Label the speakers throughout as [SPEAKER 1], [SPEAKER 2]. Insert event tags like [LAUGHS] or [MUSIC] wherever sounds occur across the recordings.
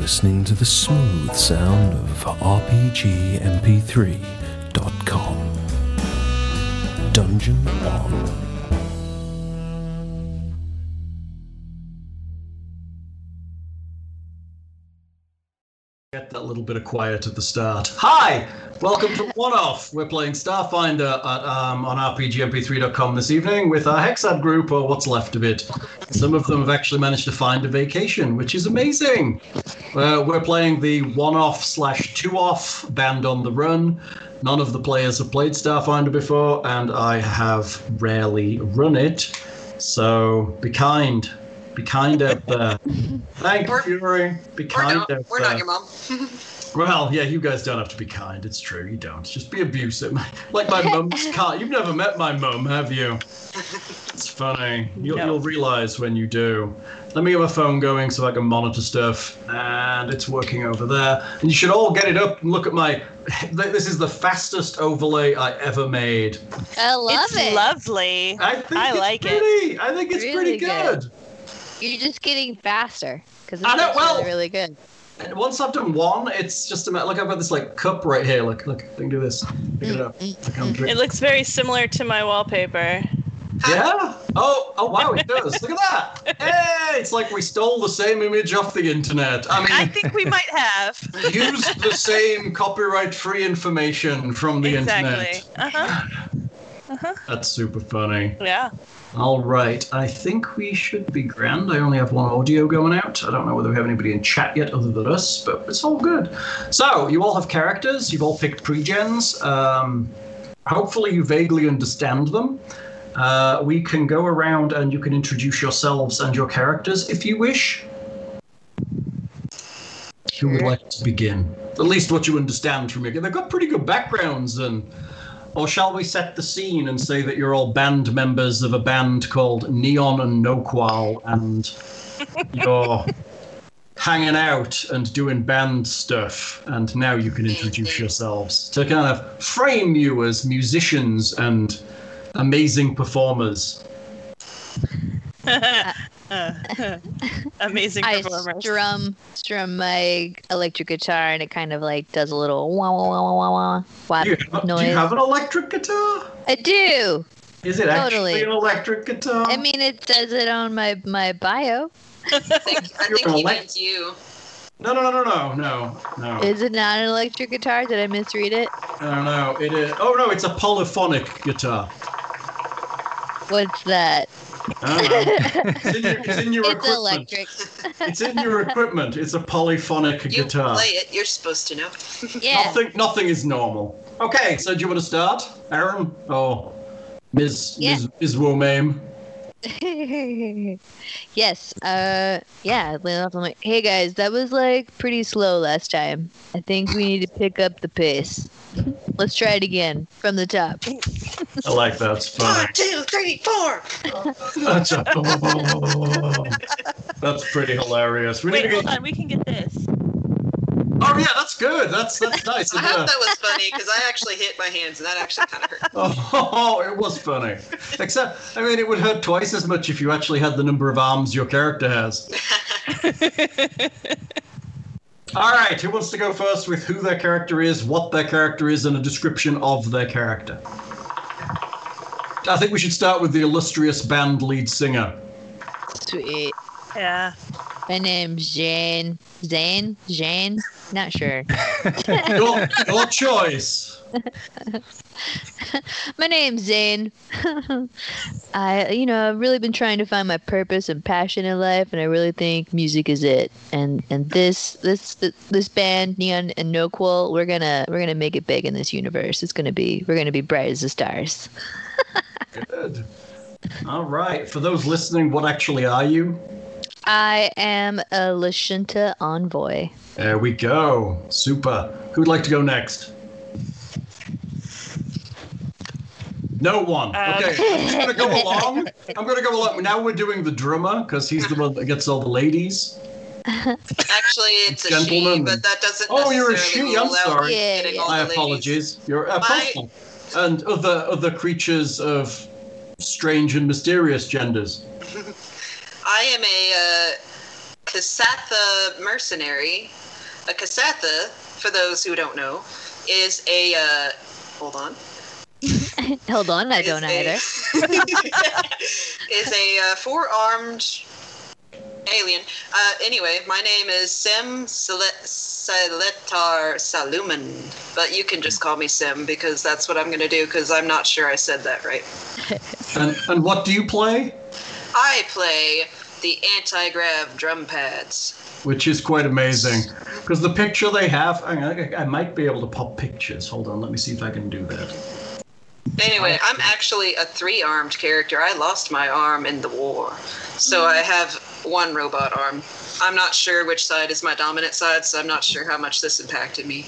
[SPEAKER 1] listening to the smooth sound of RPGMP3.com. Dungeon on.
[SPEAKER 2] Get that little bit of quiet at the start. Hi, welcome
[SPEAKER 3] [LAUGHS]
[SPEAKER 2] to One Off. We're playing Starfinder at, um, on RPGMP3.com this evening with our Hexad group, or what's left of it. Some of them have actually managed to find a vacation, which is amazing. Uh, we're playing the One Off slash Two Off Band on the Run. None of the players have played Starfinder before, and I have rarely run it. So be kind. Be kind out
[SPEAKER 3] [LAUGHS]
[SPEAKER 2] there. Thank you,
[SPEAKER 3] We're-
[SPEAKER 2] Fury. Be
[SPEAKER 3] We're
[SPEAKER 2] kind
[SPEAKER 3] not,
[SPEAKER 2] out
[SPEAKER 3] we're not
[SPEAKER 2] there.
[SPEAKER 3] your mom.
[SPEAKER 2] Well, yeah, you guys don't have to be kind. It's true, you don't. Just be abusive. [LAUGHS] Like my mum's car. You've never met my mum, have you? It's funny. You'll,
[SPEAKER 4] No.
[SPEAKER 2] you'll realize when you do. Let me get my phone going so I can monitor stuff. And it's working over there. And you should all get it up and look at my. This is the fastest overlay I ever made.
[SPEAKER 5] I love
[SPEAKER 4] it's
[SPEAKER 5] it.
[SPEAKER 4] lovely.
[SPEAKER 2] I think
[SPEAKER 4] I
[SPEAKER 2] it's
[SPEAKER 4] like it.
[SPEAKER 2] pretty. I think it's pretty
[SPEAKER 5] Really
[SPEAKER 2] good.
[SPEAKER 5] good. You're just getting faster because it's
[SPEAKER 2] I know-
[SPEAKER 5] actually
[SPEAKER 2] well-
[SPEAKER 5] really good.
[SPEAKER 2] And once I've done one, it's just a matter. Look, I've got this like cup right here. Look, look, I can do this. Pick it up.
[SPEAKER 4] Mm,
[SPEAKER 2] I can drink
[SPEAKER 4] It looks very similar to my wallpaper.
[SPEAKER 2] Yeah. Oh, oh wow, it does. Look at that. Hey, it's like we stole the same image off the internet. I
[SPEAKER 4] I
[SPEAKER 2] mean,
[SPEAKER 4] think we might have.
[SPEAKER 2] [LAUGHS] used the same copyright-free information from the
[SPEAKER 4] exactly.
[SPEAKER 2] internet.
[SPEAKER 4] Uh huh.
[SPEAKER 2] That's super funny.
[SPEAKER 4] Yeah.
[SPEAKER 2] All right, I think we should be grand. I only have one audio going out. I don't know whether we have anybody in chat yet other than us, but it's all good. So, you all have characters, you've all picked pre-gens. Um, hopefully, you vaguely understand them. Uh, we can go around and you can introduce yourselves and your characters if you wish. Who would
[SPEAKER 5] Sure.
[SPEAKER 2] like to begin? At least what you understand from your. They've got pretty good backgrounds and. Or shall we set the scene and say that you're all band members of a band called Neon and Noqual and
[SPEAKER 5] [LAUGHS]
[SPEAKER 2] you're hanging out and doing band stuff and now you can introduce yourselves to kind of frame you as musicians and amazing performers.
[SPEAKER 4] Uh, [LAUGHS] Amazing
[SPEAKER 5] I
[SPEAKER 4] performers.
[SPEAKER 5] strum strum my electric guitar and it kind of like does a little wah wah wah wah wah wah whap
[SPEAKER 2] Do you, have, do
[SPEAKER 5] noise.
[SPEAKER 2] you have an electric guitar?
[SPEAKER 5] I do.
[SPEAKER 2] Is it
[SPEAKER 5] Totally.
[SPEAKER 2] actually an electric guitar?
[SPEAKER 5] I mean, it says it on my my bio.
[SPEAKER 3] I think, I
[SPEAKER 2] You're
[SPEAKER 3] think he
[SPEAKER 2] elect-
[SPEAKER 3] means you.
[SPEAKER 2] no, no, no, no, no, no, no.
[SPEAKER 5] Is it not an electric guitar? Did I misread it?
[SPEAKER 2] no, no. It is. Oh no, it's a polyphonic guitar.
[SPEAKER 5] What's that? [LAUGHS]
[SPEAKER 2] I don't know. It's in your, it's in your
[SPEAKER 5] it's
[SPEAKER 2] equipment.
[SPEAKER 5] electric.
[SPEAKER 2] It's in your equipment. It's a polyphonic
[SPEAKER 3] You
[SPEAKER 2] guitar.
[SPEAKER 3] play it. You're supposed to know.
[SPEAKER 5] Yeah.
[SPEAKER 2] Nothing, nothing is normal. Okay, so do you want to start, Aaron or Ms.
[SPEAKER 5] Yeah.
[SPEAKER 2] Ms. Ms. Womame?
[SPEAKER 5] [LAUGHS] yes. Uh. Yeah. Lay off. I'm like, hey guys, that was like pretty slow last time. I think we need to pick up the pace. Let's try it again from the top.
[SPEAKER 2] I like that. It's
[SPEAKER 3] One, [LAUGHS]
[SPEAKER 2] funny.
[SPEAKER 3] two, three, four.
[SPEAKER 2] That's, a- [LAUGHS] that's pretty hilarious. We
[SPEAKER 4] Wait,
[SPEAKER 2] need to
[SPEAKER 4] hold
[SPEAKER 2] go.
[SPEAKER 4] on. We can get this.
[SPEAKER 2] Oh yeah, that's good. That's that's nice. uh,
[SPEAKER 3] I
[SPEAKER 2] isn't
[SPEAKER 3] hope
[SPEAKER 2] it?
[SPEAKER 3] that was funny because I actually hit my hands and that actually kind of hurt.
[SPEAKER 2] [LAUGHS] Oh, it was funny. Except, I mean, it would hurt twice as much if you actually had the number of arms your character has. All right, who wants to go first with who their character is, what their character is, and a description of their character? I think we should start with the illustrious band lead singer.
[SPEAKER 5] Sweet.
[SPEAKER 4] Yeah.
[SPEAKER 5] My name's Jane. Zane. Jane. Not sure.
[SPEAKER 2] Your, your choice.
[SPEAKER 5] My name's Zane. [LAUGHS] I, you know, I've really been trying to find my purpose and passion in life, and I really think music is it. And and this this this band, Neon and Noquil, we're gonna we're gonna make it big in this universe. It's gonna be we're gonna be bright as the stars.
[SPEAKER 2] Good. All right, for those listening, what actually are you?
[SPEAKER 5] I am a Lashunta envoy.
[SPEAKER 2] There we go. Super. Who'd like to go next? No one.
[SPEAKER 4] Um.
[SPEAKER 2] okay. I'm just gonna go along. I'm gonna go along. Now we're doing the drummer because he's the one that gets all the ladies.
[SPEAKER 3] Actually, it's a she,
[SPEAKER 2] Gentlemen.
[SPEAKER 3] but that doesn't.
[SPEAKER 2] Oh, you're a
[SPEAKER 3] necessarily
[SPEAKER 2] she, I'm
[SPEAKER 3] rule out
[SPEAKER 2] sorry.
[SPEAKER 5] Yeah,
[SPEAKER 3] getting
[SPEAKER 5] yeah.
[SPEAKER 3] all
[SPEAKER 2] My
[SPEAKER 3] the ladies.
[SPEAKER 2] apologies. You're a
[SPEAKER 3] My-
[SPEAKER 2] person. and other other creatures of strange and mysterious genders.
[SPEAKER 3] I am a. Uh, Kasatha mercenary. A Kasatha, for those who don't know, is a. Uh, hold on.
[SPEAKER 6] Hold on, I don't
[SPEAKER 3] is
[SPEAKER 6] either.
[SPEAKER 3] A, is a uh, four armed alien. Uh, anyway, my name is Sim Sile- Siletar Saluman, but you can just call me Sim because that's what I'm going to do because I'm not sure I said that right.
[SPEAKER 2] And, and what do you play?
[SPEAKER 3] I play the anti grav drum pads.
[SPEAKER 2] Which is quite amazing. Because the picture they have, hang on, I, I might be able to pop pictures. Hold on, let me see if I can do that.
[SPEAKER 3] Anyway, I'm actually a three armed character. I lost my arm in the war, so I have one robot arm. I'm not sure which side is my dominant side, so I'm not sure how much this impacted me.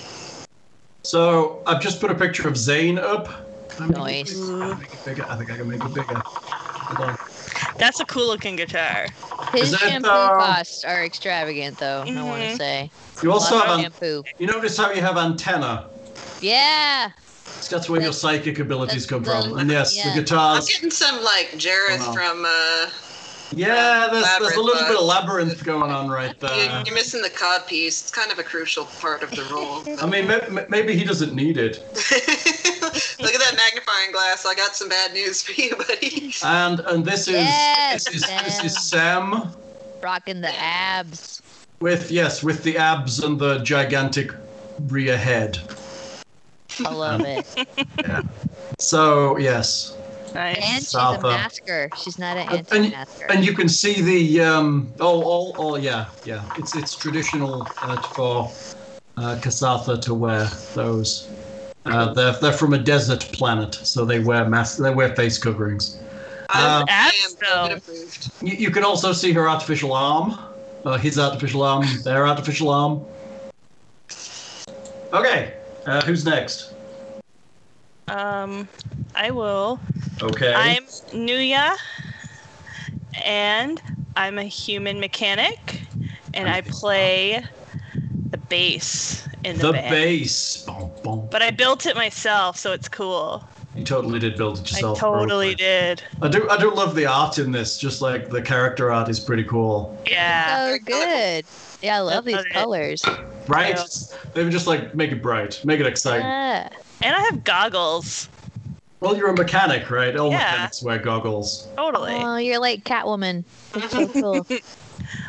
[SPEAKER 2] So I've just put a picture of Zane up. I'm gonna make it
[SPEAKER 6] Nice.
[SPEAKER 2] bigger. I think I can- I think I can make it bigger. Hold on.
[SPEAKER 4] That's a cool looking guitar.
[SPEAKER 6] His
[SPEAKER 2] that,
[SPEAKER 6] shampoo
[SPEAKER 2] uh,
[SPEAKER 6] costs are extravagant, though. I want to
[SPEAKER 5] Mm-hmm.
[SPEAKER 4] Mhm.
[SPEAKER 6] say.
[SPEAKER 2] You also
[SPEAKER 6] Lots
[SPEAKER 2] have
[SPEAKER 6] of
[SPEAKER 2] an,
[SPEAKER 6] shampoo.
[SPEAKER 2] you notice how you have antenna.
[SPEAKER 6] Yeah.
[SPEAKER 2] That's where your psychic
[SPEAKER 6] that's
[SPEAKER 2] abilities come
[SPEAKER 6] the-
[SPEAKER 2] from. And yes,
[SPEAKER 6] yeah.
[SPEAKER 2] the
[SPEAKER 3] I'm
[SPEAKER 2] guitars.
[SPEAKER 3] getting some like Jareth
[SPEAKER 2] Wow.
[SPEAKER 3] from. Uh,
[SPEAKER 2] Yeah, there's, there's a
[SPEAKER 3] Labyrinth
[SPEAKER 2] little bit of
[SPEAKER 3] vibes.
[SPEAKER 2] labyrinth going on right there.
[SPEAKER 3] you, you're missing the cod piece. It's kind of a crucial part of the role. [LAUGHS]
[SPEAKER 2] I mean, may- may- maybe he doesn't need it.
[SPEAKER 3] Look at that magnifying glass. I got some bad news for you, buddy.
[SPEAKER 2] And and this is
[SPEAKER 6] Yes,
[SPEAKER 2] this is this
[SPEAKER 6] Sam.
[SPEAKER 2] is Sam
[SPEAKER 6] Rocking the abs.
[SPEAKER 2] with yes with the abs and the gigantic rear head.
[SPEAKER 6] I love it.
[SPEAKER 2] So yes,
[SPEAKER 6] And
[SPEAKER 4] Nice.
[SPEAKER 6] she's a
[SPEAKER 2] South, uh,
[SPEAKER 6] masker. She's not an
[SPEAKER 2] and- and-
[SPEAKER 6] anti-masker.
[SPEAKER 2] And you can see the um, oh, oh, oh, yeah, yeah. It's it's traditional uh, for uh, Kasatha to wear those. Uh, they're they're from a desert planet, so they wear mask. They wear face coverings.
[SPEAKER 3] I'm-
[SPEAKER 2] Um,
[SPEAKER 3] I
[SPEAKER 4] Abs,
[SPEAKER 3] am
[SPEAKER 4] though.
[SPEAKER 3] COVID approved.
[SPEAKER 2] You, you can also see her artificial arm, uh, his artificial arm, their artificial arm. Okay, uh, who's next?
[SPEAKER 4] Um, I will.
[SPEAKER 2] Okay,
[SPEAKER 4] I'm Nuya, and I'm a human mechanic, and I play the bass in the,
[SPEAKER 2] the
[SPEAKER 4] band.
[SPEAKER 2] base. Boom, boom.
[SPEAKER 4] But I built it myself, so it's cool.
[SPEAKER 2] You totally did build it
[SPEAKER 4] I
[SPEAKER 2] yourself. bro.
[SPEAKER 4] totally did.
[SPEAKER 2] I do. I do love the art in this. Just like the character art is pretty cool.
[SPEAKER 4] Yeah.
[SPEAKER 6] so
[SPEAKER 3] very colorful.
[SPEAKER 6] good. Yeah, I love these
[SPEAKER 4] love it.
[SPEAKER 6] colors.
[SPEAKER 2] Right?
[SPEAKER 4] Yeah.
[SPEAKER 2] They would just like make it bright, make it exciting.
[SPEAKER 6] Yeah.
[SPEAKER 4] And I have goggles.
[SPEAKER 2] well, you're a mechanic, right? All
[SPEAKER 4] Yeah.
[SPEAKER 2] mechanics wear goggles.
[SPEAKER 4] Totally.
[SPEAKER 5] Uh-huh.
[SPEAKER 6] Oh, you're like
[SPEAKER 4] [LAUGHS]
[SPEAKER 6] Catwoman. That's so cool.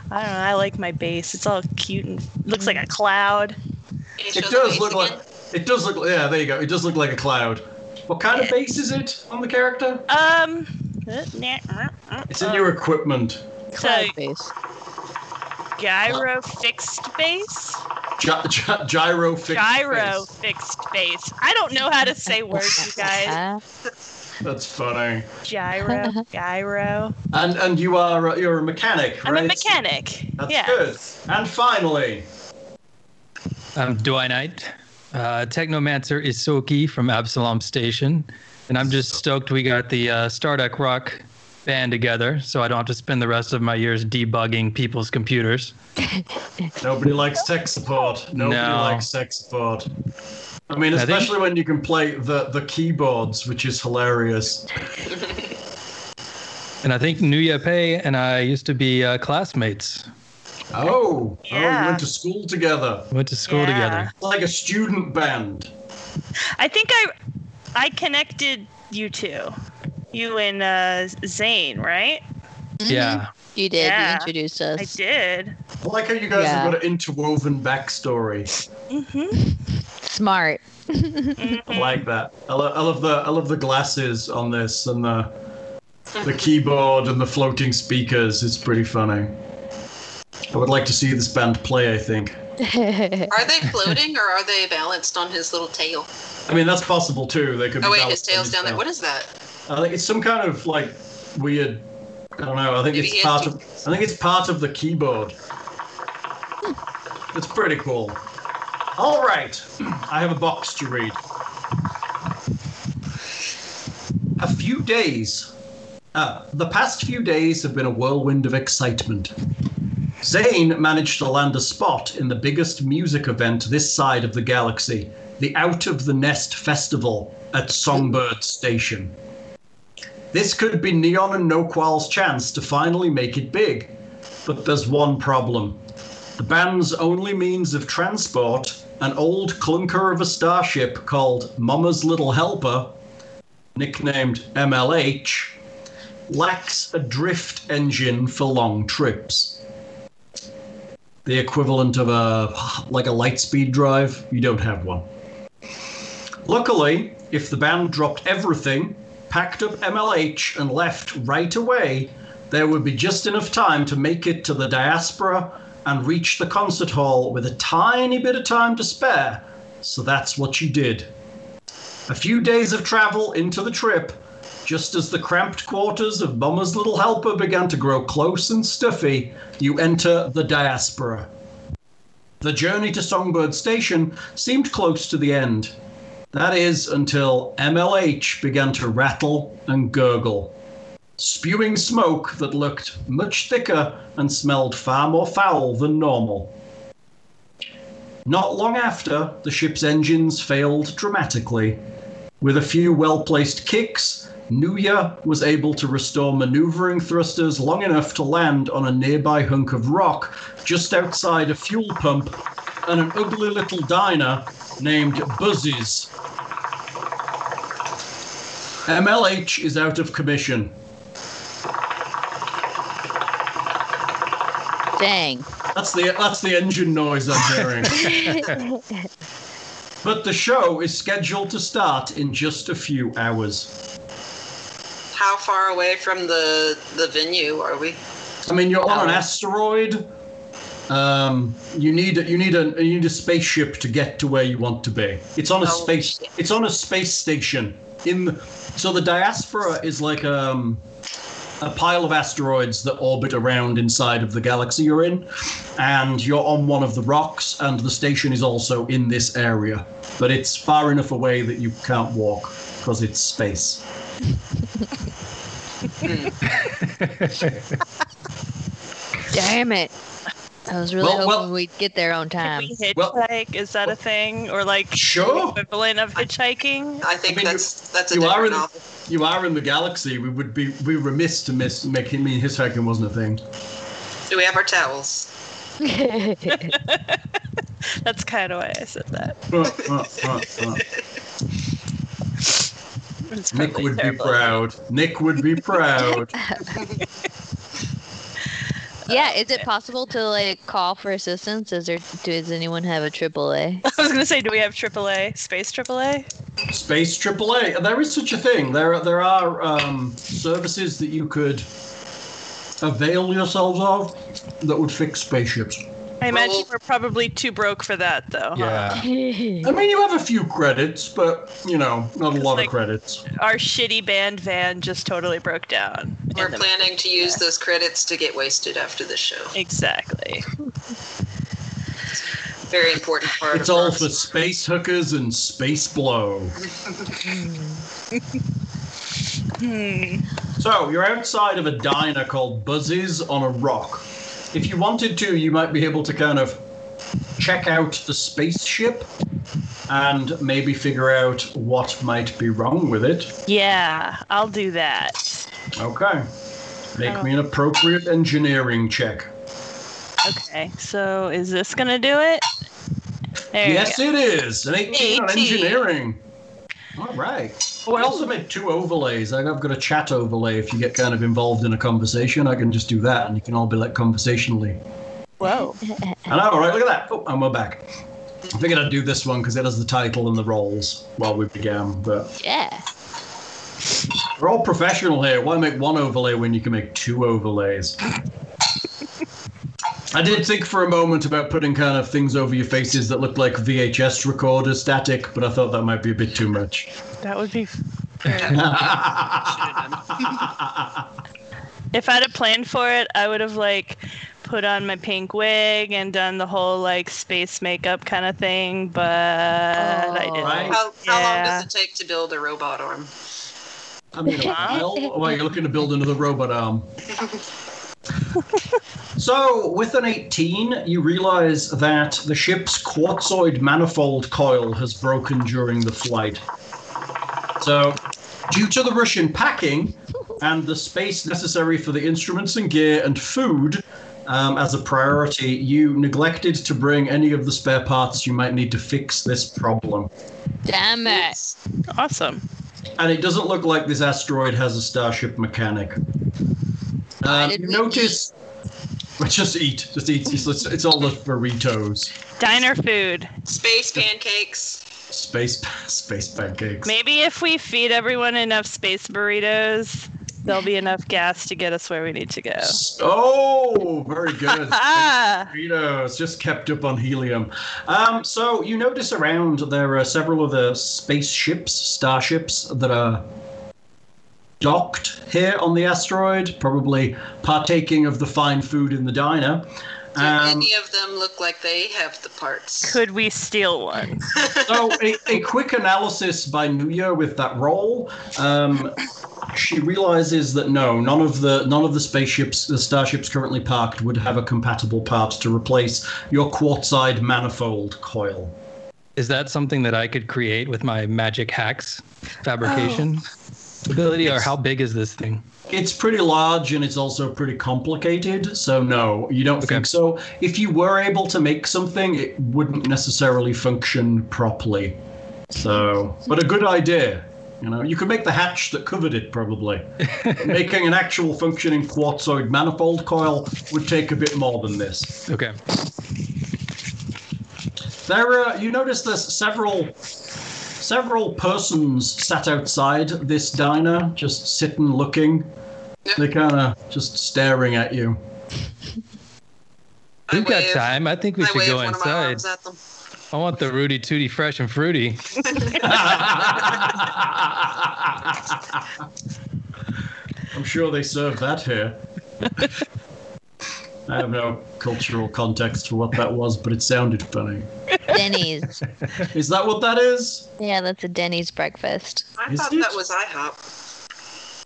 [SPEAKER 4] I don't know. I like my bass. It's all cute and looks like a cloud.
[SPEAKER 3] Can you
[SPEAKER 2] It
[SPEAKER 3] show the
[SPEAKER 2] does
[SPEAKER 3] face
[SPEAKER 2] look like
[SPEAKER 3] again?
[SPEAKER 2] it does look. Yeah, there you go. It does look like a cloud. What kind of base is it on the character?
[SPEAKER 4] Um.
[SPEAKER 2] It's
[SPEAKER 4] Uh,
[SPEAKER 2] in your equipment.
[SPEAKER 4] so
[SPEAKER 6] Cloud face.
[SPEAKER 4] gyro fixed bass.
[SPEAKER 2] Gy- gy- gyro fixed
[SPEAKER 4] Gyro
[SPEAKER 2] base.
[SPEAKER 4] fixed bass. I don't know how to
[SPEAKER 6] [LAUGHS]
[SPEAKER 4] say words,
[SPEAKER 6] Uh-huh.
[SPEAKER 5] [LAUGHS]
[SPEAKER 4] you guys.
[SPEAKER 2] That's funny.
[SPEAKER 4] Gyro, gyro.
[SPEAKER 2] And and you are a- you're a mechanic,
[SPEAKER 4] I'm
[SPEAKER 2] right?
[SPEAKER 4] a mechanic.
[SPEAKER 2] That's
[SPEAKER 4] yeah.
[SPEAKER 2] good. And finally,
[SPEAKER 7] I'm Dwight Knight, uh, Technomancer Isoki from Absalom Station, and I'm just stoked we got the uh, Starduck Rock band together, so I don't have to spend the rest of my years debugging people's computers.
[SPEAKER 2] nobody likes tech support. Nobody
[SPEAKER 7] No.
[SPEAKER 2] likes tech support. I mean,
[SPEAKER 7] I think-
[SPEAKER 2] especially when you can play the the keyboards, which is hilarious.
[SPEAKER 7] And I think Nuya Pei and I used to be uh, classmates.
[SPEAKER 2] Oh, oh,
[SPEAKER 4] Yeah.
[SPEAKER 2] we went to school together.
[SPEAKER 7] Went to school
[SPEAKER 4] Yeah.
[SPEAKER 7] together.
[SPEAKER 2] It's like a student band.
[SPEAKER 4] I think I, I connected you two, you and uh, Zane, right?
[SPEAKER 3] Mm-hmm.
[SPEAKER 7] Yeah.
[SPEAKER 6] You did.
[SPEAKER 4] Yeah.
[SPEAKER 6] You introduced
[SPEAKER 4] I
[SPEAKER 6] us.
[SPEAKER 4] did.
[SPEAKER 2] I like how you guys
[SPEAKER 6] Yeah.
[SPEAKER 2] have got an interwoven backstory.
[SPEAKER 4] Mm-hmm.
[SPEAKER 6] Smart. [LAUGHS]
[SPEAKER 2] I like that. I, lo- I love the I love the glasses on this and the the keyboard and the floating speakers. It's pretty funny. I would like to see this band play. I think.
[SPEAKER 4] [LAUGHS]
[SPEAKER 3] Are they floating or are they balanced on his little tail?
[SPEAKER 2] I mean, that's possible too. They could.
[SPEAKER 3] Oh
[SPEAKER 2] be
[SPEAKER 3] wait, his
[SPEAKER 2] balanced on
[SPEAKER 3] tail's
[SPEAKER 2] his
[SPEAKER 3] down there.
[SPEAKER 2] tail.
[SPEAKER 3] What is that?
[SPEAKER 2] I think it's some kind of like weird. I don't know. I think
[SPEAKER 3] Maybe
[SPEAKER 2] it's
[SPEAKER 3] he has
[SPEAKER 2] part
[SPEAKER 3] two-
[SPEAKER 2] of. I think it's part of the keyboard. It's pretty cool. All right, I have a box to read. A few days. Uh, the past few days have been a whirlwind of excitement. Zane managed to land a spot in the biggest music event this side of the galaxy, the Out of the Nest Festival at Songbird Station. This could be Neon and Noqual's chance to finally make it big, But there's one problem. The band's only means of transport, an old clunker of a starship called Mama's Little Helper, nicknamed MLH, lacks a drift engine for long trips. The equivalent of a like a light speed drive, you don't have one. Luckily, if the band dropped everything, packed up MLH and left right away, there would be just enough time to make it to the diaspora and reach the concert hall with a tiny bit of time to spare. So that's what she did. A few days of travel into the trip, just as the cramped quarters of Mama's Little Helper began to grow close and stuffy, you enter the diaspora. The journey to Songbird Station seemed close to the end. That is until MLH began to rattle and gurgle, spewing smoke that looked much thicker and smelled far more foul than normal. Not long after, the ship's engines failed dramatically. With a few well placed kicks, Nuya was able to restore maneuvering thrusters long enough to land on a nearby hunk of rock just outside a fuel pump and an ugly little diner named Buzzies. MLH is out of commission.
[SPEAKER 6] Dang.
[SPEAKER 2] That's the that's the engine noise I'm hearing. but the show is scheduled to start in just a few hours.
[SPEAKER 3] How far away from the the venue are we?
[SPEAKER 2] I mean, you're on an asteroid. Um, you need you need a you need a spaceship to get to where you want to be. It's on a
[SPEAKER 3] Oh,
[SPEAKER 2] space
[SPEAKER 3] shit.
[SPEAKER 2] it's on a space station. In the, so the diaspora is like um, a pile of asteroids that orbit around inside of the galaxy you're in, and you're on one of the rocks, and the station is also in this area, but it's far enough away that you can't walk because it's space.
[SPEAKER 6] Damn it. I was really
[SPEAKER 2] Well,
[SPEAKER 6] hoping
[SPEAKER 2] well-
[SPEAKER 6] we'd get there on
[SPEAKER 4] Can
[SPEAKER 6] time.
[SPEAKER 3] Um,
[SPEAKER 4] we hitchhike?
[SPEAKER 2] Well-
[SPEAKER 4] Is that a thing? Or like
[SPEAKER 2] Sure.
[SPEAKER 4] equivalent of hitchhiking?
[SPEAKER 3] I think
[SPEAKER 2] I mean,
[SPEAKER 3] that's that's a
[SPEAKER 2] you are
[SPEAKER 3] different
[SPEAKER 2] in-
[SPEAKER 3] novel.
[SPEAKER 2] You are in the galaxy. We would be we remiss to miss making me his hacking wasn't a thing.
[SPEAKER 3] Do we have our towels?
[SPEAKER 4] [LAUGHS] That's kind of why I said that.
[SPEAKER 2] Uh, uh, uh,
[SPEAKER 4] [LAUGHS]
[SPEAKER 2] uh.
[SPEAKER 4] It's
[SPEAKER 2] Nick
[SPEAKER 4] probably
[SPEAKER 2] would be
[SPEAKER 4] terrible.
[SPEAKER 2] proud. Nick would be proud.
[SPEAKER 6] [LAUGHS] yeah, is it possible to like call for assistance? Is there does anyone have a AAA?
[SPEAKER 4] [LAUGHS] I was gonna say, do we have AAA? Space AAA?
[SPEAKER 2] Space AAA. There is such a thing. There there are um, services that you could avail yourselves of that would fix spaceships.
[SPEAKER 4] I imagine
[SPEAKER 3] Well-
[SPEAKER 4] we're probably too broke for that, though.
[SPEAKER 3] Uh-huh.
[SPEAKER 4] huh?
[SPEAKER 7] Yeah.
[SPEAKER 2] I mean, you have a few credits, but you know, not a lot
[SPEAKER 4] Like-
[SPEAKER 2] of credits.
[SPEAKER 4] Our shitty band van just totally broke down. in
[SPEAKER 3] We're
[SPEAKER 4] the-
[SPEAKER 3] planning to use those credits to get wasted after the show.
[SPEAKER 4] Exactly.
[SPEAKER 3] Very important part.
[SPEAKER 2] It's
[SPEAKER 3] of
[SPEAKER 2] all
[SPEAKER 3] ours.
[SPEAKER 2] for space hookers and space blow.
[SPEAKER 4] Hmm.
[SPEAKER 2] So you're outside of a diner called Buzzies on a Rock. If you wanted to, you might be able to kind of check out the spaceship and maybe figure out what might be wrong with it.
[SPEAKER 4] Yeah, I'll do that.
[SPEAKER 2] Okay.
[SPEAKER 4] Oh.
[SPEAKER 2] Make me an appropriate engineering check.
[SPEAKER 4] Okay, so is this gonna do it? There
[SPEAKER 2] yes,
[SPEAKER 4] you
[SPEAKER 2] it is. An 18, on
[SPEAKER 4] 18.
[SPEAKER 2] engineering. All right. Oh, I also made two overlays. I- I've got a chat overlay. If you get kind of involved in a conversation, I can just do that and you can all be like conversationally
[SPEAKER 4] go. Whoa.
[SPEAKER 2] I know, all right? Look at that. Oh, and we're back. I figured I'd do this one because it has the title and the roles while we began, but
[SPEAKER 6] [LAUGHS] yeah.
[SPEAKER 2] we're all professional here. Why make one overlay when you can make two overlays? I did think for a moment about putting kind of things over your faces that looked like VHS recorder static, but I thought that might be a bit too much. [LAUGHS]
[SPEAKER 4] That would be.
[SPEAKER 2] yeah,
[SPEAKER 4] If I'd have planned for it, I would have like put on my pink wig and done the whole like space makeup kind of thing, but I didn't.
[SPEAKER 6] Right.
[SPEAKER 3] [LAUGHS] How, how long
[SPEAKER 4] Yeah.
[SPEAKER 3] does it take to build a robot arm?
[SPEAKER 2] I mean, well, well, you're looking to build another robot arm. so, with an 18, you realize that the ship's quartzoid manifold coil has broken during the flight. So, due to the Russian packing and the space necessary for the instruments and gear and food, um, as a priority, you neglected to bring any of the spare parts you might need to fix this problem.
[SPEAKER 6] Damn it.
[SPEAKER 4] Awesome.
[SPEAKER 2] And it doesn't look like this asteroid has a starship mechanic. Um,
[SPEAKER 6] did
[SPEAKER 2] you
[SPEAKER 6] we
[SPEAKER 2] notice. [LAUGHS] Just eat. Just eat. It's, it's- it's all the burritos.
[SPEAKER 4] Diner food.
[SPEAKER 3] Space pancakes.
[SPEAKER 2] Space [LAUGHS] space pancakes.
[SPEAKER 4] Maybe if we feed everyone enough space burritos, there'll be enough gas to get us where we need to go.
[SPEAKER 2] Oh,
[SPEAKER 6] [LAUGHS]
[SPEAKER 2] very good.
[SPEAKER 4] Ah,
[SPEAKER 2] Burritos just kept up on helium. Um, so you notice around there are several other spaceships, starships that are docked here on the asteroid, probably partaking of the fine food in the diner.
[SPEAKER 3] Do
[SPEAKER 2] Um,
[SPEAKER 3] any of them look like they have the parts?
[SPEAKER 4] could we steal one?
[SPEAKER 2] so a, a quick analysis by Nuya with that roll. Um, she realizes that no, none of the none of the spaceships, the starships currently parked, would have a compatible part to replace your quartzite manifold coil.
[SPEAKER 7] Is that something that I could create with my magic hacks fabrication
[SPEAKER 3] Oh.
[SPEAKER 7] ability, or how big is this thing?
[SPEAKER 2] It's pretty large and it's also pretty complicated. So no, you don't
[SPEAKER 7] Okay.
[SPEAKER 2] think so. If you were able to make something, it wouldn't necessarily function properly. So, but a good idea. You know, you could make the hatch that covered it probably. Making an actual functioning quartzoid manifold coil would take a bit more than this.
[SPEAKER 7] Okay.
[SPEAKER 2] There are, you notice there's several several persons sat outside this diner, just sitting looking. They're kind of just staring at you.
[SPEAKER 3] I
[SPEAKER 7] We've got
[SPEAKER 3] wave-
[SPEAKER 7] time. I think we
[SPEAKER 3] I
[SPEAKER 7] should
[SPEAKER 3] wave
[SPEAKER 7] go
[SPEAKER 3] one of my
[SPEAKER 7] inside.
[SPEAKER 3] arms at them.
[SPEAKER 7] I want the Rudy Tooty fresh and fruity.
[SPEAKER 2] I'm sure they serve that here. I have no cultural context for what that was, but it sounded funny.
[SPEAKER 6] Denny's.
[SPEAKER 2] Is that what that is?
[SPEAKER 6] Yeah, that's a Denny's breakfast.
[SPEAKER 3] I
[SPEAKER 2] Is
[SPEAKER 3] thought
[SPEAKER 2] it?
[SPEAKER 3] that was IHOP.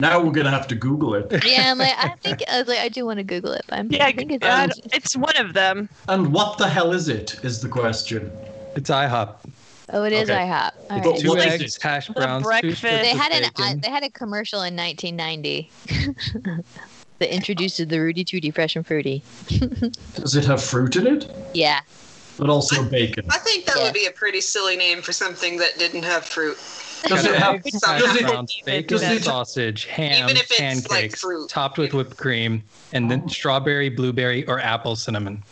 [SPEAKER 2] Now we're gonna have to Google it.
[SPEAKER 6] Yeah, I'm like, I think I was like, I do want to Google it, but I'm,
[SPEAKER 4] Yeah,
[SPEAKER 6] I think it's
[SPEAKER 4] God,
[SPEAKER 6] Denny's.
[SPEAKER 4] it's one of them.
[SPEAKER 2] And what the hell is it? Is the question.
[SPEAKER 7] It's IHOP.
[SPEAKER 6] Oh, it is
[SPEAKER 2] Okay.
[SPEAKER 6] IHOP. All
[SPEAKER 7] It's
[SPEAKER 6] right.
[SPEAKER 2] But
[SPEAKER 7] two
[SPEAKER 2] what is
[SPEAKER 7] eggs,
[SPEAKER 2] it?
[SPEAKER 7] hash
[SPEAKER 4] The
[SPEAKER 7] browns, two
[SPEAKER 4] breakfast.
[SPEAKER 7] strips
[SPEAKER 6] they
[SPEAKER 7] of
[SPEAKER 6] had an I
[SPEAKER 7] bacon.
[SPEAKER 6] they had a commercial in 1990 [LAUGHS] that introduced the Rudy Tooty Fresh and Fruity.
[SPEAKER 2] Does it have fruit in it?
[SPEAKER 6] Yeah,
[SPEAKER 2] But also bacon.
[SPEAKER 3] I think that
[SPEAKER 6] Yeah.
[SPEAKER 3] would be a pretty silly name for something that didn't have fruit.
[SPEAKER 2] Does it have
[SPEAKER 7] Eggs,
[SPEAKER 3] Does
[SPEAKER 7] hash
[SPEAKER 2] it-
[SPEAKER 7] browns, bacon,
[SPEAKER 2] does it-
[SPEAKER 7] sausage, ham,
[SPEAKER 3] Even if it's, like,
[SPEAKER 7] pancakes,
[SPEAKER 3] fruit. Oh.
[SPEAKER 7] topped with whipped cream, and then strawberry, blueberry, or apple cinnamon.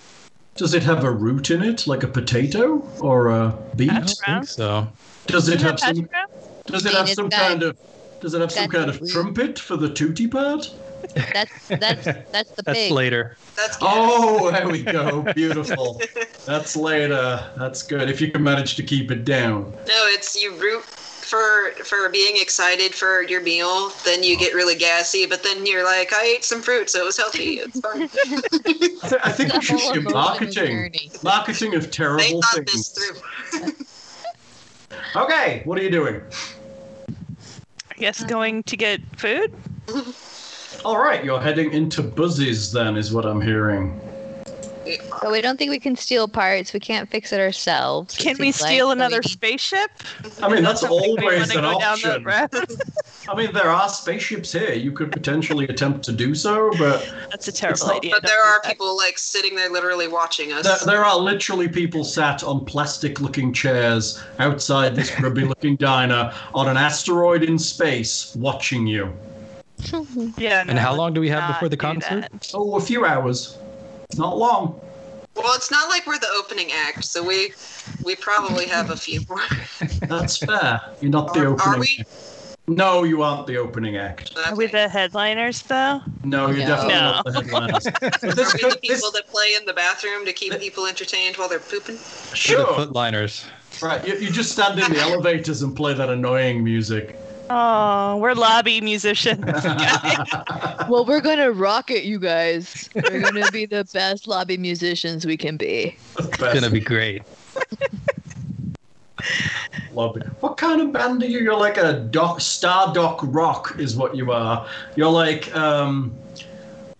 [SPEAKER 2] Does it have a root in it, like a potato or a beet?
[SPEAKER 7] I don't think
[SPEAKER 4] Browns?
[SPEAKER 7] so.
[SPEAKER 2] Does it
[SPEAKER 4] Isn't
[SPEAKER 2] have
[SPEAKER 4] that hash
[SPEAKER 2] some?
[SPEAKER 4] brown?
[SPEAKER 2] Does it have
[SPEAKER 6] It's
[SPEAKER 2] some
[SPEAKER 6] got-
[SPEAKER 2] kind of? Does it have some
[SPEAKER 6] got
[SPEAKER 2] kind of
[SPEAKER 6] root.
[SPEAKER 2] trumpet for the tootie part?
[SPEAKER 6] that's that's that's the
[SPEAKER 7] [LAUGHS] That's
[SPEAKER 6] pig.
[SPEAKER 7] later.
[SPEAKER 3] That's good.
[SPEAKER 2] Oh, there we go. Beautiful. That's later. That's good. If you can manage to keep it down.
[SPEAKER 3] No, it's you root for for being excited for your meal, then you get really gassy, but then you're like, I ate some fruit, so it was healthy. It's fine.
[SPEAKER 2] I, th- I think we should
[SPEAKER 6] Whole
[SPEAKER 2] do
[SPEAKER 6] emotional
[SPEAKER 2] marketing.
[SPEAKER 6] journey.
[SPEAKER 2] Marketing of
[SPEAKER 3] they
[SPEAKER 2] terrible
[SPEAKER 3] thought this
[SPEAKER 2] things.
[SPEAKER 3] through.
[SPEAKER 2] Okay, what are you doing?
[SPEAKER 4] I guess going to get food.
[SPEAKER 2] All right, you're heading into Buzzies then, is what I'm hearing.
[SPEAKER 6] But we don't think we can steal parts. We can't fix it ourselves. it
[SPEAKER 4] Can we
[SPEAKER 6] seems like,
[SPEAKER 4] steal
[SPEAKER 6] so we
[SPEAKER 4] another
[SPEAKER 6] need-
[SPEAKER 4] spaceship?
[SPEAKER 2] I mean, that's
[SPEAKER 4] Sounds like we
[SPEAKER 2] always
[SPEAKER 4] wanna
[SPEAKER 2] an
[SPEAKER 4] go down that
[SPEAKER 2] option.
[SPEAKER 4] road.
[SPEAKER 2] I mean, there are spaceships here. You could potentially attempt to do so, but
[SPEAKER 4] That's a terrible
[SPEAKER 2] not-
[SPEAKER 4] idea.
[SPEAKER 3] But
[SPEAKER 4] Don't
[SPEAKER 3] there
[SPEAKER 4] do
[SPEAKER 3] are
[SPEAKER 4] that.
[SPEAKER 3] people like sitting there literally watching us.
[SPEAKER 2] there, there are literally people sat on plastic looking chairs outside this
[SPEAKER 7] [LAUGHS]
[SPEAKER 2] grubby looking diner on an asteroid in space watching you.
[SPEAKER 4] Yeah.
[SPEAKER 7] And
[SPEAKER 4] no,
[SPEAKER 7] how long do we have
[SPEAKER 4] not
[SPEAKER 7] before the
[SPEAKER 4] do
[SPEAKER 7] concert?
[SPEAKER 4] that.
[SPEAKER 2] Oh, a few hours. It's not long.
[SPEAKER 3] Well, it's not like we're the opening act, so we we probably have a few more.
[SPEAKER 7] [LAUGHS]
[SPEAKER 2] That's fair. You're not [LAUGHS] the
[SPEAKER 3] Are-
[SPEAKER 2] opening
[SPEAKER 3] are we?
[SPEAKER 2] act. No, you aren't the opening act.
[SPEAKER 4] Are we the headliners though?
[SPEAKER 2] No,
[SPEAKER 6] No.
[SPEAKER 2] you're definitely not the headliners. But this
[SPEAKER 3] [LAUGHS] Are we the
[SPEAKER 2] could, this,
[SPEAKER 3] people that play in the bathroom to keep people entertained while they're pooping?
[SPEAKER 7] Sure. The
[SPEAKER 2] sure.
[SPEAKER 7] footliners.
[SPEAKER 2] Right, you, you just stand in the elevators and play that annoying music.
[SPEAKER 4] Oh, we're lobby musicians.
[SPEAKER 6] [LAUGHS] Well, we're gonna rock it, you [LAUGHS] guys. We're gonna be the best lobby musicians we can be.
[SPEAKER 7] It's
[SPEAKER 2] Best
[SPEAKER 7] gonna be great.
[SPEAKER 2] lobby. What kind of band are you? You're like a doc, Star Doc Rock is what you are. You're like um,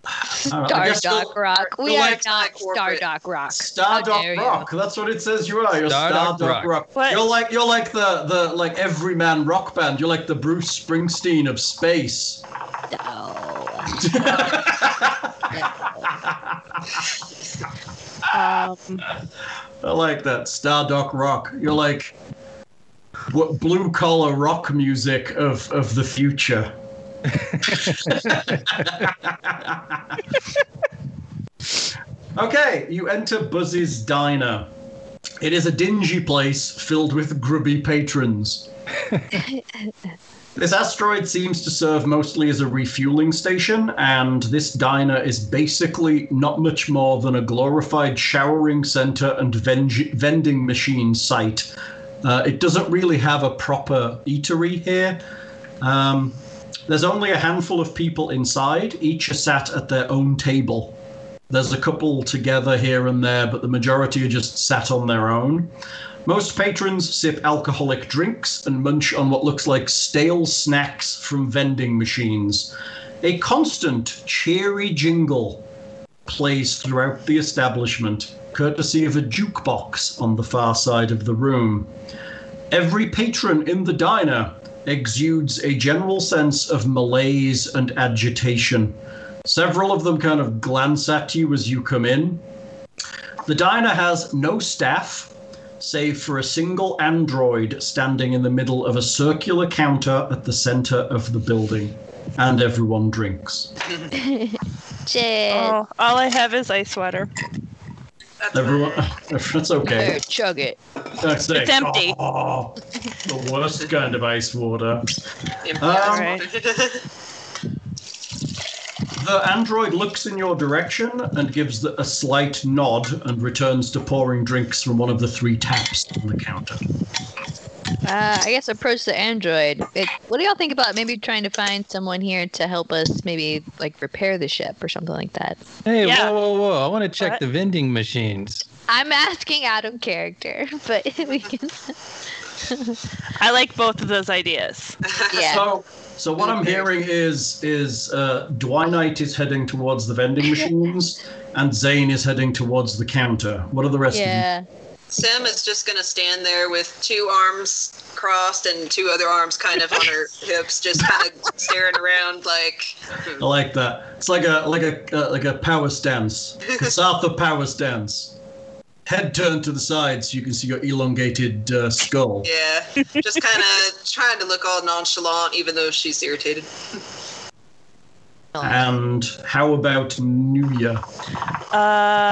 [SPEAKER 2] I don't know, Uh, I
[SPEAKER 6] Star
[SPEAKER 2] guess
[SPEAKER 6] Doc
[SPEAKER 2] you're-
[SPEAKER 6] Rock. We
[SPEAKER 3] you're
[SPEAKER 6] are
[SPEAKER 3] like
[SPEAKER 6] not Star
[SPEAKER 3] corporate.
[SPEAKER 6] Doc Rock.
[SPEAKER 2] Star
[SPEAKER 6] How
[SPEAKER 2] Doc
[SPEAKER 6] dare you.
[SPEAKER 2] Rock. That's what it says you are. You're Star,
[SPEAKER 7] Star
[SPEAKER 2] Doc,
[SPEAKER 7] Doc
[SPEAKER 2] Rock.
[SPEAKER 7] Rock.
[SPEAKER 4] What?
[SPEAKER 2] You're like you're like the the like everyman rock band. You're like the Bruce Springsteen of space.
[SPEAKER 6] No.
[SPEAKER 2] All
[SPEAKER 4] Um,
[SPEAKER 2] I like that Stardock rock. You're like what blue collar rock music of of the future. okay, you enter Buzzy's diner. It is a dingy place filled with grubby patrons. this asteroid seems to serve mostly as a refueling station, and this diner is basically not much more than a glorified showering center and veng- vending machine site. Uh, it doesn't really have a proper eatery here. Um, there's only a handful of people inside, each are sat at their own table. There's a couple together here and there, but the majority are just sat on their own. Most patrons sip alcoholic drinks and munch on what looks like stale snacks from vending machines. A constant, cheery jingle plays throughout the establishment, courtesy of a jukebox on the far side of the room. Every patron in the diner exudes a general sense of malaise and agitation. Several of them kind of glance at you as you come in. The diner has no staff, save for a single android standing in the middle of a circular counter at the center of the building, and everyone drinks. [LAUGHS]
[SPEAKER 6] Shit.
[SPEAKER 4] oh, all I have is ice water.
[SPEAKER 3] That's
[SPEAKER 2] Everyone, [LAUGHS]
[SPEAKER 3] fine.
[SPEAKER 2] that's okay.
[SPEAKER 6] There, chug it.
[SPEAKER 2] That's [LAUGHS]
[SPEAKER 4] It's empty.
[SPEAKER 2] Oh, the worst kind of ice water. Um,
[SPEAKER 3] Impressive. [LAUGHS]
[SPEAKER 2] The android looks in your direction and gives the, a slight nod and returns to pouring drinks from one of the three taps on the counter.
[SPEAKER 6] Uh, I guess approach the android. It, what do y'all think about maybe trying to find someone here to help us, maybe like repair the ship or something like that?
[SPEAKER 7] Hey,
[SPEAKER 4] Yeah.
[SPEAKER 7] whoa, whoa, whoa! I want to check
[SPEAKER 4] What?
[SPEAKER 7] the vending machines.
[SPEAKER 6] I'm asking out of character, [LAUGHS] but we
[SPEAKER 2] [LAUGHS]
[SPEAKER 6] can.
[SPEAKER 4] I like both of those ideas.
[SPEAKER 6] Yeah.
[SPEAKER 2] So, so what I'm hearing is is uh, Dwinite is heading towards the
[SPEAKER 4] [LAUGHS]
[SPEAKER 2] vending machines, and Zane is heading towards the counter. What are the rest
[SPEAKER 6] Yeah.
[SPEAKER 3] Sam is just gonna stand there with two arms crossed and two other arms kind of on her
[SPEAKER 4] [LAUGHS]
[SPEAKER 3] hips, just kind of staring around like.
[SPEAKER 2] of you? I like that. It's like a like a uh, like a power stance,
[SPEAKER 4] [LAUGHS]
[SPEAKER 2] Kasatha power stance. Head turned to the side so you can see your elongated uh, skull.
[SPEAKER 3] Yeah, just kind of trying to look all nonchalant, even though she's irritated.
[SPEAKER 2] And how about Nuya?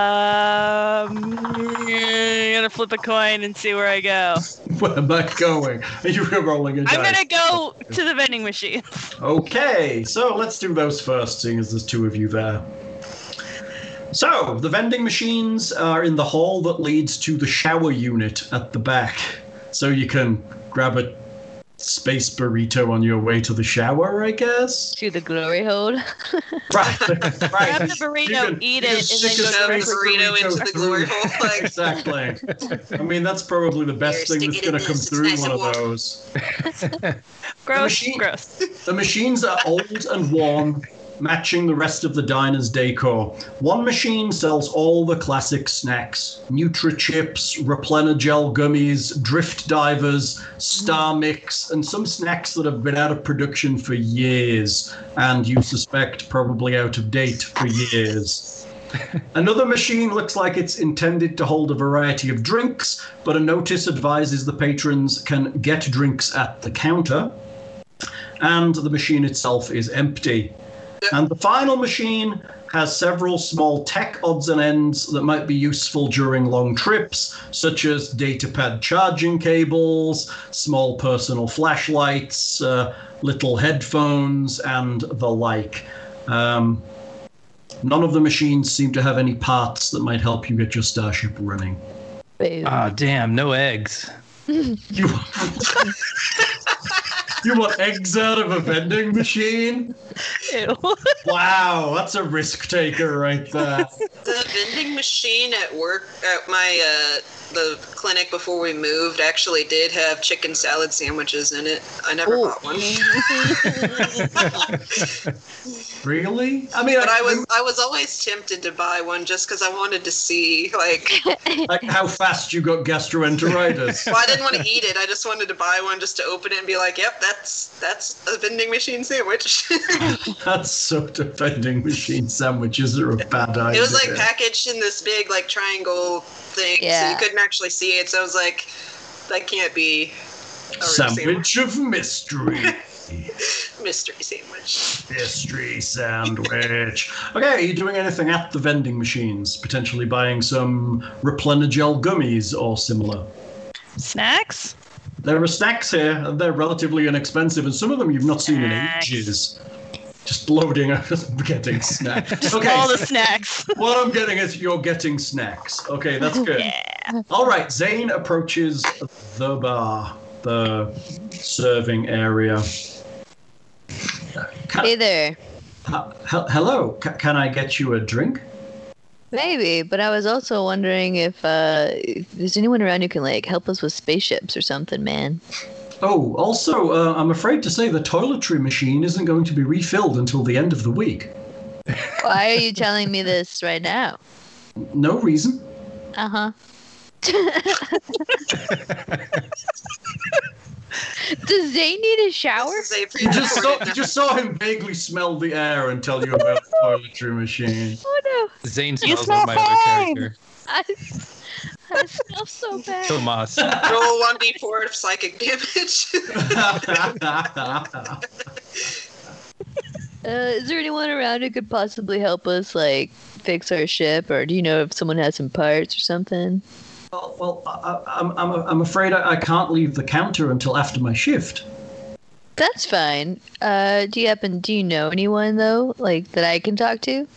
[SPEAKER 4] Um, I'm gonna flip a coin and see where I go.
[SPEAKER 2] [LAUGHS] Where am I going? Are you rolling a dice?
[SPEAKER 4] I'm gonna go to the vending machine.
[SPEAKER 2] Okay, so let's do those first, seeing as there's two of you there. So, the vending machines are in the hall that leads to the shower unit at the back. So you can grab a space burrito on your way to the shower, I guess?
[SPEAKER 6] To the glory [LAUGHS] hole.
[SPEAKER 2] [LAUGHS] Right, right.
[SPEAKER 4] Grab the burrito, eat
[SPEAKER 2] you
[SPEAKER 3] [LAUGHS]
[SPEAKER 4] it,
[SPEAKER 2] can
[SPEAKER 4] and
[SPEAKER 2] stick
[SPEAKER 4] then
[SPEAKER 2] a
[SPEAKER 4] go
[SPEAKER 3] Shove a
[SPEAKER 2] space
[SPEAKER 3] burrito into the
[SPEAKER 2] through-
[SPEAKER 3] glory hole. Like,
[SPEAKER 2] Exactly.
[SPEAKER 4] [LAUGHS]
[SPEAKER 2] I mean, that's probably the best
[SPEAKER 3] Here,
[SPEAKER 2] thing
[SPEAKER 3] stick
[SPEAKER 2] that's going to
[SPEAKER 3] it in this,
[SPEAKER 2] come
[SPEAKER 3] it's
[SPEAKER 2] through
[SPEAKER 3] nice
[SPEAKER 2] one of
[SPEAKER 3] and
[SPEAKER 2] those.
[SPEAKER 3] warm.
[SPEAKER 4] [LAUGHS] Gross,
[SPEAKER 2] machine-
[SPEAKER 4] gross.
[SPEAKER 2] The machines are old and worn, matching the rest of the diner's decor. One machine sells all the classic snacks Nutra-Chips, Replenogel gummies, Drift Divers, Star Mix, and some snacks that have been out of production for years, and you suspect probably out of date for years. Another machine looks like it's intended to hold a variety of drinks, but a notice advises the patrons can get drinks at the counter and the machine itself is empty. And the final machine has several small tech odds and ends that might be useful during long trips, such as datapad charging cables, small personal flashlights, uh, little headphones, and the like. Um, none of the machines seem to have any parts that might help you get your starship running.
[SPEAKER 6] Boom.
[SPEAKER 7] Ah, damn, no eggs.
[SPEAKER 2] You, [LAUGHS] you want eggs out of a vending machine?
[SPEAKER 4] Ew. [LAUGHS]
[SPEAKER 2] Wow, that's a risk taker right there.
[SPEAKER 3] the vending machine at work at my uh, the clinic before we moved actually did have chicken salad sandwiches in it. I never
[SPEAKER 6] Ooh.
[SPEAKER 3] bought one.
[SPEAKER 2] Really? I mean,
[SPEAKER 3] But
[SPEAKER 2] I,
[SPEAKER 3] I was I was always tempted to buy one just because I wanted to see like
[SPEAKER 2] like how fast you got
[SPEAKER 3] [LAUGHS]
[SPEAKER 2] gastroenteritis.
[SPEAKER 3] well I didn't want to eat it I just wanted to buy one just to open it and be like yep that's that's a vending machine sandwich [LAUGHS] it
[SPEAKER 2] That's so vending machine sandwiches are a bad idea.
[SPEAKER 3] was like packaged in this big like triangle thing so
[SPEAKER 5] Yeah.
[SPEAKER 3] you couldn't actually see it so I was like that can't be a real sandwich
[SPEAKER 2] sandwich of mystery.
[SPEAKER 3] mystery sandwich
[SPEAKER 2] mystery sandwich. Okay, are you doing anything at the vending machines? Potentially buying some Replenigel gummies or similar.
[SPEAKER 4] Snacks?
[SPEAKER 2] There are snacks here, and they're relatively inexpensive, and some of them you've not seen in
[SPEAKER 4] Snacks.
[SPEAKER 2] ages. Just loading up, getting snacks. Okay,
[SPEAKER 4] [LAUGHS] All the snacks. [LAUGHS]
[SPEAKER 2] what I'm getting is you're getting snacks. Okay, that's good.
[SPEAKER 4] yeah.
[SPEAKER 2] All right, Zane approaches the bar, the serving area. Uh, Can,
[SPEAKER 5] Hey there.
[SPEAKER 2] uh, he- hello, C- can I get you a drink?
[SPEAKER 5] Maybe, but I was also wondering if uh if there's anyone around who can like help us with spaceships or something, man.
[SPEAKER 2] Oh, also, uh, I'm afraid to say the toiletry machine isn't going to be refilled until the end of the week.
[SPEAKER 5] Why are you telling me this right now?
[SPEAKER 2] No reason.
[SPEAKER 5] Uh-huh. [LAUGHS] Does Zane need a shower?
[SPEAKER 3] This is a
[SPEAKER 2] You just saw,
[SPEAKER 3] pre-recorded
[SPEAKER 2] you just saw him vaguely smell the air and tell you about the toiletry machine. [LAUGHS]
[SPEAKER 5] Oh no.
[SPEAKER 7] Zane
[SPEAKER 4] You
[SPEAKER 7] smells
[SPEAKER 4] smell
[SPEAKER 7] like my other
[SPEAKER 4] fine.
[SPEAKER 7] character,
[SPEAKER 5] I I smell so bad.
[SPEAKER 3] [LAUGHS]
[SPEAKER 7] Tomas.
[SPEAKER 3] roll one d4 of psychic damage.
[SPEAKER 5] Uh, is there anyone around who could possibly help us, like, fix our ship? Or do you know if someone has some parts or something?
[SPEAKER 2] well, well I, I- I'm, I'm, I'm afraid I, I can't leave the counter until after my shift.
[SPEAKER 5] That's fine. Uh, do you happen, do you know anyone, though, like, that I can talk to?
[SPEAKER 3] [LAUGHS]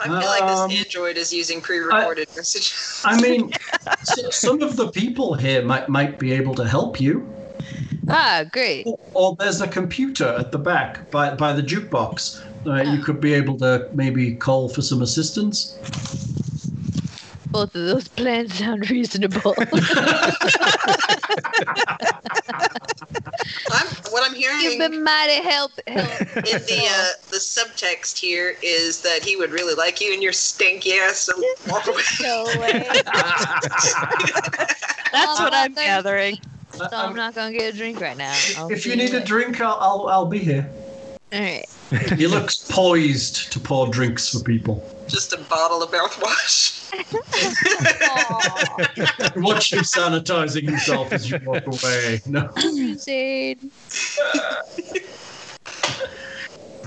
[SPEAKER 3] I feel like
[SPEAKER 2] Um,
[SPEAKER 3] this android is using pre-recorded messages.
[SPEAKER 2] I mean, s- some of the people here might, might be able to help you.
[SPEAKER 5] Ah, great.
[SPEAKER 2] Or, or there's a computer at the back by, by the jukebox. Uh, you could be able to maybe call for some assistance.
[SPEAKER 5] Both of those [LAUGHS] plans sound reasonable.
[SPEAKER 3] I'm, what I'm
[SPEAKER 5] You've
[SPEAKER 3] hearing
[SPEAKER 5] been mighty help. help.
[SPEAKER 3] in the uh, the subtext here is that he would really like you and your stinky ass. So walk away.
[SPEAKER 5] No way.
[SPEAKER 2] [LAUGHS] Uh,
[SPEAKER 4] That's what I'm
[SPEAKER 5] Thank you.
[SPEAKER 4] gathering.
[SPEAKER 5] So I'm not going to get a drink right now. I'll
[SPEAKER 2] um, if
[SPEAKER 5] see
[SPEAKER 2] you need a
[SPEAKER 5] later.
[SPEAKER 2] drink, I'll, I'll, I'll be here.
[SPEAKER 5] All right.
[SPEAKER 2] He looks poised to pour drinks for people. [LAUGHS]
[SPEAKER 3] Just a bottle of mouthwash.
[SPEAKER 2] Watch him sanitizing himself as you walk away. No,
[SPEAKER 5] Zane.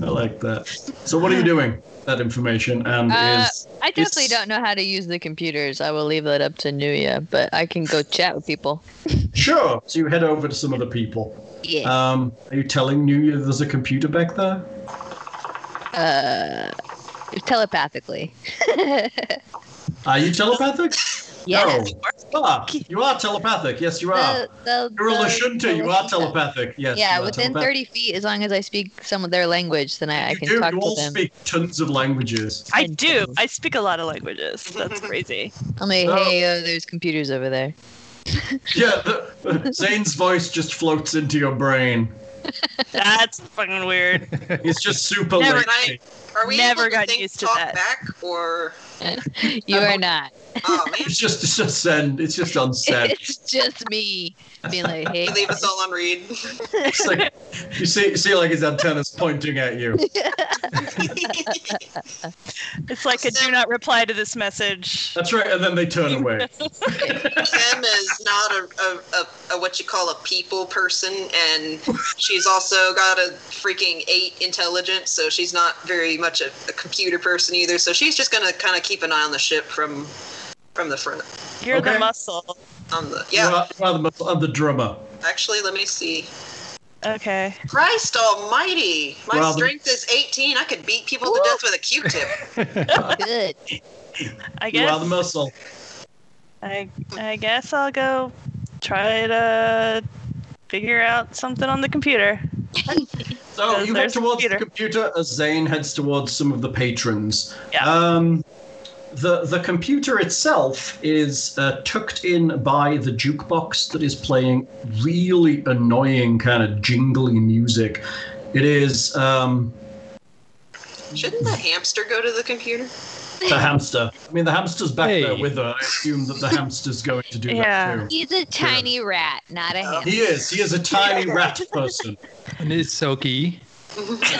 [SPEAKER 2] I like that. So, what are you doing? That information and
[SPEAKER 5] Uh,
[SPEAKER 2] is
[SPEAKER 5] I definitely
[SPEAKER 2] It's-
[SPEAKER 5] don't know how to use the computers. I will leave that up to Nuya, but I can go chat with people.
[SPEAKER 2] sure. So you head over to some of the people.
[SPEAKER 5] Yeah.
[SPEAKER 2] Um, are you telling New there's a computer back there?
[SPEAKER 5] uh, telepathically. [LAUGHS]
[SPEAKER 2] Are you telepathic?
[SPEAKER 5] yeah.
[SPEAKER 2] No. Ah, you are telepathic. Yes, you are.
[SPEAKER 5] The- the-
[SPEAKER 2] You're a
[SPEAKER 5] the
[SPEAKER 2] Lashunta. You are
[SPEAKER 5] Lashunta.
[SPEAKER 2] telepathic. Yes.
[SPEAKER 5] Yeah,
[SPEAKER 2] you are
[SPEAKER 5] within
[SPEAKER 2] telepathic.
[SPEAKER 5] 30 feet, as long as I speak some of their language, then I, I
[SPEAKER 2] You
[SPEAKER 5] can
[SPEAKER 2] do.
[SPEAKER 5] talk
[SPEAKER 2] you
[SPEAKER 5] to
[SPEAKER 2] all
[SPEAKER 5] them.
[SPEAKER 2] speak tons of languages.
[SPEAKER 4] I do. I speak a lot of languages. That's crazy.
[SPEAKER 5] I'm like,
[SPEAKER 2] Oh.
[SPEAKER 5] hey, oh, there's computers
[SPEAKER 2] [LAUGHS]
[SPEAKER 5] over there.
[SPEAKER 2] Yeah,
[SPEAKER 5] [LAUGHS]
[SPEAKER 2] the, Zane's voice just floats into your brain.
[SPEAKER 4] That's fucking weird.
[SPEAKER 2] It's just super
[SPEAKER 4] Never
[SPEAKER 2] late.
[SPEAKER 3] mind. Are we
[SPEAKER 4] Never
[SPEAKER 3] able to
[SPEAKER 4] got
[SPEAKER 3] think,
[SPEAKER 4] used to
[SPEAKER 3] talk
[SPEAKER 4] that.
[SPEAKER 3] back or?
[SPEAKER 5] You
[SPEAKER 2] I'm
[SPEAKER 5] are
[SPEAKER 2] okay.
[SPEAKER 5] not. [LAUGHS]
[SPEAKER 3] Oh man,
[SPEAKER 2] It's just it's just send. It's just on send.
[SPEAKER 5] It's just me being like, hey.
[SPEAKER 3] leave us all on read.
[SPEAKER 2] It's like you see you see like his antennas pointing at you.
[SPEAKER 4] It's like a do not reply to this message.
[SPEAKER 2] That's right, and then they turn away.
[SPEAKER 3] Kim is not a, a, a, a what you call a people person, and she's also got a freaking eight intelligence, so she's not very much a, a computer person either. So she's just gonna kind of keep an eye on the ship from from the front.
[SPEAKER 4] You're
[SPEAKER 2] Okay.
[SPEAKER 4] the muscle.
[SPEAKER 3] On the yeah,
[SPEAKER 2] You are- you are the mus- I'm the drummer.
[SPEAKER 3] actually, let me see.
[SPEAKER 4] Okay.
[SPEAKER 3] Christ Almighty, my
[SPEAKER 2] Well, the-
[SPEAKER 3] strength is eighteen. I could beat people to
[SPEAKER 5] Woo!
[SPEAKER 3] death with a Q-tip.
[SPEAKER 5] Good.
[SPEAKER 4] I
[SPEAKER 2] You
[SPEAKER 4] guess.
[SPEAKER 2] are the muscle.
[SPEAKER 4] I I guess I'll go try to figure out something on the computer.
[SPEAKER 2] So
[SPEAKER 4] There's-
[SPEAKER 2] you head
[SPEAKER 4] there's the
[SPEAKER 2] towards the
[SPEAKER 4] computer.
[SPEAKER 2] computer as Zane heads towards some of the patrons.
[SPEAKER 4] Yeah.
[SPEAKER 2] Um, the the computer itself is uh, tucked in by the jukebox that is playing really annoying kind of jingly music. It is um,
[SPEAKER 3] Shouldn't the hamster go to the computer? [LAUGHS]
[SPEAKER 2] The
[SPEAKER 4] [LAUGHS]
[SPEAKER 2] hamster. I mean, the hamster's back
[SPEAKER 7] Hey.
[SPEAKER 2] there with her. I assume that the hamster's going to do
[SPEAKER 4] Yeah.
[SPEAKER 2] that too.
[SPEAKER 5] He's a tiny rat, not a hamster.
[SPEAKER 2] He is. He is a tiny rat person.
[SPEAKER 7] And it's Soki.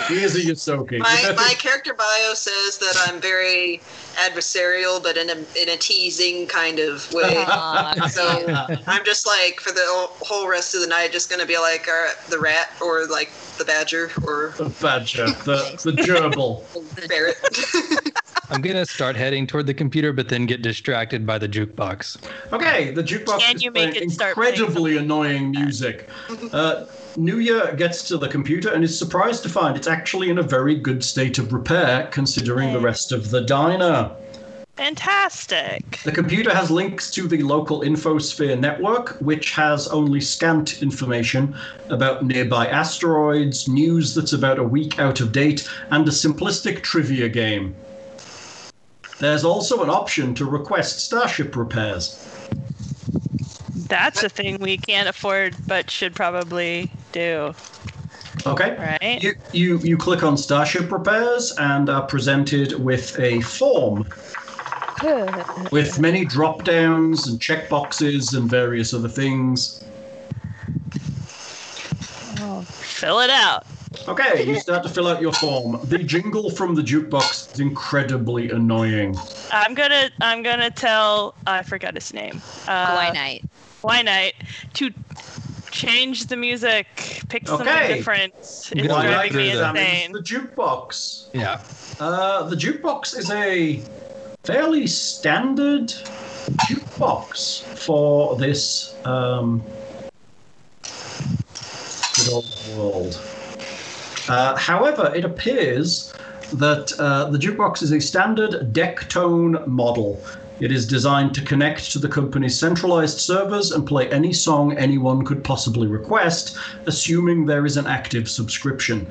[SPEAKER 2] He is a Yosoki.
[SPEAKER 7] [LAUGHS]
[SPEAKER 3] My, my character bio says that I'm very adversarial, but in a, in a teasing kind of
[SPEAKER 7] [LAUGHS]
[SPEAKER 3] way.
[SPEAKER 2] [LAUGHS]
[SPEAKER 5] Aw,
[SPEAKER 3] So I'm just like, for the whole rest of the night, just going to be like uh, the rat or like the badger or
[SPEAKER 2] the badger, the, the gerbil.
[SPEAKER 3] the
[SPEAKER 7] [LAUGHS]
[SPEAKER 3] ferret.
[SPEAKER 7] I'm gonna start heading toward the computer, but then get distracted by the jukebox.
[SPEAKER 2] Okay, the jukebox
[SPEAKER 4] Can
[SPEAKER 2] is
[SPEAKER 4] you make
[SPEAKER 2] playing
[SPEAKER 4] it start playing
[SPEAKER 2] incredibly annoying
[SPEAKER 3] [LAUGHS]
[SPEAKER 2] music. Uh, New Year gets to the computer and is surprised to find it's actually in a very good state of repair, considering the rest of the diner.
[SPEAKER 4] Fantastic.
[SPEAKER 2] The computer has links to the local Infosphere network, which has only scant information about nearby asteroids, news that's about a week out of date, and a simplistic trivia game. There's also an option to request starship repairs.
[SPEAKER 4] That's a thing we can't afford, but should probably do.
[SPEAKER 2] Okay?
[SPEAKER 4] Right?
[SPEAKER 2] You, you, you click on Starship Repairs and are presented with a form with many drop downs and check boxes and various other things.
[SPEAKER 4] Fill it out.
[SPEAKER 2] Okay, you start to fill out your form. The jingle from the jukebox is incredibly annoying.
[SPEAKER 4] I'm gonna I'm gonna tell I forgot his name. Uh,
[SPEAKER 5] Why night?
[SPEAKER 4] Why Knight to change the music, pick
[SPEAKER 2] Okay.
[SPEAKER 4] something different. It's
[SPEAKER 7] Why Knight
[SPEAKER 4] driving me
[SPEAKER 7] through them.
[SPEAKER 4] insane.
[SPEAKER 2] The jukebox.
[SPEAKER 7] Yeah.
[SPEAKER 2] Uh, the jukebox is a fairly standard jukebox for this um, good old world. Uh, however, it appears that uh, the jukebox is a standard deck tone model. It is designed to connect to the company's centralized servers and play any song anyone could possibly request, assuming there is an active subscription.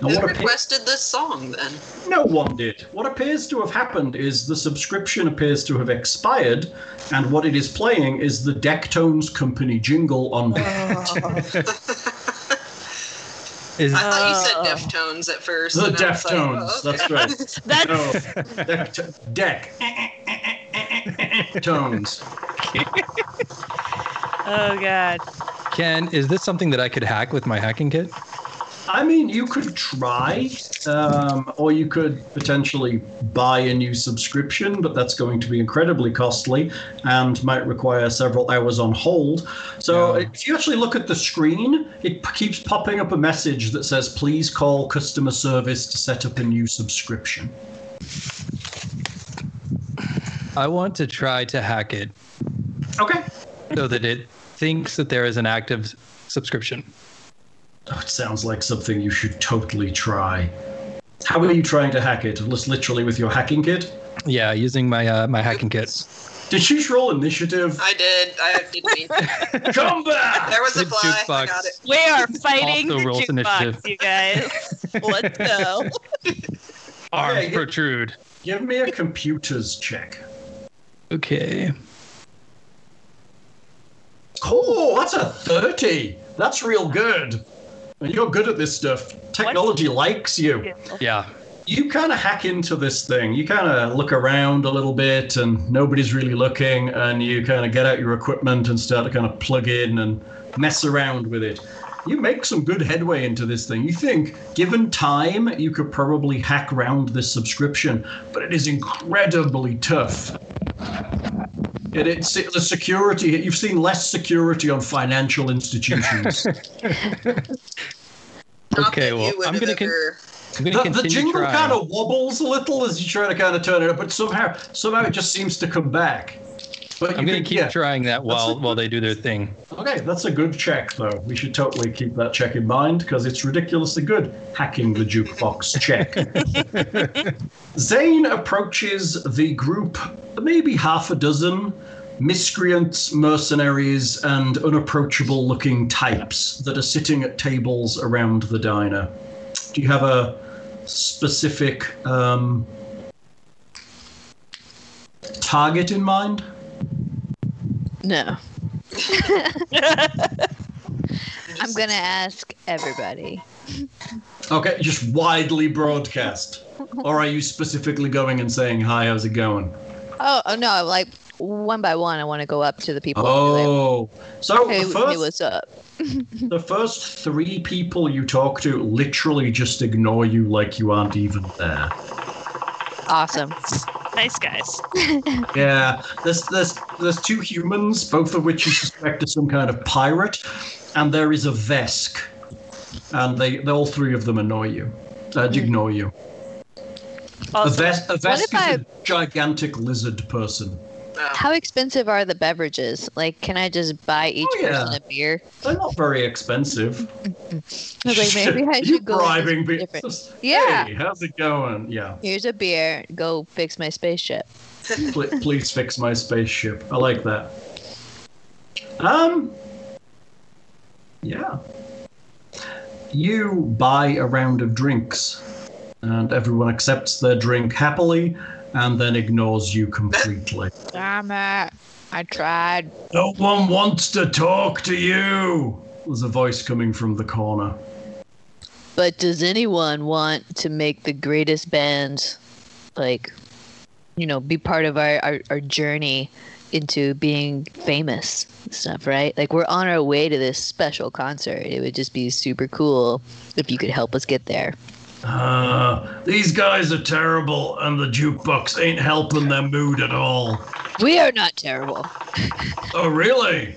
[SPEAKER 2] Now,
[SPEAKER 3] Who
[SPEAKER 2] what appears-
[SPEAKER 3] requested this song then?
[SPEAKER 2] no one did. What appears to have happened is the subscription appears to have expired, and what it is playing is the Decktones Company jingle on
[SPEAKER 3] Oh,
[SPEAKER 2] [LAUGHS]
[SPEAKER 7] Is
[SPEAKER 3] I thought
[SPEAKER 7] Uh.
[SPEAKER 4] Oh.
[SPEAKER 3] you said Deftones at first.
[SPEAKER 2] the
[SPEAKER 3] and I was like,
[SPEAKER 2] Deftones.
[SPEAKER 3] oh, okay.
[SPEAKER 2] That's right.
[SPEAKER 4] That's
[SPEAKER 2] No, Deckt-
[SPEAKER 3] [LAUGHS]
[SPEAKER 2] deck. [LAUGHS] Tones.
[SPEAKER 4] oh god.
[SPEAKER 7] Ken, is this something that I could hack with my hacking kit?
[SPEAKER 2] I mean, you could try, um, or you could potentially buy a new subscription, but that's going to be incredibly costly and might require several hours on hold. So
[SPEAKER 7] Yeah.
[SPEAKER 2] if you actually look at the screen, it p- keeps popping up a message that says, please call customer service to set up a new subscription.
[SPEAKER 7] I want to try to hack it
[SPEAKER 2] Okay.
[SPEAKER 7] so that it thinks that there is an active subscription.
[SPEAKER 2] Oh, it sounds like something you should totally try. How are you trying to hack it? Just literally with your hacking kit?
[SPEAKER 7] Yeah, using my uh, my hacking kit.
[SPEAKER 2] Did you roll initiative?
[SPEAKER 3] "Oh, [LAUGHS] I did. I did mean.
[SPEAKER 2] Come back!
[SPEAKER 3] There
[SPEAKER 7] [LAUGHS]
[SPEAKER 3] was a
[SPEAKER 7] The
[SPEAKER 3] fly. I
[SPEAKER 7] jukebox.
[SPEAKER 3] got it.
[SPEAKER 4] We are fighting
[SPEAKER 7] Also
[SPEAKER 4] the
[SPEAKER 7] rolls
[SPEAKER 4] jukebox,
[SPEAKER 7] initiative.
[SPEAKER 4] you guys. [LAUGHS]
[SPEAKER 5] [LAUGHS]
[SPEAKER 4] Let's go.
[SPEAKER 7] Arms
[SPEAKER 2] Okay.
[SPEAKER 7] protrude.
[SPEAKER 2] Give me a computers check.
[SPEAKER 7] Okay.
[SPEAKER 2] Oh, that's a 30. That's real good. And you're good at this stuff. Technology likes you.
[SPEAKER 7] Yeah.
[SPEAKER 2] You kind of hack into this thing. You kind of look around a little bit and nobody's really looking, and you kind of get out your equipment and start to kind of plug in and mess around with it. You make some good headway into this thing. You think, given time, you could probably hack round this subscription, but it is incredibly tough. And it's the security. You've seen less security on financial institutions. the,
[SPEAKER 3] Not
[SPEAKER 7] Okay,
[SPEAKER 3] that
[SPEAKER 7] well,
[SPEAKER 3] you would
[SPEAKER 7] I'm
[SPEAKER 3] have
[SPEAKER 7] gonna con-
[SPEAKER 3] ever-
[SPEAKER 7] I'm gonna
[SPEAKER 2] the
[SPEAKER 7] continue
[SPEAKER 2] jingle
[SPEAKER 7] trying.
[SPEAKER 2] kind of wobbles a little as you try to kind of turn it up, but somehow, somehow it just seems to come back. But you
[SPEAKER 7] I'm gonna
[SPEAKER 2] can-
[SPEAKER 7] keep
[SPEAKER 2] yeah.
[SPEAKER 7] trying that while
[SPEAKER 2] a-
[SPEAKER 7] while they do their thing.
[SPEAKER 2] Okay, that's a good check, though. We should totally keep that check in mind because it's ridiculously good hacking the jukebox check. [LAUGHS] Zane approaches the group, maybe half a dozen miscreants, mercenaries, and unapproachable looking types that are sitting at tables around the diner. Do you have a specific um, target in mind?
[SPEAKER 6] No.
[SPEAKER 5] I'm gonna ask everybody.
[SPEAKER 2] Okay, just widely broadcast. or are you specifically going and saying hi? How's it going?
[SPEAKER 5] Oh, oh no! Like one by one, I want to go up to the people. and be like,
[SPEAKER 2] Oh, so
[SPEAKER 5] hey,
[SPEAKER 2] the
[SPEAKER 5] w- hey,
[SPEAKER 2] first
[SPEAKER 5] what's up?
[SPEAKER 2] the first three people you talk to literally just ignore you like you aren't even there.
[SPEAKER 5] Awesome.
[SPEAKER 4] Nice guys.
[SPEAKER 2] Yeah, there's there's there's two humans, both of which you suspect are some kind of pirate, and there is a Vesk, and they, they all three of them annoy you, uh, ignore you. A
[SPEAKER 4] Also,
[SPEAKER 2] Vesk, a Vesk
[SPEAKER 5] Hmm. if
[SPEAKER 2] is a
[SPEAKER 5] I-
[SPEAKER 2] gigantic lizard person.
[SPEAKER 3] Uh,
[SPEAKER 5] How expensive are the beverages? Like, can I just buy each
[SPEAKER 2] Oh, yeah.
[SPEAKER 5] person a beer?
[SPEAKER 2] They're not very expensive.
[SPEAKER 5] I
[SPEAKER 2] [LAUGHS]
[SPEAKER 5] was like, maybe I
[SPEAKER 2] you
[SPEAKER 5] should go. with
[SPEAKER 2] bribing
[SPEAKER 5] something
[SPEAKER 2] people.
[SPEAKER 5] different.
[SPEAKER 2] [LAUGHS] Hey,
[SPEAKER 5] Yeah.
[SPEAKER 2] how's it going? Yeah.
[SPEAKER 5] Here's a beer. Go fix my spaceship.
[SPEAKER 2] Pl- please fix my spaceship. I like that. Um. Yeah. You buy a round of drinks, and everyone accepts their drink happily, and then ignores you completely.
[SPEAKER 5] Damn it! I tried.
[SPEAKER 2] [LAUGHS] no one wants to talk to you. There's a voice coming from the corner.
[SPEAKER 5] But does anyone want to make the greatest band, like, you know, be part of our, our, our journey into being famous and stuff, right? Like, we're on our way to this special concert. It would just be super cool if you could help us get there.
[SPEAKER 2] Uh, these guys are terrible, and the jukebox ain't helping their mood at all.
[SPEAKER 5] We are not terrible.
[SPEAKER 2] Oh, really?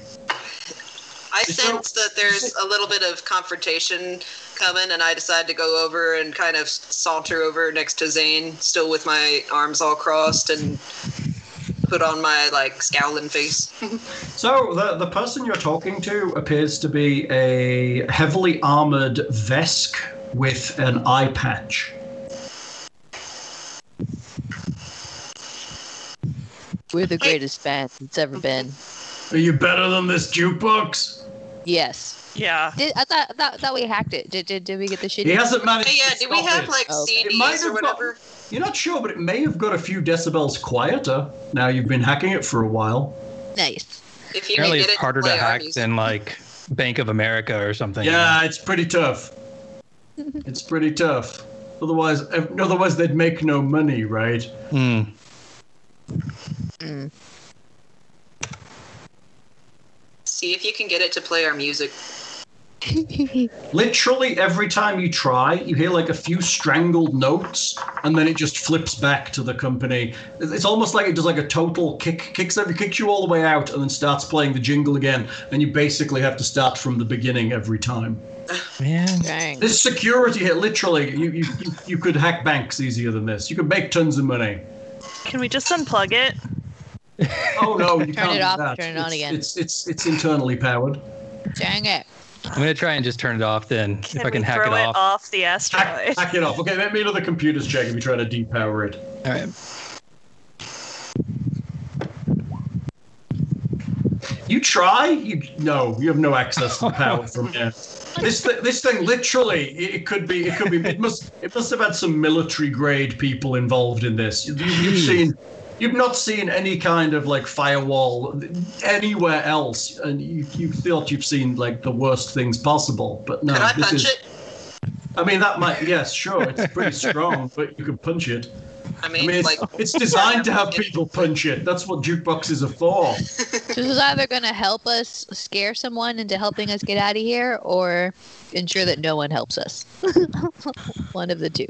[SPEAKER 3] I
[SPEAKER 2] So-
[SPEAKER 3] sense that there's a little bit of confrontation coming, and I decide to go over and kind of saunter over next to Zane, still with my arms all crossed, and put on my like scowling face.
[SPEAKER 2] So the the person you're talking to appears to be a heavily armored Vesk with an eye patch.
[SPEAKER 5] We're the greatest band it's ever been.
[SPEAKER 2] Are you better than this jukebox?
[SPEAKER 5] Yes.
[SPEAKER 4] yeah.
[SPEAKER 5] Did, I thought, I thought I thought we hacked it. Did, did, did we get the shitty?
[SPEAKER 2] He hasn't managed.
[SPEAKER 3] Hey, yeah,
[SPEAKER 2] to
[SPEAKER 3] do we
[SPEAKER 2] stop
[SPEAKER 3] have
[SPEAKER 2] it.
[SPEAKER 3] like
[SPEAKER 5] Okay.
[SPEAKER 2] It might
[SPEAKER 3] CDs or
[SPEAKER 2] have got-
[SPEAKER 3] whatever?
[SPEAKER 2] You're not sure, but it may have got a few decibels quieter. Now you've been hacking it for a while.
[SPEAKER 5] Nice.
[SPEAKER 3] If you can
[SPEAKER 7] Apparently,
[SPEAKER 3] get
[SPEAKER 7] it's
[SPEAKER 3] it,
[SPEAKER 7] harder to
[SPEAKER 3] play our
[SPEAKER 7] hack
[SPEAKER 3] music.
[SPEAKER 7] than like Bank of America or something.
[SPEAKER 2] Yeah, it's pretty tough. it's pretty tough. Otherwise, otherwise they'd make no money, right?
[SPEAKER 7] Hmm.
[SPEAKER 5] Mm.
[SPEAKER 3] See if you can get it to play our music.
[SPEAKER 2] Literally every time you try, you hear like a few strangled notes, and then it just flips back to the company. It's it's almost like it does like a total kick, kicks every kicks you all the way out, and then starts playing the jingle again. And you basically have to start from the beginning every time.
[SPEAKER 7] Man.
[SPEAKER 5] Dang.
[SPEAKER 2] This security hit, literally, you you, you, you could hack banks easier than this. You could make tons of money.
[SPEAKER 4] Can we just unplug it?
[SPEAKER 2] Oh no, [LAUGHS] you can't
[SPEAKER 5] it
[SPEAKER 2] do
[SPEAKER 5] off,
[SPEAKER 2] that.
[SPEAKER 5] turn it on
[SPEAKER 2] it's,
[SPEAKER 5] again.
[SPEAKER 2] It's it's it's internally powered.
[SPEAKER 5] Dang it.
[SPEAKER 7] I'm gonna try and just turn it off then, if I
[SPEAKER 4] we
[SPEAKER 7] can hack
[SPEAKER 4] throw
[SPEAKER 7] it off.
[SPEAKER 4] the asteroid?
[SPEAKER 2] [LAUGHS] Hack, hack it off. Okay, make me another computer's check if you try to depower it.
[SPEAKER 7] All right.
[SPEAKER 2] You try? You no. You have no access to the [LAUGHS] power from here. This th- this thing literally. It, it could be. It could be. It must. It must have had some military grade people involved in this. You, you've seen. You've not seen any kind of like firewall anywhere else, and you, you thought you've seen like the worst things possible, but no.
[SPEAKER 3] Can I
[SPEAKER 2] this
[SPEAKER 3] punch
[SPEAKER 2] is,
[SPEAKER 3] it?
[SPEAKER 2] I mean, that might yes, sure, it's pretty
[SPEAKER 7] [LAUGHS]
[SPEAKER 2] strong, but you could punch it.
[SPEAKER 3] I mean,
[SPEAKER 2] I mean, it's,
[SPEAKER 3] like
[SPEAKER 2] it's designed to have people punch it. That's what jukeboxes are for.
[SPEAKER 5] So this is either going to help us scare someone into helping us get out of here or ensure that no one helps us. [LAUGHS] one of the two.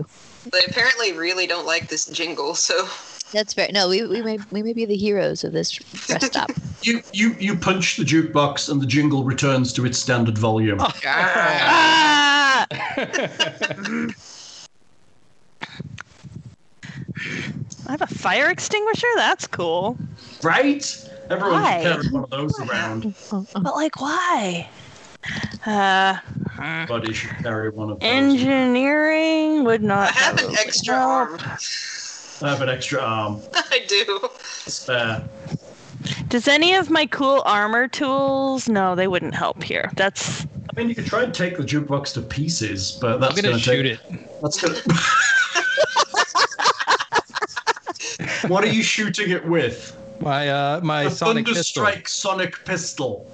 [SPEAKER 3] they apparently really don't like this jingle, so [LAUGHS]
[SPEAKER 5] That's fair. No, we, we may we may be the heroes of this rest stop.
[SPEAKER 2] You you you punch the jukebox and the jingle returns to its standard volume.
[SPEAKER 7] Oh.
[SPEAKER 4] Ah! I have a fire extinguisher? That's cool.
[SPEAKER 2] Right? Everyone
[SPEAKER 4] Why?
[SPEAKER 2] should carry one of those around.
[SPEAKER 4] But, like, why? Uh,
[SPEAKER 2] Everybody should carry one of those.
[SPEAKER 4] engineering would
[SPEAKER 3] I
[SPEAKER 4] not.
[SPEAKER 3] have an
[SPEAKER 4] probably
[SPEAKER 3] extra
[SPEAKER 4] help.
[SPEAKER 3] arm. [LAUGHS]
[SPEAKER 2] I have an extra arm
[SPEAKER 3] I do.
[SPEAKER 2] spare.
[SPEAKER 4] Does any of my cool armor tools? No, they wouldn't help here. That's
[SPEAKER 2] I mean, you could try and take the jukebox to pieces, but
[SPEAKER 7] I'm
[SPEAKER 2] that's
[SPEAKER 7] gonna
[SPEAKER 2] going to
[SPEAKER 7] shoot
[SPEAKER 2] take,
[SPEAKER 7] it.
[SPEAKER 2] That's gonna... [LAUGHS] what are you shooting it with?
[SPEAKER 7] My uh, my
[SPEAKER 2] the
[SPEAKER 7] sonic pistol.
[SPEAKER 2] Thunderstrike Sonic Pistol.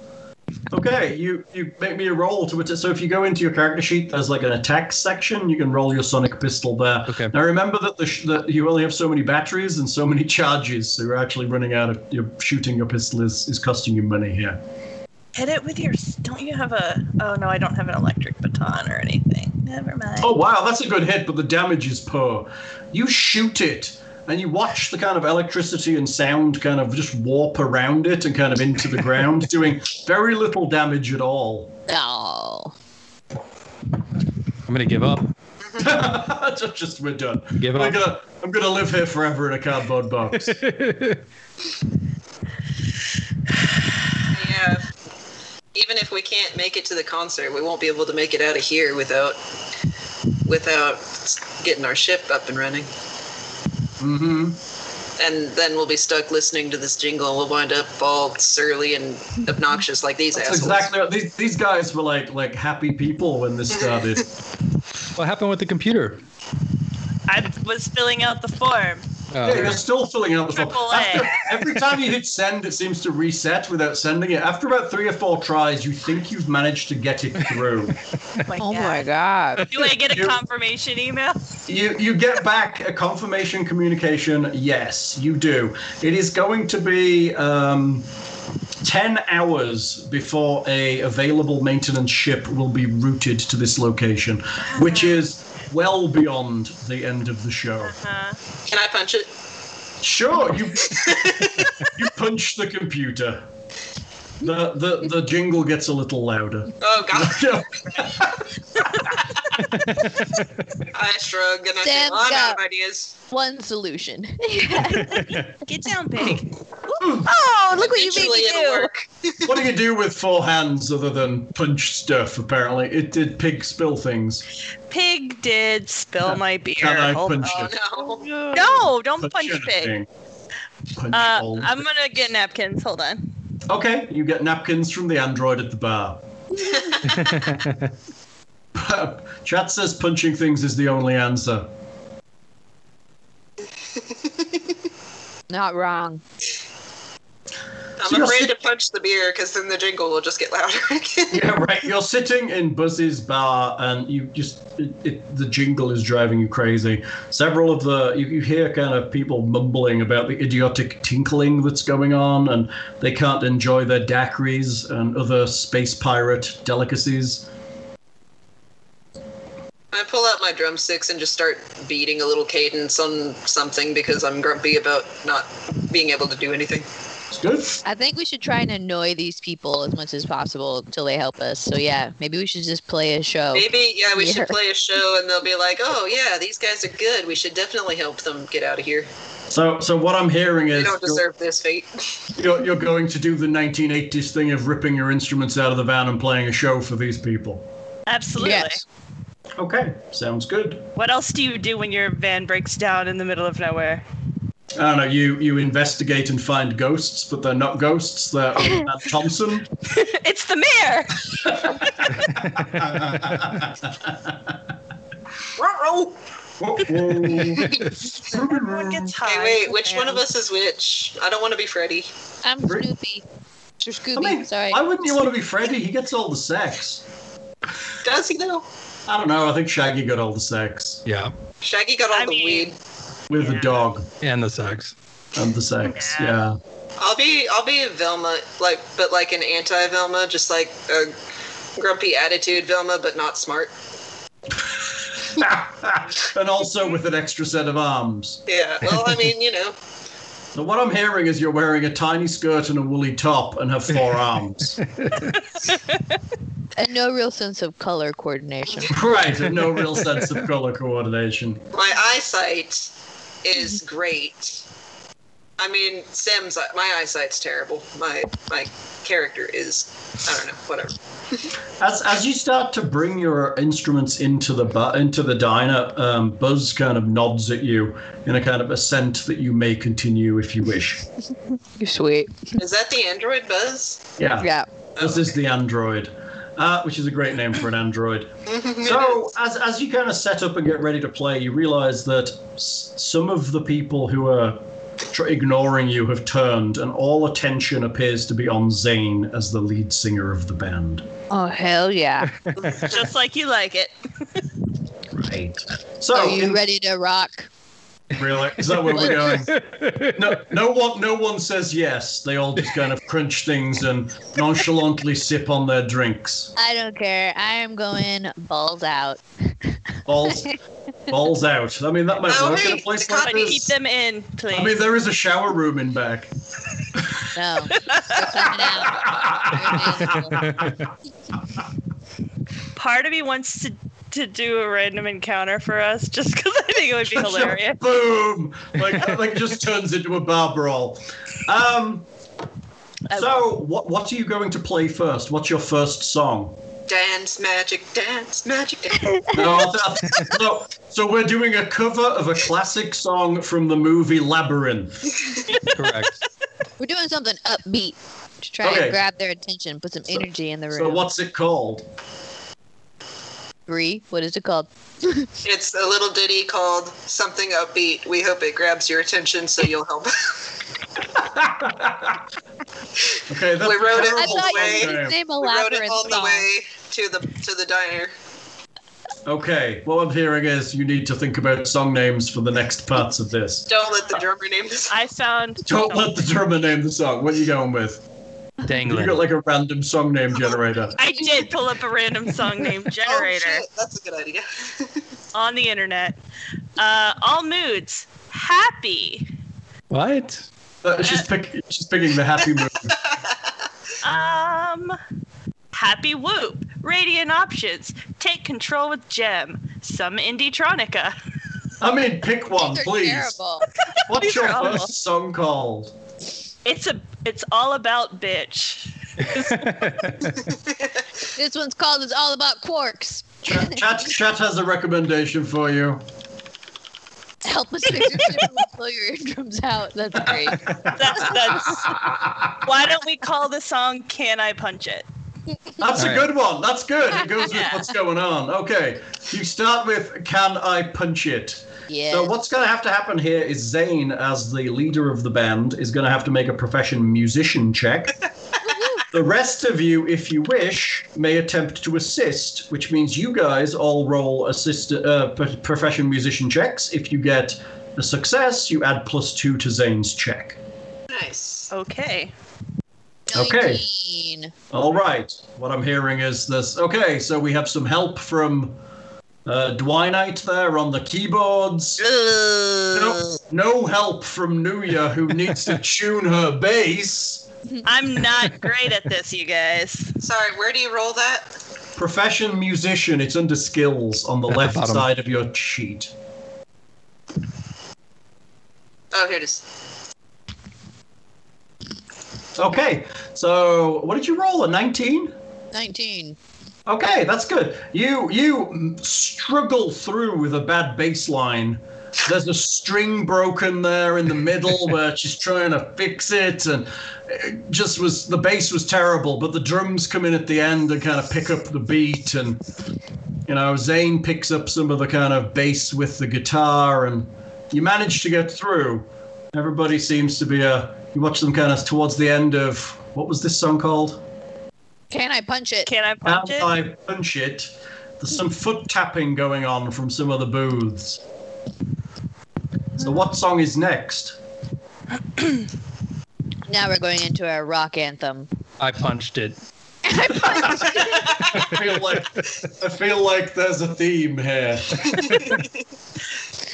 [SPEAKER 2] Okay, you you make me a roll to it. So if you go into your character sheet, there's like an attack section. You can roll your sonic pistol there.
[SPEAKER 7] Okay.
[SPEAKER 2] Now remember that the sh- that you only have so many batteries and so many [LAUGHS] charges, so you're actually running out of. You're shooting your pistol is is costing you money here.
[SPEAKER 4] Hit it with your. s- Don't you have a? Oh no, I don't have an electric baton or anything. Never mind.
[SPEAKER 2] Oh wow, that's a good hit, but the damage is poor. You shoot it, and you watch the kind of electricity and sound kind of just warp around it and kind of into the
[SPEAKER 7] [LAUGHS]
[SPEAKER 2] ground, doing very little damage at all.
[SPEAKER 6] Oh.
[SPEAKER 7] I'm gonna give up.
[SPEAKER 2] [LAUGHS] just, just we're done.
[SPEAKER 7] Give
[SPEAKER 2] I'm
[SPEAKER 7] up.
[SPEAKER 2] gonna I'm gonna live here forever in a cardboard
[SPEAKER 7] [LAUGHS]
[SPEAKER 2] box.
[SPEAKER 3] Yeah. Even if we can't make it to the concert, we won't be able to make it out of here without without getting our ship up and running.
[SPEAKER 2] hmm
[SPEAKER 3] And then we'll be stuck listening to this jingle and we'll wind up all surly and obnoxious like these
[SPEAKER 2] That's
[SPEAKER 3] assholes.
[SPEAKER 2] exactly what these these guys were like like happy people when this started.
[SPEAKER 7] Oh. what happened with the computer?
[SPEAKER 4] I was filling out the
[SPEAKER 2] [LAUGHS]
[SPEAKER 4] form.
[SPEAKER 7] Uh,
[SPEAKER 2] Yeah, you're still filling out the form.
[SPEAKER 4] Triple A.
[SPEAKER 2] After, every time you hit send, it seems to reset without sending it. After about three or four tries, you think you've managed to get it through.
[SPEAKER 4] my
[SPEAKER 5] Oh
[SPEAKER 4] God.
[SPEAKER 5] my god.
[SPEAKER 4] Do I get a
[SPEAKER 2] You-
[SPEAKER 4] confirmation email?
[SPEAKER 2] you you get back a confirmation communication. Yes, you do. It is going to be um, ten hours before a available maintenance ship will be routed to this location, which is well beyond the end of the show.
[SPEAKER 4] Uh-huh.
[SPEAKER 3] Can I punch it?
[SPEAKER 2] Sure, you [LAUGHS] you punch the computer. The, the the jingle gets a little louder.
[SPEAKER 3] Oh god. I shrugged and I said,
[SPEAKER 6] Sam,
[SPEAKER 3] well, I'm
[SPEAKER 6] go.
[SPEAKER 3] out of ideas.
[SPEAKER 6] One
[SPEAKER 5] [LAUGHS]
[SPEAKER 6] solution.
[SPEAKER 2] [LAUGHS]
[SPEAKER 4] Get down big.
[SPEAKER 2] Hmm.
[SPEAKER 6] oh, look what you made
[SPEAKER 3] Eventually
[SPEAKER 6] me
[SPEAKER 3] it'll
[SPEAKER 6] do.
[SPEAKER 3] work.
[SPEAKER 2] what do you do with four hands other than punch stuff? Apparently, it did pig spill things.
[SPEAKER 4] Pig did spill my beer.
[SPEAKER 2] Can I
[SPEAKER 4] Hold
[SPEAKER 2] punch
[SPEAKER 4] on.
[SPEAKER 2] it?
[SPEAKER 3] Oh no.
[SPEAKER 4] No, don't punch
[SPEAKER 2] Punch
[SPEAKER 4] pig.
[SPEAKER 2] anything. Punch
[SPEAKER 4] Uh,
[SPEAKER 2] all-
[SPEAKER 4] I'm gonna get napkins. Hold on.
[SPEAKER 2] okay, you get napkins from the android at the [LAUGHS] bar. Chat says punching things is the only [LAUGHS] answer.
[SPEAKER 5] Not wrong.
[SPEAKER 3] I'm
[SPEAKER 2] So you're
[SPEAKER 3] afraid to
[SPEAKER 2] sit-
[SPEAKER 3] punch the beer because then the jingle will just get louder [LAUGHS] again.
[SPEAKER 2] Yeah, right. You're sitting in Buzzy's bar, and you just it, it, the jingle is driving you crazy. Several of the you, you hear kind of people mumbling about the idiotic tinkling that's going on, and they can't enjoy their daiquiris and other space pirate delicacies.
[SPEAKER 3] I pull out my drumsticks and just start beating a little cadence on something because I'm grumpy about not being able to do anything.
[SPEAKER 2] It's good.
[SPEAKER 6] I think we should try and annoy these people as much as possible until they help us. So yeah, maybe we should just play a
[SPEAKER 5] Oh.
[SPEAKER 6] show.
[SPEAKER 3] Maybe, yeah, we
[SPEAKER 6] Yeah.
[SPEAKER 3] should play a show and they'll be like, oh, yeah, these guys are good. We should definitely help them get out of here.
[SPEAKER 2] So, so what I'm hearing
[SPEAKER 3] They
[SPEAKER 2] is
[SPEAKER 3] don't
[SPEAKER 2] you're,
[SPEAKER 3] deserve this fate.
[SPEAKER 2] you're, you're going to do the 1980s thing of ripping your instruments out of the van and playing a show for these people.
[SPEAKER 4] Absolutely.
[SPEAKER 6] Yes.
[SPEAKER 2] Okay, sounds good.
[SPEAKER 4] What else do you do when your van breaks down in the middle of nowhere? [LAUGHS]
[SPEAKER 2] I don't know. You you investigate and find ghosts, but they're not ghosts. They're old man Thompson.
[SPEAKER 4] it's the mayor.
[SPEAKER 3] Ruh-roh.
[SPEAKER 4] Everyone gets high.
[SPEAKER 3] Hey, wait, which one of
[SPEAKER 2] [LAUGHS]
[SPEAKER 3] us is which? I don't want to be Freddy.
[SPEAKER 6] I'm
[SPEAKER 2] Re-
[SPEAKER 6] Snoopy. Sir
[SPEAKER 2] I
[SPEAKER 6] Scooby,
[SPEAKER 2] mean,
[SPEAKER 6] sorry.
[SPEAKER 2] why wouldn't you want to be Freddy? He gets all the sex.
[SPEAKER 3] Does he, though?
[SPEAKER 2] I don't know. I think Shaggy got all the sex
[SPEAKER 7] [LAUGHS] yeah,
[SPEAKER 3] Shaggy got all
[SPEAKER 4] I
[SPEAKER 3] the
[SPEAKER 4] mean-
[SPEAKER 3] weed.
[SPEAKER 2] with the
[SPEAKER 4] Yeah.
[SPEAKER 2] dog
[SPEAKER 7] and the sex.
[SPEAKER 2] and the sex.
[SPEAKER 4] Yeah.
[SPEAKER 2] Yeah.
[SPEAKER 3] I'll be I'll be a Velma like but like an anti Velma, just like a grumpy attitude Velma, but not smart.
[SPEAKER 2] [LAUGHS] and also with an extra set of arms.
[SPEAKER 3] Yeah. Well, I mean, you know,
[SPEAKER 2] So what I'm hearing is you're wearing a tiny skirt and a woolly top and have four arms.
[SPEAKER 6] And no real sense of color coordination.
[SPEAKER 2] right, and no real sense of color coordination.
[SPEAKER 3] my eyesight is great. I mean, Sam's my eyesight's terrible. My my character is I don't know, whatever.
[SPEAKER 2] As as you start to bring your instruments into the bu- into the diner, um, Buzz kind of nods at you in a kind of assent that you may continue if you wish.
[SPEAKER 6] You're sweet.
[SPEAKER 3] Is that the android Buzz?
[SPEAKER 2] Yeah,
[SPEAKER 6] Yeah.
[SPEAKER 2] Buzz is the android, uh, which is a great name for an android. So as as you kind of set up and get ready to play, you realize that s- some of the people who are Elektra ignoring you have turned, and all attention appears to be on Zane as the lead singer of the band.
[SPEAKER 6] Oh hell
[SPEAKER 2] [LAUGHS]
[SPEAKER 6] yeah!
[SPEAKER 4] Just like you like it.
[SPEAKER 2] Right. So,
[SPEAKER 6] Are you
[SPEAKER 2] in-
[SPEAKER 6] ready to rock?
[SPEAKER 2] really, is that where we're going? No, no one, no one says yes. They all just kind of crunch things and nonchalantly sip on their drinks.
[SPEAKER 6] I don't care. I am going balls out. [LAUGHS]
[SPEAKER 2] Balls, balls out. I mean, that might
[SPEAKER 3] Oh,
[SPEAKER 2] work in a
[SPEAKER 3] hey,
[SPEAKER 2] place
[SPEAKER 3] the
[SPEAKER 2] like
[SPEAKER 4] But keep
[SPEAKER 2] this.
[SPEAKER 4] them in, please.
[SPEAKER 2] I mean, there is a shower room in back. [LAUGHS]
[SPEAKER 6] No, they're coming out.
[SPEAKER 4] Part of me wants to to do a random encounter for us just because I think
[SPEAKER 2] [LAUGHS]
[SPEAKER 4] it would be hilarious.
[SPEAKER 2] Boom!
[SPEAKER 6] [LAUGHS]
[SPEAKER 2] Like, like just turns into a bar brawl. Um,
[SPEAKER 4] I
[SPEAKER 2] so, what what are you going to play first? What's your first song?
[SPEAKER 3] Dance magic, dance magic, dance.
[SPEAKER 2] No, I th- I- no. So we're doing a cover of a classic song from the movie Labyrinth.
[SPEAKER 7] Correct.
[SPEAKER 2] [LAUGHS]
[SPEAKER 6] We're doing something upbeat to try
[SPEAKER 2] Okay.
[SPEAKER 6] and grab their attention, put some energy in the room.
[SPEAKER 2] So what's it called?
[SPEAKER 6] Bree, what is it called?
[SPEAKER 3] it's a little ditty called Something Upbeat. We hope it grabs your attention so
[SPEAKER 6] [LAUGHS]
[SPEAKER 3] you'll help.
[SPEAKER 2] Okay, that's
[SPEAKER 3] We wrote it.
[SPEAKER 6] I
[SPEAKER 3] All the
[SPEAKER 6] thought you
[SPEAKER 2] way.
[SPEAKER 6] were name a
[SPEAKER 3] we wrote it
[SPEAKER 6] labyrinth
[SPEAKER 3] all the
[SPEAKER 6] song.
[SPEAKER 3] way to the to the diner.
[SPEAKER 2] Okay, what I'm hearing is you need to think about song names for the next parts of this.
[SPEAKER 3] Don't let the drummer name this.
[SPEAKER 4] I found
[SPEAKER 2] Don't let the drummer name the song. What are you going with? You got
[SPEAKER 7] Dangling.
[SPEAKER 2] like a random song name generator.
[SPEAKER 4] I did pull up a random song name generator
[SPEAKER 3] [LAUGHS] Oh, shit. That's a good idea. [LAUGHS]
[SPEAKER 4] on the internet. Uh, all moods, happy.
[SPEAKER 7] What?
[SPEAKER 2] Uh, she's, pick, she's picking the happy mood.
[SPEAKER 4] Um, happy whoop. Radiant options. Take control with gem. Some indie tronica.
[SPEAKER 2] I mean, pick one,
[SPEAKER 6] These are
[SPEAKER 2] please.
[SPEAKER 6] terrible.
[SPEAKER 2] [LAUGHS] What's
[SPEAKER 4] These
[SPEAKER 2] your
[SPEAKER 4] are awful.
[SPEAKER 2] first song called?
[SPEAKER 4] It's a. It's all about bitch.
[SPEAKER 6] This one's called "It's All About Quarks."
[SPEAKER 2] Chat, chat, chat has a recommendation for you.
[SPEAKER 6] Help us
[SPEAKER 2] [LAUGHS]
[SPEAKER 6] fix your ship and blow your eardrums out. That's great.
[SPEAKER 4] That's that's. Why don't we call the song "Can I Punch It"?
[SPEAKER 2] That's a
[SPEAKER 7] All right.
[SPEAKER 2] good one. That's good. It goes with
[SPEAKER 4] [LAUGHS] Yeah.
[SPEAKER 2] what's going on. Okay. You start with Can I Punch It?
[SPEAKER 6] Yeah.
[SPEAKER 2] So, what's going to have to happen here is Zane, as the leader of the band, is going to have to make a profession musician check. the rest of you, if you wish, may attempt to assist, which means you guys all roll assist uh, p- profession musician checks. If you get a success, you add plus two to Zane's check.
[SPEAKER 3] nice.
[SPEAKER 4] Okay.
[SPEAKER 2] okay.
[SPEAKER 6] 19.
[SPEAKER 2] All right. What I'm hearing is this. Okay, so we have some help from uh, Dwinite there on the keyboards. No, no help from Nuya, who needs
[SPEAKER 7] [LAUGHS]
[SPEAKER 2] to tune her bass.
[SPEAKER 4] I'm not great at this, you guys.
[SPEAKER 3] Sorry, where do you roll that?
[SPEAKER 2] Profession musician, it's under skills on the
[SPEAKER 7] At the
[SPEAKER 2] left
[SPEAKER 7] bottom.
[SPEAKER 2] side of your sheet.
[SPEAKER 3] Oh, here it is.
[SPEAKER 2] Okay, so what did you roll? A 19?
[SPEAKER 6] 19.
[SPEAKER 2] Okay, that's good. You you struggle through with a bad bass line. There's a string broken there in the middle where she's trying to fix it, and it just was the bass was terrible. But the drums come in at the end and kind of pick up the beat, and you know Zane picks up some of the kind of bass with the guitar, and you manage to get through. Everybody seems to be a. You watch them kind of towards the end of what was this song called?
[SPEAKER 6] Can I punch it?
[SPEAKER 4] Can I
[SPEAKER 2] Now
[SPEAKER 4] punch it?
[SPEAKER 2] I punch it, there's some foot tapping going on from some of the booths. So what song is next?
[SPEAKER 6] Now we're going into our rock
[SPEAKER 3] [LAUGHS]
[SPEAKER 5] [LAUGHS]
[SPEAKER 6] anthem.
[SPEAKER 7] I punched it.
[SPEAKER 2] I feel like I feel like there's a theme here.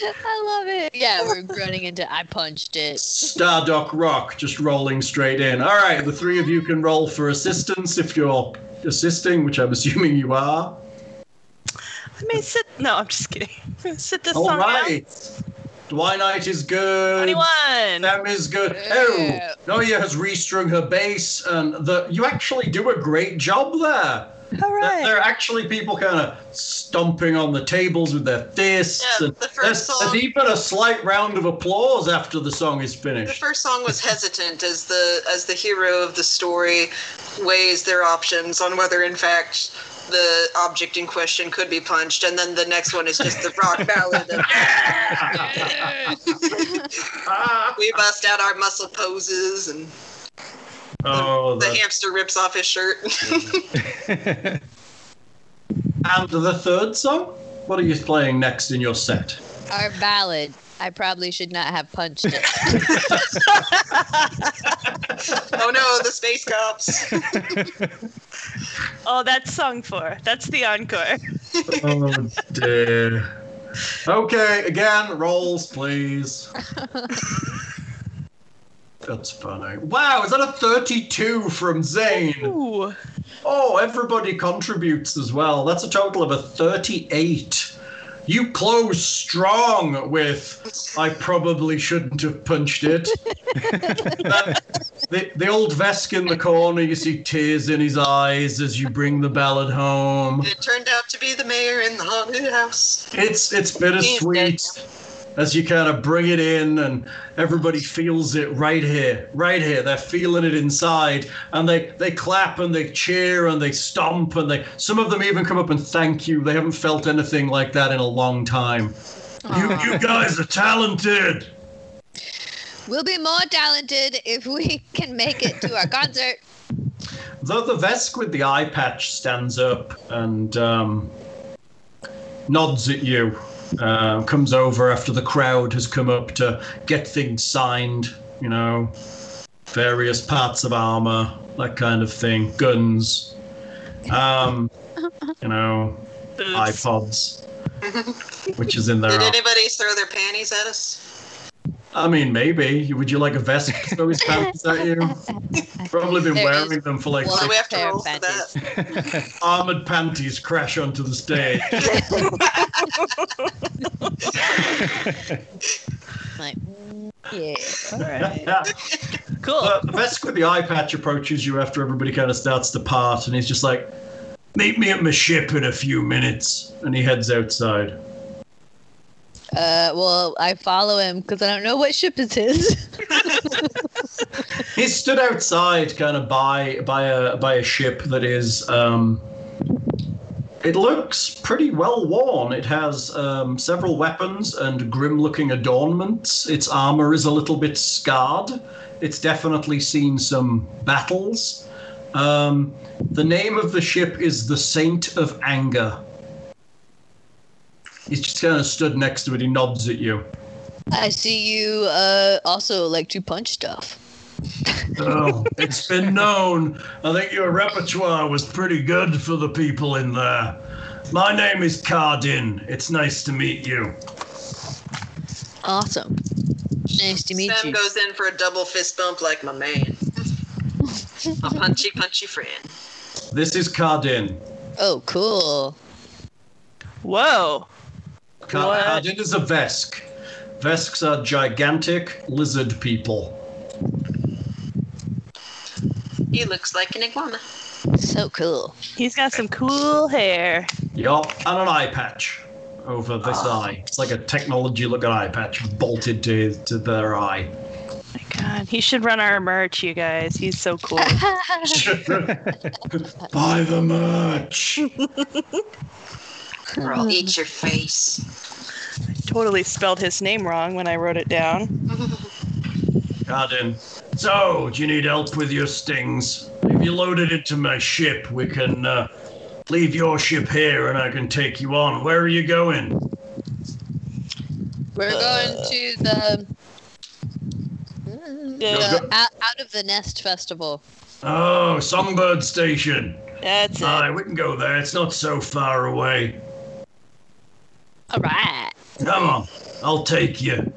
[SPEAKER 6] I love it. Yeah, we're running into I punched it.
[SPEAKER 2] Stardock Rock just rolling straight in. All right, the three of you can roll for assistance if you're assisting, which I'm assuming you are.
[SPEAKER 4] I may sit. No, I'm just kidding. [LAUGHS] Sit this
[SPEAKER 2] All
[SPEAKER 4] song
[SPEAKER 2] right. Dwinite is good.
[SPEAKER 4] out. 21.
[SPEAKER 2] That is good.
[SPEAKER 6] Yeah.
[SPEAKER 2] Oh, Noya has restrung her bass, and the you actually do a great job there.
[SPEAKER 4] All
[SPEAKER 2] There-
[SPEAKER 4] right.
[SPEAKER 2] There are actually people kind of stomping on the tables with their fists.
[SPEAKER 3] Yeah,
[SPEAKER 2] and
[SPEAKER 3] the first
[SPEAKER 2] there's,
[SPEAKER 3] song-
[SPEAKER 2] there's even a slight round of applause after the song is
[SPEAKER 3] The
[SPEAKER 2] finished.
[SPEAKER 3] first song was hesitant as the as the hero of the story weighs their options on whether in fact the object in question could be punched, and then the next one is just the rock ballad.
[SPEAKER 2] Ah,
[SPEAKER 3] of- we bust out our muscle poses, and
[SPEAKER 2] Oh,
[SPEAKER 3] the
[SPEAKER 2] the-
[SPEAKER 3] hamster rips off his shirt. [LAUGHS]
[SPEAKER 2] and the third song? What are you playing next in your set?
[SPEAKER 5] Our ballad. I probably should not have punched
[SPEAKER 3] [LAUGHS]
[SPEAKER 5] it.
[SPEAKER 3] oh no, the space cops.
[SPEAKER 4] Oh, that's sung for. That's the encore.
[SPEAKER 2] Oh dear. Okay, again, rolls,
[SPEAKER 3] [LAUGHS]
[SPEAKER 2] please. That's funny. Wow, is that a 32 from Zane?
[SPEAKER 4] Ooh.
[SPEAKER 2] Oh, everybody contributes as well. That's a total of a 38. You close strong with, I probably shouldn't have punched it. the, the old Vesk in the corner, you see tears in his eyes as you bring the ballad home.
[SPEAKER 3] it turned out to be the mayor in the haunted house.
[SPEAKER 2] It's it's bittersweet as you kind of bring it in and everybody feels it right here, right here. They're feeling it inside and they they clap and they cheer and they stomp and they some of them even come up and thank you. They haven't felt anything like that in a long time. You you guys are talented.
[SPEAKER 5] We'll be more talented if we can make it
[SPEAKER 3] [LAUGHS]
[SPEAKER 5] to our concert.
[SPEAKER 2] Though the Vesk with the eye patch stands up and um, nods at you, uh, comes over after the crowd has come up to get things signed, you know, various parts of armor, that kind of thing, guns, um, you
[SPEAKER 5] [LAUGHS]
[SPEAKER 2] know,
[SPEAKER 4] Boobs.
[SPEAKER 2] iPods, which is in
[SPEAKER 3] Did
[SPEAKER 2] there.
[SPEAKER 3] anybody throw their panties at us?
[SPEAKER 2] I mean, maybe. Would you like a Vesk to throw his pants at
[SPEAKER 5] [LAUGHS]
[SPEAKER 2] you? Probably been
[SPEAKER 5] There is
[SPEAKER 2] wearing them for like
[SPEAKER 3] Well,
[SPEAKER 2] six
[SPEAKER 3] we have to
[SPEAKER 5] pair
[SPEAKER 3] roll
[SPEAKER 5] of
[SPEAKER 3] for
[SPEAKER 5] panties.
[SPEAKER 3] that.
[SPEAKER 2] armored panties crash onto the stage.
[SPEAKER 5] Like, "Mm, yeah.
[SPEAKER 4] Cool.
[SPEAKER 2] Uh, the Vesk with the eye patch approaches you after everybody kind of starts to part, and he's just like, "Meet me at my ship in a few minutes," and he heads outside.
[SPEAKER 5] Uh, well, I follow him because I don't know what ship is [LAUGHS] his.
[SPEAKER 2] He stood outside, kind of by by a by a ship that is. Um, it looks pretty well worn. It has um, several weapons and grim-looking adornments. Its armor is a little bit scarred. It's definitely seen some battles. Um, the name of the ship is the Saint of Anger. He's just kind of stood next to it. He nods at you.
[SPEAKER 5] I see you uh, also like to punch stuff.
[SPEAKER 2] Oh, [LAUGHS] it's been known. I think your repertoire was pretty good for the people in there. My name is Cardin. It's nice to meet you.
[SPEAKER 5] Awesome. Nice to meet
[SPEAKER 3] Sam
[SPEAKER 5] you.
[SPEAKER 3] goes in for a double fist bump like my man. a punchy, punchy friend.
[SPEAKER 2] This is Cardin.
[SPEAKER 5] Oh, cool.
[SPEAKER 4] Whoa.
[SPEAKER 2] Car-
[SPEAKER 4] What?
[SPEAKER 2] Cardin is a Vesk. Vesks are gigantic lizard people.
[SPEAKER 3] He looks like an iguana.
[SPEAKER 5] So
[SPEAKER 4] [LAUGHS]
[SPEAKER 5] cool.
[SPEAKER 4] He's got some cool hair.
[SPEAKER 2] Yup, and an eye patch over this eye. It's like a technology looking eye patch bolted to, to their eye. [LAUGHS]
[SPEAKER 4] My God, he should run our merch, you guys. He's so
[SPEAKER 5] [LAUGHS]
[SPEAKER 4] cool.
[SPEAKER 2] Buy the merch.
[SPEAKER 3] Or
[SPEAKER 4] Mm-hmm.
[SPEAKER 3] I'll eat your face.
[SPEAKER 4] totally spelled his name wrong when I wrote it down.
[SPEAKER 2] Cardin. So, do you need help with your stings? If you load it into my ship, we can uh, leave your ship here and I can take you on. Where are you going?
[SPEAKER 5] We're
[SPEAKER 2] Uh,
[SPEAKER 5] going to the Mm,
[SPEAKER 4] Yeah.
[SPEAKER 5] the out, out of the nest festival.
[SPEAKER 2] Oh, Songbird Station.
[SPEAKER 4] That's it.
[SPEAKER 2] Aye, we can go there. It's not so far away.
[SPEAKER 5] All right.
[SPEAKER 2] Come on, I'll take you.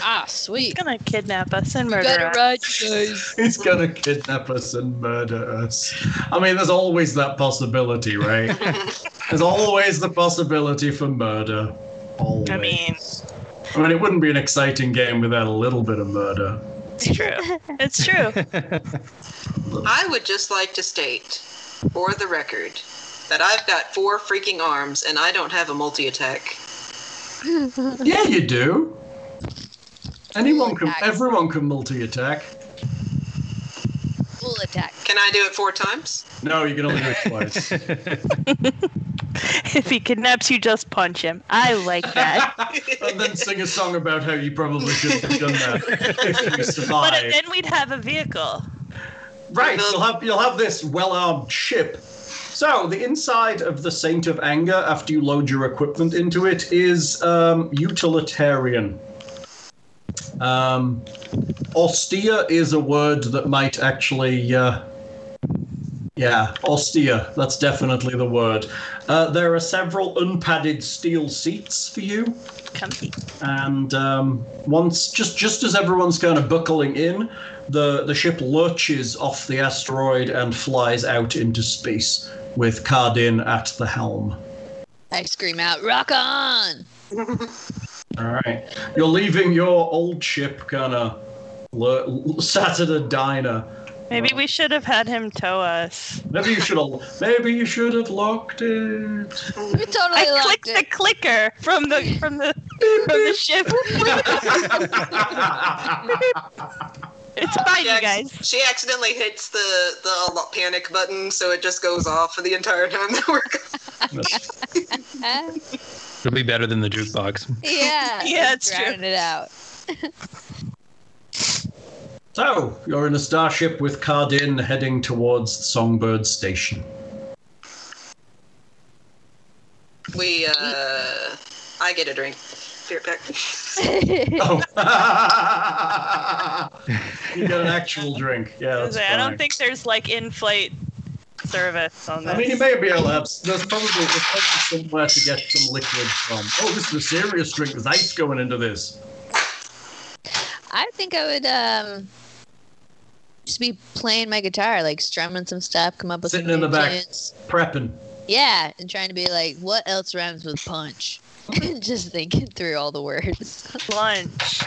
[SPEAKER 5] Ah,
[SPEAKER 4] He's
[SPEAKER 5] sweet.
[SPEAKER 4] gonna kidnap us and
[SPEAKER 5] You
[SPEAKER 4] murder
[SPEAKER 5] better
[SPEAKER 4] us.
[SPEAKER 5] ride, you guys.
[SPEAKER 2] He's gonna kidnap us and murder us. I mean, there's always that possibility,
[SPEAKER 4] [LAUGHS]
[SPEAKER 2] right? there's always the possibility for murder. Always.
[SPEAKER 4] I mean,
[SPEAKER 2] I mean, it wouldn't be an exciting game without a little bit of murder.
[SPEAKER 4] it's true. It's true.
[SPEAKER 3] I would just like to state, for the record, that I've got four freaking arms and I don't have a multi attack.
[SPEAKER 2] Yeah, you do. Anyone can,
[SPEAKER 5] Attack.
[SPEAKER 2] everyone can multi-attack.
[SPEAKER 5] Full attack.
[SPEAKER 3] Can I do it four times?
[SPEAKER 2] No, you can only do it twice.
[SPEAKER 4] if he kidnaps you, just punch him. I like that.
[SPEAKER 2] and then sing a song about how you probably shouldn't have done that if you
[SPEAKER 4] but
[SPEAKER 2] survived.
[SPEAKER 4] then we'd have a vehicle.
[SPEAKER 2] Right, you'll have you'll have this well-armed ship. So the inside of the Saint of Anger, after you load your equipment into it, is um, utilitarian. Um, austere is a word that might actually, uh, yeah, austere. That's definitely the word. Uh, there are several unpadded steel seats for you
[SPEAKER 4] Comfy.
[SPEAKER 2] and um, once just just as everyone's kind of buckling in the the ship lurches off the asteroid and flies out into space with Cardin at the helm
[SPEAKER 5] I scream out, rock on!
[SPEAKER 2] all right you're leaving your old ship kind of lur- sat at a diner
[SPEAKER 4] Maybe we should have had him tow us.
[SPEAKER 2] maybe you should have maybe you should have locked it
[SPEAKER 5] We totally
[SPEAKER 4] I
[SPEAKER 5] locked
[SPEAKER 4] clicked the
[SPEAKER 5] it.
[SPEAKER 4] clicker from the from the from the
[SPEAKER 5] [LAUGHS]
[SPEAKER 4] ship. It's fine, you
[SPEAKER 3] acc-
[SPEAKER 4] guys.
[SPEAKER 3] she accidentally hits the the lo- panic button, so it just goes off for the entire time that we're. gone.
[SPEAKER 5] Huh?
[SPEAKER 7] It'll be better than the jukebox.
[SPEAKER 5] Uh, yeah.
[SPEAKER 4] [LAUGHS] Yeah, it's true.
[SPEAKER 5] drown it out. [LAUGHS]
[SPEAKER 2] so you're in a starship with Cardin heading towards the Songbird Station
[SPEAKER 3] [LAUGHS] We uh, I get a drink. Be right back.
[SPEAKER 2] Oh. you get an actual drink. Yeah.
[SPEAKER 4] I, was
[SPEAKER 2] that's
[SPEAKER 4] like, I
[SPEAKER 2] fine.
[SPEAKER 4] don't think there's like in-flight service on this.
[SPEAKER 2] I mean, you may be able to. Have, there's probably there's probably somewhere to get some liquid from. Oh, this is a serious drink. There's ice going into this.
[SPEAKER 5] I think I would um just be playing my guitar, like strumming some stuff, come up with
[SPEAKER 2] Sitting
[SPEAKER 5] some
[SPEAKER 2] in
[SPEAKER 5] new
[SPEAKER 2] the back.
[SPEAKER 5] tunes.
[SPEAKER 2] Prepping.
[SPEAKER 5] Yeah, and trying to be like, what else rhymes with punch? [LAUGHS] just thinking through all the words. [LAUGHS]
[SPEAKER 4] lunch.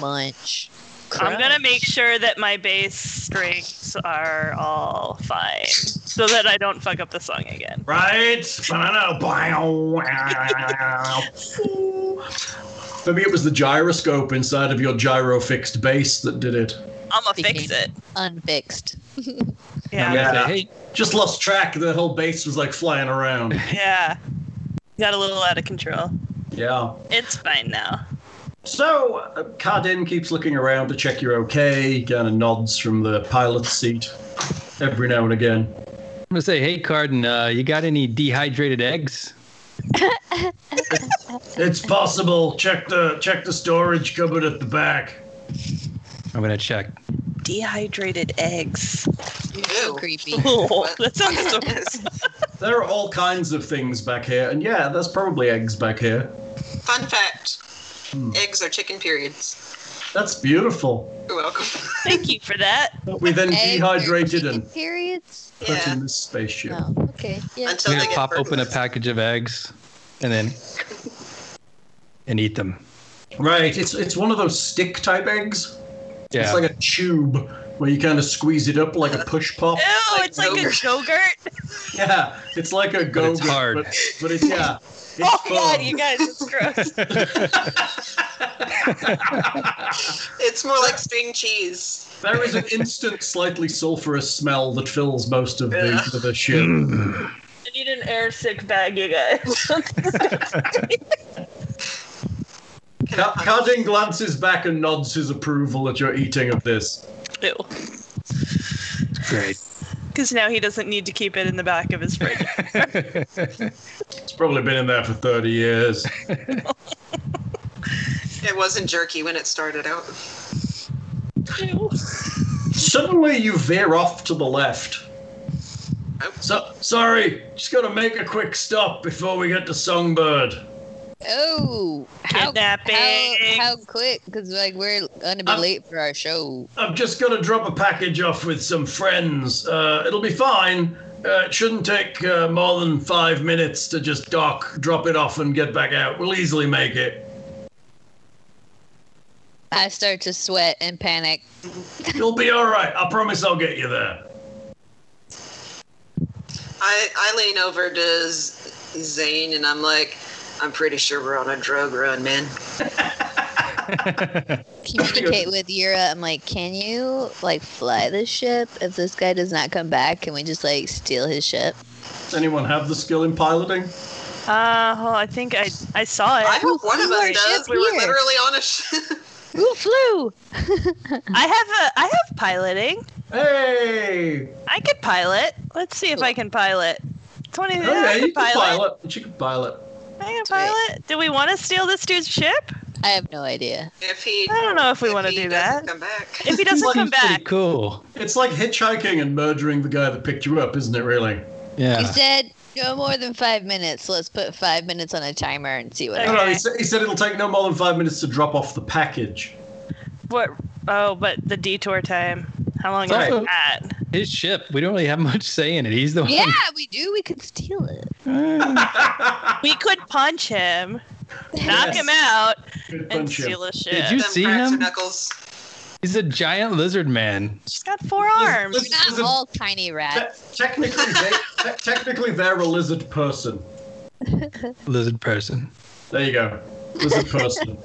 [SPEAKER 5] Munch.
[SPEAKER 4] I'm gonna make sure that my bass strings are all fine, so that I don't fuck up the song again.
[SPEAKER 2] Right? Maybe it was the gyroscope inside of your gyro fixed base that did it.
[SPEAKER 4] I'm gonna fix it.
[SPEAKER 5] unfixed.
[SPEAKER 7] I'm
[SPEAKER 4] Yeah, yeah.
[SPEAKER 7] gonna
[SPEAKER 2] Yeah.
[SPEAKER 7] say, hey,
[SPEAKER 2] Just lost track. The whole base was like flying around.
[SPEAKER 4] Got a little out of control.
[SPEAKER 2] Yeah.
[SPEAKER 4] It's fine now.
[SPEAKER 2] So, uh, Cardin keeps looking around to check you're okay, kind of nods from the pilot's seat every now and again.
[SPEAKER 7] I'm gonna say, hey, Cardin, uh, you got any dehydrated eggs?
[SPEAKER 2] It's possible. Check the check the storage cupboard at the back.
[SPEAKER 7] I'm gonna check.
[SPEAKER 4] Dehydrated eggs.
[SPEAKER 5] So
[SPEAKER 3] Ew.
[SPEAKER 4] [LAUGHS]
[SPEAKER 5] creepy.
[SPEAKER 4] Oh,
[SPEAKER 3] What?
[SPEAKER 4] that sounds so.
[SPEAKER 2] There are all kinds of things back here, and yeah, there's probably eggs back here.
[SPEAKER 3] Fun fact: eggs are chicken periods.
[SPEAKER 2] That's beautiful.
[SPEAKER 3] You're welcome. [LAUGHS]
[SPEAKER 4] Thank you for that.
[SPEAKER 2] We then
[SPEAKER 5] Eggs are
[SPEAKER 2] dehydrated
[SPEAKER 5] chicken
[SPEAKER 2] and
[SPEAKER 5] Periods?
[SPEAKER 2] put
[SPEAKER 3] Yeah.
[SPEAKER 2] in this spaceship.
[SPEAKER 5] Oh, okay. Yeah.
[SPEAKER 3] Until
[SPEAKER 7] I'm
[SPEAKER 3] they
[SPEAKER 7] gonna
[SPEAKER 3] get
[SPEAKER 7] pop open a
[SPEAKER 3] fertilized.
[SPEAKER 7] package of eggs,
[SPEAKER 2] [LAUGHS]
[SPEAKER 7] and then and eat them.
[SPEAKER 2] Right. It's it's one of those stick type eggs.
[SPEAKER 7] Yeah.
[SPEAKER 2] It's like a tube where you kind of squeeze it up like a push pop.
[SPEAKER 4] Ew,
[SPEAKER 3] Like
[SPEAKER 4] it's [LAUGHS] like a
[SPEAKER 3] yogurt.
[SPEAKER 4] yogurt. [LAUGHS]
[SPEAKER 2] Yeah, it's like a go.
[SPEAKER 7] it's hard.
[SPEAKER 2] But, but it's yeah.
[SPEAKER 4] [LAUGHS]
[SPEAKER 2] It's
[SPEAKER 4] Oh god,
[SPEAKER 2] fun.
[SPEAKER 4] you guys, it's gross.
[SPEAKER 3] It's more like string cheese.
[SPEAKER 2] There is an instant, slightly sulfurous smell that fills most of the,
[SPEAKER 3] Yeah.
[SPEAKER 2] of the ship.
[SPEAKER 4] [LAUGHS]
[SPEAKER 7] Mm.
[SPEAKER 4] I need an air sick bag, you guys.
[SPEAKER 2] Ca- Cardin glances back and nods his approval at your eating of this.
[SPEAKER 4] [LAUGHS] Ew.
[SPEAKER 7] Great.
[SPEAKER 4] Because now he doesn't need to keep it in the back of
[SPEAKER 2] [LAUGHS]
[SPEAKER 4] his fridge.
[SPEAKER 2] It's probably been in there for 30
[SPEAKER 7] [LAUGHS]
[SPEAKER 2] years.
[SPEAKER 3] It wasn't jerky when it started out.
[SPEAKER 4] Ew.
[SPEAKER 2] Suddenly, you veer off to the left.
[SPEAKER 3] Oh.
[SPEAKER 2] So, sorry, just gotta make a quick stop before we get to Songbird.
[SPEAKER 5] Oh, how,
[SPEAKER 4] Kidnapping.
[SPEAKER 5] how, how quick? Because like we're gonna be
[SPEAKER 2] Um,
[SPEAKER 5] late for our show.
[SPEAKER 2] I've just gotta drop a package off with some friends. Uh, it'll be fine. Uh, it shouldn't take uh, more than five minutes to just dock, drop it off, and get back out. We'll easily make it.
[SPEAKER 5] I start to sweat and panic.
[SPEAKER 2] You'll be all right. I promise I'll get you there.
[SPEAKER 3] I, I lean over to Z- Zane and I'm like, I'm pretty sure we're on a drug run, man.
[SPEAKER 5] communicate with Yura. I'm like, can you like fly this ship? If this guy does not come back, can we just like steal his ship?
[SPEAKER 2] Does anyone have the skill in piloting?
[SPEAKER 4] Uh, well, I think I I saw
[SPEAKER 3] I
[SPEAKER 4] it.
[SPEAKER 3] hope one of
[SPEAKER 5] Ooh, our
[SPEAKER 3] us does.
[SPEAKER 5] ship
[SPEAKER 3] We were
[SPEAKER 5] here.
[SPEAKER 3] literally on a ship.
[SPEAKER 5] Who flew?
[SPEAKER 4] I have a I have piloting.
[SPEAKER 2] Hey!
[SPEAKER 4] I could pilot. Let's see if I can pilot. Twenty.
[SPEAKER 2] Oh,
[SPEAKER 4] I
[SPEAKER 2] yeah,
[SPEAKER 4] can
[SPEAKER 2] you can pilot. You can pilot.
[SPEAKER 4] I can
[SPEAKER 5] Sweet.
[SPEAKER 4] pilot. Do we want to steal this dude's ship?
[SPEAKER 5] I have no idea.
[SPEAKER 3] [LAUGHS] If he,
[SPEAKER 4] I don't know if we
[SPEAKER 3] if
[SPEAKER 4] want to
[SPEAKER 3] he
[SPEAKER 4] do
[SPEAKER 3] doesn't
[SPEAKER 4] that.
[SPEAKER 3] Come back. [LAUGHS]
[SPEAKER 4] If he doesn't come
[SPEAKER 7] Seems pretty
[SPEAKER 4] back,
[SPEAKER 7] cool.
[SPEAKER 2] It's like hitchhiking and murdering the guy that picked you up, isn't it, really?
[SPEAKER 7] Yeah.
[SPEAKER 5] He said no more than five minutes. Let's put five minutes on a timer and see what.
[SPEAKER 2] No,
[SPEAKER 5] happens.
[SPEAKER 2] no, he,
[SPEAKER 4] Okay.
[SPEAKER 2] sa- he said it'll take no more than five minutes to drop off the package. [LAUGHS]
[SPEAKER 4] what? Oh, but the detour time. How long
[SPEAKER 7] Right.
[SPEAKER 4] is that?
[SPEAKER 7] His ship. We don't really have [LAUGHS] much say in it. He's the
[SPEAKER 5] Yeah, we do. We could steal it.
[SPEAKER 2] [LAUGHS]
[SPEAKER 7] one.
[SPEAKER 4] We could punch him, knock
[SPEAKER 2] Yes.
[SPEAKER 4] him out,
[SPEAKER 2] Good
[SPEAKER 4] and
[SPEAKER 2] punch him.
[SPEAKER 4] steal his ship.
[SPEAKER 7] Did you
[SPEAKER 3] Them
[SPEAKER 7] see
[SPEAKER 3] cracks
[SPEAKER 7] him?
[SPEAKER 3] and Knuckles.
[SPEAKER 7] He's a giant lizard man.
[SPEAKER 4] She's got four
[SPEAKER 2] There's-
[SPEAKER 4] arms.
[SPEAKER 2] there's-
[SPEAKER 5] Not
[SPEAKER 2] there's a-
[SPEAKER 5] all tiny
[SPEAKER 2] te-
[SPEAKER 5] rats.
[SPEAKER 2] technically, they, te- technically, they're a lizard person.
[SPEAKER 7] Lizard person. [LAUGHS]
[SPEAKER 2] There you go. Lizard person.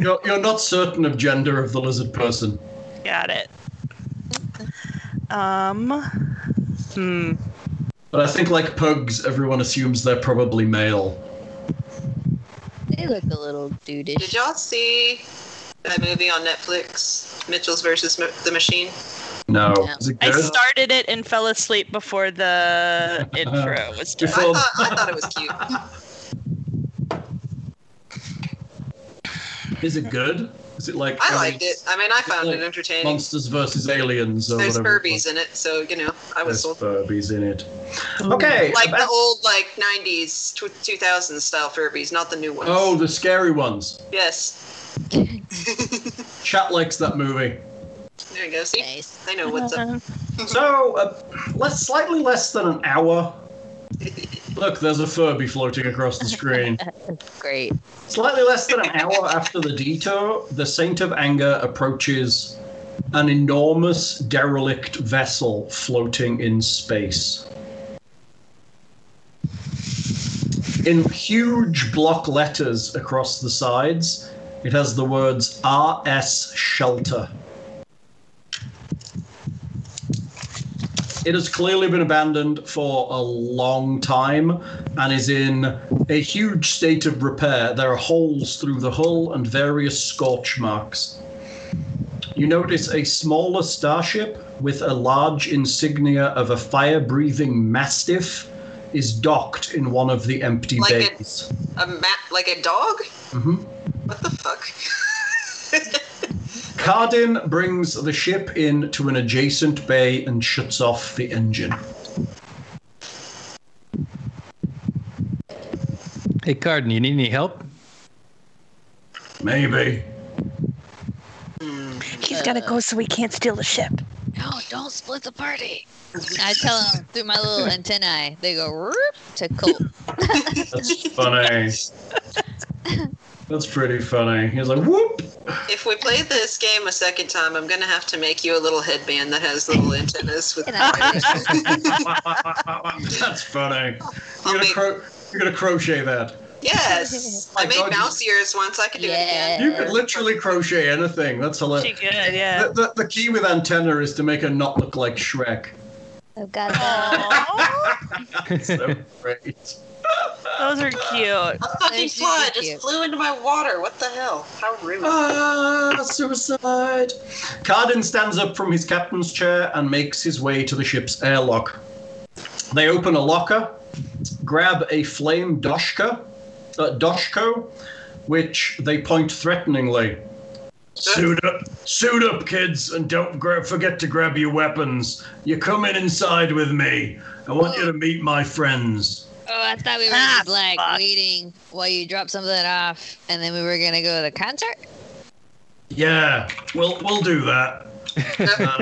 [SPEAKER 2] you're, you're not certain of gender of the lizard person.
[SPEAKER 4] Got it. Um. Hmm.
[SPEAKER 2] But I think, like pugs, everyone assumes they're probably male.
[SPEAKER 5] They look a little dudish.
[SPEAKER 3] Did y'all see that movie on Netflix, Mitchell's versus M- the Machine?
[SPEAKER 2] No.
[SPEAKER 5] No.
[SPEAKER 2] Is it
[SPEAKER 4] I
[SPEAKER 2] good?
[SPEAKER 4] started it and fell asleep
[SPEAKER 2] [LAUGHS]
[SPEAKER 4] before the intro was done.
[SPEAKER 3] I
[SPEAKER 2] Well-
[SPEAKER 3] thought I thought it was
[SPEAKER 7] [LAUGHS]
[SPEAKER 3] cute.
[SPEAKER 2] Is it good? Is it like
[SPEAKER 3] I liked it. I mean, I found it entertaining.
[SPEAKER 2] Monsters versus aliens or
[SPEAKER 3] There's
[SPEAKER 2] whatever.
[SPEAKER 3] Furbies in it, so you know, I was
[SPEAKER 2] There's
[SPEAKER 3] sold.
[SPEAKER 2] Furbies in it. Okay.
[SPEAKER 3] Like the
[SPEAKER 2] that's-
[SPEAKER 3] old, like '90s, tw- 2000s style Furbies, not the new ones.
[SPEAKER 2] Oh, the scary ones.
[SPEAKER 3] yes.
[SPEAKER 2] Chat likes that movie.
[SPEAKER 3] There you go. See,
[SPEAKER 5] Nice.
[SPEAKER 3] I know what's up.
[SPEAKER 2] So, uh, less, slightly less than an hour. Look, there's a Furby floating across the screen.
[SPEAKER 5] Great.
[SPEAKER 2] Slightly less than an hour after the detour, the Saint of Anger approaches an enormous derelict vessel floating in space. In huge block letters across the sides, it has the words RS Shelter. It has clearly been abandoned for a long time and is in a huge state of repair. There are holes through the hull and various scorch marks. You notice a smaller starship with a large insignia of a fire breathing mastiff is docked in one of the empty
[SPEAKER 3] Like it-
[SPEAKER 2] bays.
[SPEAKER 3] A ma- like a dog?
[SPEAKER 2] Mhm.
[SPEAKER 3] What the fuck?
[SPEAKER 2] Cardin brings the ship in to an adjacent bay and shuts off the engine.
[SPEAKER 7] Hey, Cardin, you need any help?
[SPEAKER 2] Maybe.
[SPEAKER 4] He's gotta go so we can't steal the ship.
[SPEAKER 5] No, don't split the party. I tell them through my little antennae. They go "Roop," to Colt.
[SPEAKER 2] That's funny. That's pretty funny. He's like, whoop!
[SPEAKER 3] If we play this game a second time, I'm gonna have to make you a little headband that has little antennas with.
[SPEAKER 5] And I-
[SPEAKER 2] That's funny.
[SPEAKER 3] I'll
[SPEAKER 2] You're gonna,
[SPEAKER 3] make-
[SPEAKER 2] cro- you're gonna crochet that.
[SPEAKER 3] Yes,
[SPEAKER 2] My
[SPEAKER 3] I made
[SPEAKER 2] God, you-
[SPEAKER 3] mouse ears once. I could do it again.
[SPEAKER 5] yeah.
[SPEAKER 2] You could literally crochet anything. That's
[SPEAKER 4] She
[SPEAKER 2] hilarious.
[SPEAKER 4] good, yeah.
[SPEAKER 2] The, the, the key with antenna is to make her not look like Shrek.
[SPEAKER 5] I've got that.
[SPEAKER 4] Aw,
[SPEAKER 2] So great.
[SPEAKER 4] those are
[SPEAKER 3] Fucking
[SPEAKER 4] cute.
[SPEAKER 3] fly
[SPEAKER 5] They're super
[SPEAKER 3] just
[SPEAKER 5] cute.
[SPEAKER 3] flew into my water. What the hell? Uh, How rude.
[SPEAKER 2] Ah, suicide. Cardin stands up from his captain's chair and makes his way to the ship's airlock. They open a locker, grab a flame doshka, uh, doshko, which they point threateningly. Suit up, suit up, kids, and don't gra- forget to grab your weapons. You're coming inside with me. I want you to meet my friends.
[SPEAKER 5] Oh, I thought we were
[SPEAKER 4] Ah,
[SPEAKER 5] just like
[SPEAKER 4] fuck.
[SPEAKER 5] waiting while you drop something off, and then we were gonna go to the concert.
[SPEAKER 2] Yeah, we'll we'll do that.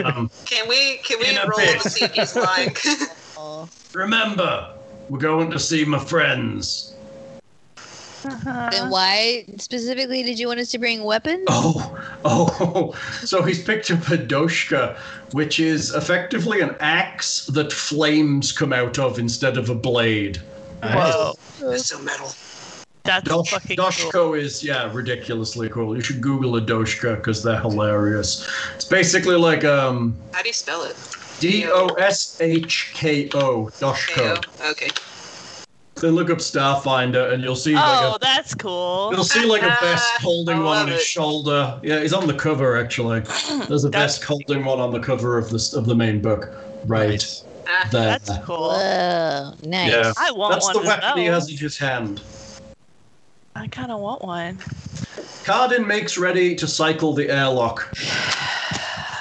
[SPEAKER 2] Um,
[SPEAKER 3] Can we can
[SPEAKER 2] In
[SPEAKER 3] we
[SPEAKER 2] a
[SPEAKER 3] roll
[SPEAKER 2] bit.
[SPEAKER 3] to see if
[SPEAKER 2] [LAUGHS]
[SPEAKER 3] he's lying? [LAUGHS]
[SPEAKER 5] Oh,
[SPEAKER 2] Remember, we're going to see my friends.
[SPEAKER 5] Then
[SPEAKER 4] Uh-huh.
[SPEAKER 5] why specifically did you want us to bring weapons?
[SPEAKER 2] Oh, oh. [LAUGHS] So he's picked up a doshka, which is effectively an axe that flames come out of instead of a blade.
[SPEAKER 7] Nice.
[SPEAKER 4] Whoa.
[SPEAKER 3] That's so metal.
[SPEAKER 4] That's
[SPEAKER 2] Dosh-
[SPEAKER 4] fucking
[SPEAKER 2] Doshko
[SPEAKER 4] cool.
[SPEAKER 2] is yeah ridiculously cool. You should Google a Doshka because they're hilarious. It's basically like um
[SPEAKER 3] How do you spell it?
[SPEAKER 2] D O S H K O Doshko.
[SPEAKER 3] K-O. Okay.
[SPEAKER 2] Then look up Starfinder and you'll see
[SPEAKER 4] Oh,
[SPEAKER 2] like
[SPEAKER 4] that's cool.
[SPEAKER 2] a you'll see like a vest holding
[SPEAKER 3] I
[SPEAKER 2] one on
[SPEAKER 3] love
[SPEAKER 2] his
[SPEAKER 3] it.
[SPEAKER 2] shoulder. Yeah, he's on the cover actually. There's a
[SPEAKER 4] That's-
[SPEAKER 2] vest holding one on the cover of this of the main book. Right
[SPEAKER 3] Ah,
[SPEAKER 2] there.
[SPEAKER 4] That's cool.
[SPEAKER 5] Whoa, nice.
[SPEAKER 2] Yeah.
[SPEAKER 4] I want
[SPEAKER 2] That's
[SPEAKER 4] one
[SPEAKER 2] the
[SPEAKER 4] of
[SPEAKER 2] weapon he
[SPEAKER 4] those.
[SPEAKER 2] has in his hand.
[SPEAKER 4] I kind of want one.
[SPEAKER 2] Cardin makes ready to cycle the airlock.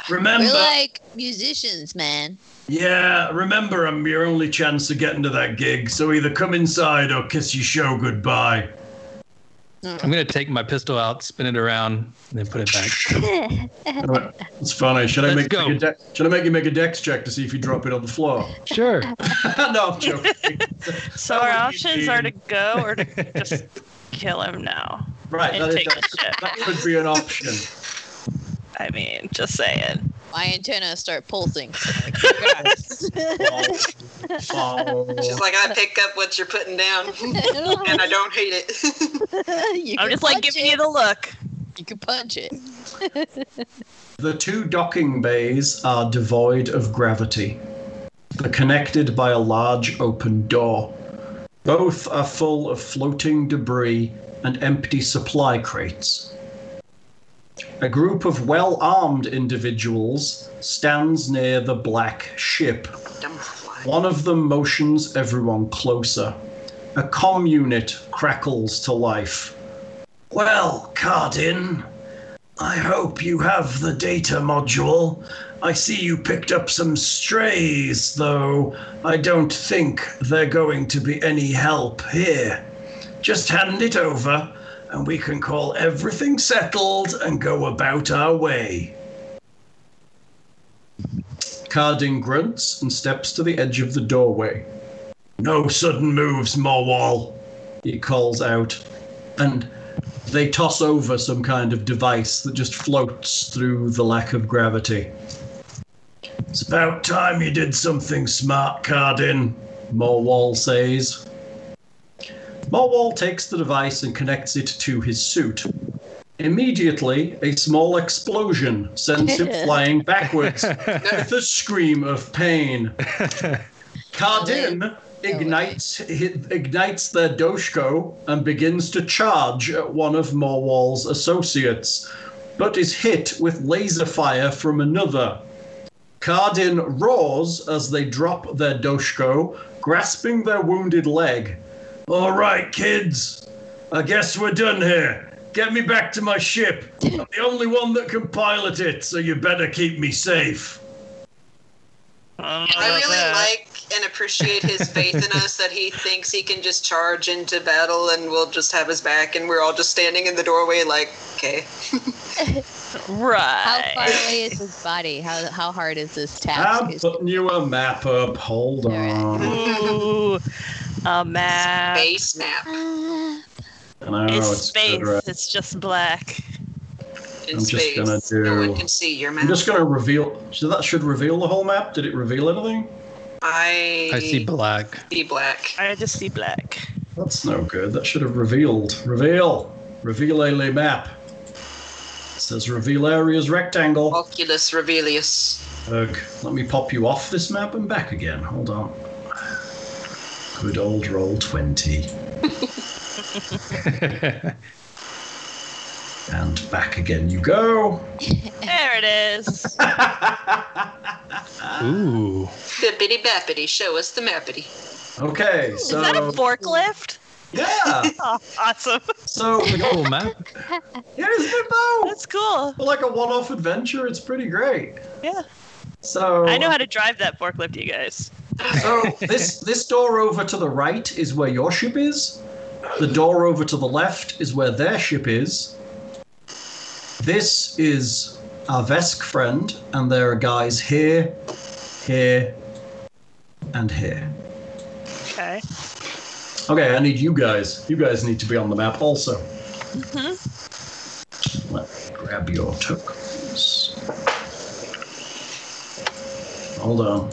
[SPEAKER 2] Remember,
[SPEAKER 5] We're like musicians, man.
[SPEAKER 2] yeah, remember, I'm your only chance of getting to that gig. So either come inside or kiss your show goodbye.
[SPEAKER 7] I'm gonna take my pistol out, spin it around, and then put
[SPEAKER 2] [LAUGHS]
[SPEAKER 7] it back.
[SPEAKER 2] It's funny. Should I
[SPEAKER 7] Let's
[SPEAKER 2] make
[SPEAKER 7] go.
[SPEAKER 2] you de- should I make you make a dex check to see if you drop it on the floor? [LAUGHS]
[SPEAKER 7] Sure.
[SPEAKER 2] no, I'm joking.
[SPEAKER 4] So
[SPEAKER 2] That
[SPEAKER 4] our
[SPEAKER 2] would be
[SPEAKER 4] options are to
[SPEAKER 2] mean.
[SPEAKER 4] go or to
[SPEAKER 2] [LAUGHS]
[SPEAKER 4] just kill him now.
[SPEAKER 2] right,
[SPEAKER 4] And
[SPEAKER 2] that, is,
[SPEAKER 4] take the
[SPEAKER 2] that,
[SPEAKER 4] ship.
[SPEAKER 2] that could be an option.
[SPEAKER 4] I mean, just saying.
[SPEAKER 5] My antenna start pulsing. [LAUGHS]
[SPEAKER 2] Oh, oh.
[SPEAKER 3] Just like I pick up what you're putting down, and I don't hate it. [LAUGHS]
[SPEAKER 5] You can
[SPEAKER 4] I'm just like
[SPEAKER 5] punch
[SPEAKER 4] giving
[SPEAKER 5] it.
[SPEAKER 4] you the look.
[SPEAKER 5] You can punch it.
[SPEAKER 2] The two docking bays are devoid of gravity. They're connected by a large open door. Both are full of floating debris and empty supply crates. A group of well armed individuals stands near the black ship.
[SPEAKER 3] Dumb fly.
[SPEAKER 2] One of them motions everyone closer. A comm unit crackles to life. Well, Cardin, I hope you have the data module. I see you picked up some strays, though I don't think they're going to be any help here. Just hand it over, and we can call everything settled and go about our way. Cardin grunts and steps to the edge of the doorway. No sudden moves, Morwal, he calls out. And they toss over some kind of device that just floats through the lack of gravity. It's about time you did something smart, Cardin, Morwal says. Morwal takes the device and connects it to his suit. Immediately, a small explosion sends him flying backwards with a scream of pain. Cardin ignites hi- ignites their Doshko and begins to charge at one of Morwal's associates, but is hit with laser fire from another. Cardin roars as they drop their Doshko, grasping their wounded leg. All right, kids, I guess we're done here. Get me back to my ship. I'm the only one that can pilot it, so you better keep me safe.
[SPEAKER 4] I,
[SPEAKER 3] I really like and appreciate his faith in us that he thinks he can just charge into battle and we'll just have his back, and we're all just standing in the doorway like, okay.
[SPEAKER 4] like
[SPEAKER 5] How far
[SPEAKER 4] right.
[SPEAKER 5] away is this body? How how hard is this task?
[SPEAKER 2] I'm
[SPEAKER 5] Is-
[SPEAKER 2] putting you a map up. Hold on.
[SPEAKER 4] Ooh, a map.
[SPEAKER 3] Base map.
[SPEAKER 5] Ah,
[SPEAKER 2] I know,
[SPEAKER 4] It's
[SPEAKER 2] Oh, it's
[SPEAKER 4] space.
[SPEAKER 2] good, right?
[SPEAKER 4] It's just black.
[SPEAKER 3] in
[SPEAKER 2] I'm just
[SPEAKER 3] space.
[SPEAKER 2] gonna
[SPEAKER 3] No
[SPEAKER 2] do-
[SPEAKER 3] one can see your map.
[SPEAKER 2] I'm just gonna reveal. So that should reveal the whole map. Did it reveal anything?
[SPEAKER 3] I,
[SPEAKER 7] I see black.
[SPEAKER 3] see black.
[SPEAKER 4] I just see black.
[SPEAKER 2] That's no good. That should have revealed. Reveal. Reveal a map. It says reveal areas rectangle.
[SPEAKER 3] Oculus Revelius.
[SPEAKER 2] Ugh. Let me pop you off this map and back again. Hold on. Good old roll
[SPEAKER 4] [LAUGHS]
[SPEAKER 2] twenty. And back again you go.
[SPEAKER 4] There it is.
[SPEAKER 2] Uh,
[SPEAKER 7] Ooh.
[SPEAKER 3] Bippity bappity, show us the mappity.
[SPEAKER 2] Okay, so
[SPEAKER 4] is that a forklift?
[SPEAKER 2] yeah.
[SPEAKER 4] Oh,
[SPEAKER 2] [LAUGHS]
[SPEAKER 4] awesome.
[SPEAKER 2] So we got-
[SPEAKER 7] Cool map.
[SPEAKER 2] yeah, isn't it
[SPEAKER 4] [LAUGHS]
[SPEAKER 2] though?
[SPEAKER 4] That's cool.
[SPEAKER 2] Well, like a one-off adventure. It's pretty great.
[SPEAKER 4] Yeah.
[SPEAKER 2] So
[SPEAKER 4] I know how to drive that forklift, you guys.
[SPEAKER 2] so [LAUGHS] this this door over to the right is where your ship is. The door over to the left is where their ship is. This is our Vesk friend, and there are guys here, here, and here.
[SPEAKER 4] Okay.
[SPEAKER 2] Okay, I need you guys. You guys need to be on the map also. Let me grab your tokens. Hold on.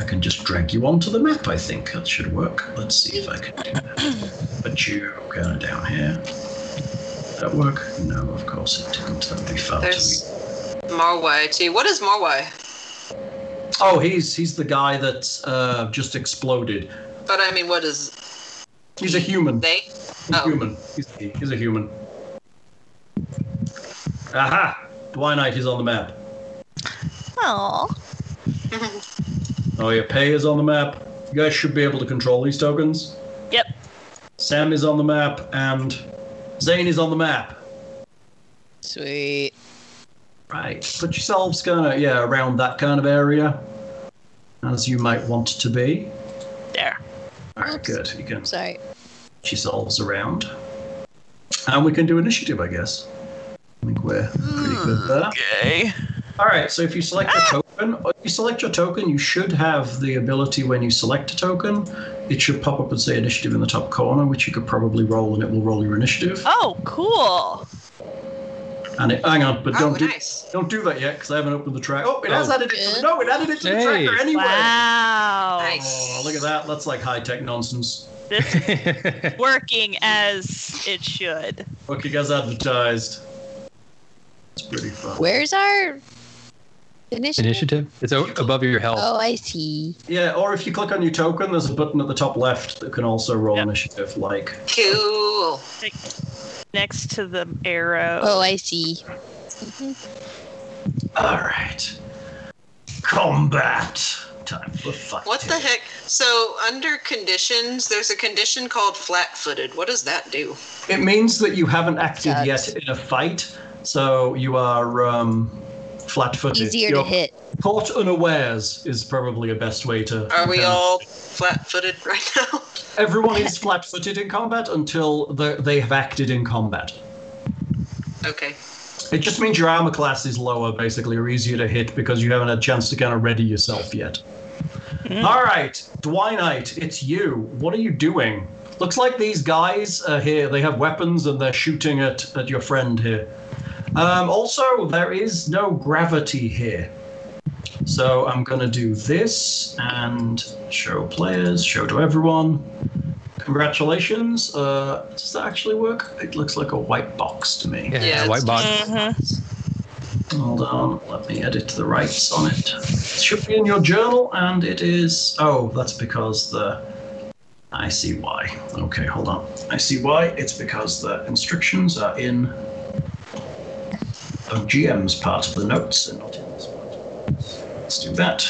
[SPEAKER 2] I can just drag you onto the map, I think. That should work. Let's see if I can do that. But you kind of down here. That work? No, of course it didn't. That'd be far
[SPEAKER 3] There's
[SPEAKER 2] too.
[SPEAKER 3] Morwai too. What is Morwai?
[SPEAKER 2] Oh, he's he's the guy that uh, just exploded.
[SPEAKER 3] But I mean, what is
[SPEAKER 2] He's a human.
[SPEAKER 3] they?
[SPEAKER 2] He's a
[SPEAKER 3] Oh.
[SPEAKER 2] human. He's, he's a human. Aha! Dwight Knight is on the map.
[SPEAKER 4] Oh,
[SPEAKER 2] Oh, yeah, Pay is on the map. You guys should be able to control these tokens.
[SPEAKER 4] yep.
[SPEAKER 2] Sam is on the map, and Zane is on the map.
[SPEAKER 5] Sweet.
[SPEAKER 2] Right. Put yourselves kind of yeah around that kind of area, as you might want to be.
[SPEAKER 4] There.
[SPEAKER 2] All right,
[SPEAKER 5] Oops.
[SPEAKER 2] good. You can
[SPEAKER 5] Sorry.
[SPEAKER 2] put yourselves around, and we can do initiative, I guess. I think we're pretty good there.
[SPEAKER 4] Okay.
[SPEAKER 2] All right. So if you select a token, or you select your token, you should have the ability when you select a token, it should pop up and say initiative in the top corner, which you could probably roll, and it will roll your initiative.
[SPEAKER 4] Oh, cool.
[SPEAKER 2] And it, hang on, but
[SPEAKER 3] Oh,
[SPEAKER 2] don't do
[SPEAKER 3] nice.
[SPEAKER 2] don't do that yet because I haven't opened the track. Oh, it has
[SPEAKER 7] Oh.
[SPEAKER 2] added it. To the, no, it added it to the
[SPEAKER 7] Hey.
[SPEAKER 2] tracker anyway.
[SPEAKER 4] Wow.
[SPEAKER 3] Nice.
[SPEAKER 2] Oh, look at that. That's like high tech nonsense.
[SPEAKER 4] This is working as it should.
[SPEAKER 2] Look, as advertised. It's pretty fun.
[SPEAKER 5] Where's our initiative?
[SPEAKER 7] [LAUGHS] Initiative. It's o- above your health.
[SPEAKER 5] Oh, I see.
[SPEAKER 2] Yeah, or if you click on your token, there's a button at the top left that can also roll
[SPEAKER 4] Yep.
[SPEAKER 2] initiative. Like,
[SPEAKER 3] Cool.
[SPEAKER 4] Next to the arrow.
[SPEAKER 5] Oh, I see.
[SPEAKER 2] all right, combat time for fighting.
[SPEAKER 3] What the heck? So under conditions, there's a condition called flat-footed. What does that do?
[SPEAKER 2] It means that you haven't acted
[SPEAKER 5] Sucks.
[SPEAKER 2] yet in a fight, so you are um, flat-footed.
[SPEAKER 5] Easier
[SPEAKER 2] You're
[SPEAKER 5] to hit.
[SPEAKER 2] Caught unawares is probably a best way to.
[SPEAKER 3] Are we
[SPEAKER 2] kind of-
[SPEAKER 3] all flat-footed [LAUGHS] right now?
[SPEAKER 2] Everyone is flat-footed in combat until the, they have acted in combat.
[SPEAKER 3] Okay.
[SPEAKER 2] It just means your armor class is lower, basically, or easier to hit because you haven't had a chance to kind of ready yourself yet. All right, Dwinite, it's you. What are you doing? Looks like these guys are here. They have weapons and they're shooting at, at your friend here. Um, also, there is no gravity here. So I'm going to do this and show players, show to everyone. Congratulations. Uh, does that actually work? It looks like a white box to me.
[SPEAKER 7] yeah,
[SPEAKER 3] Yeah,
[SPEAKER 7] white
[SPEAKER 3] it's-
[SPEAKER 7] box.
[SPEAKER 4] Mhm.
[SPEAKER 2] Hold on, let me edit the rights on it. It should be in your journal, and it is. Oh, that's because the. I see why. Okay, hold on. I see why. It's because the instructions are in. Oh, GM's part of the notes and not in this part. Let's do that.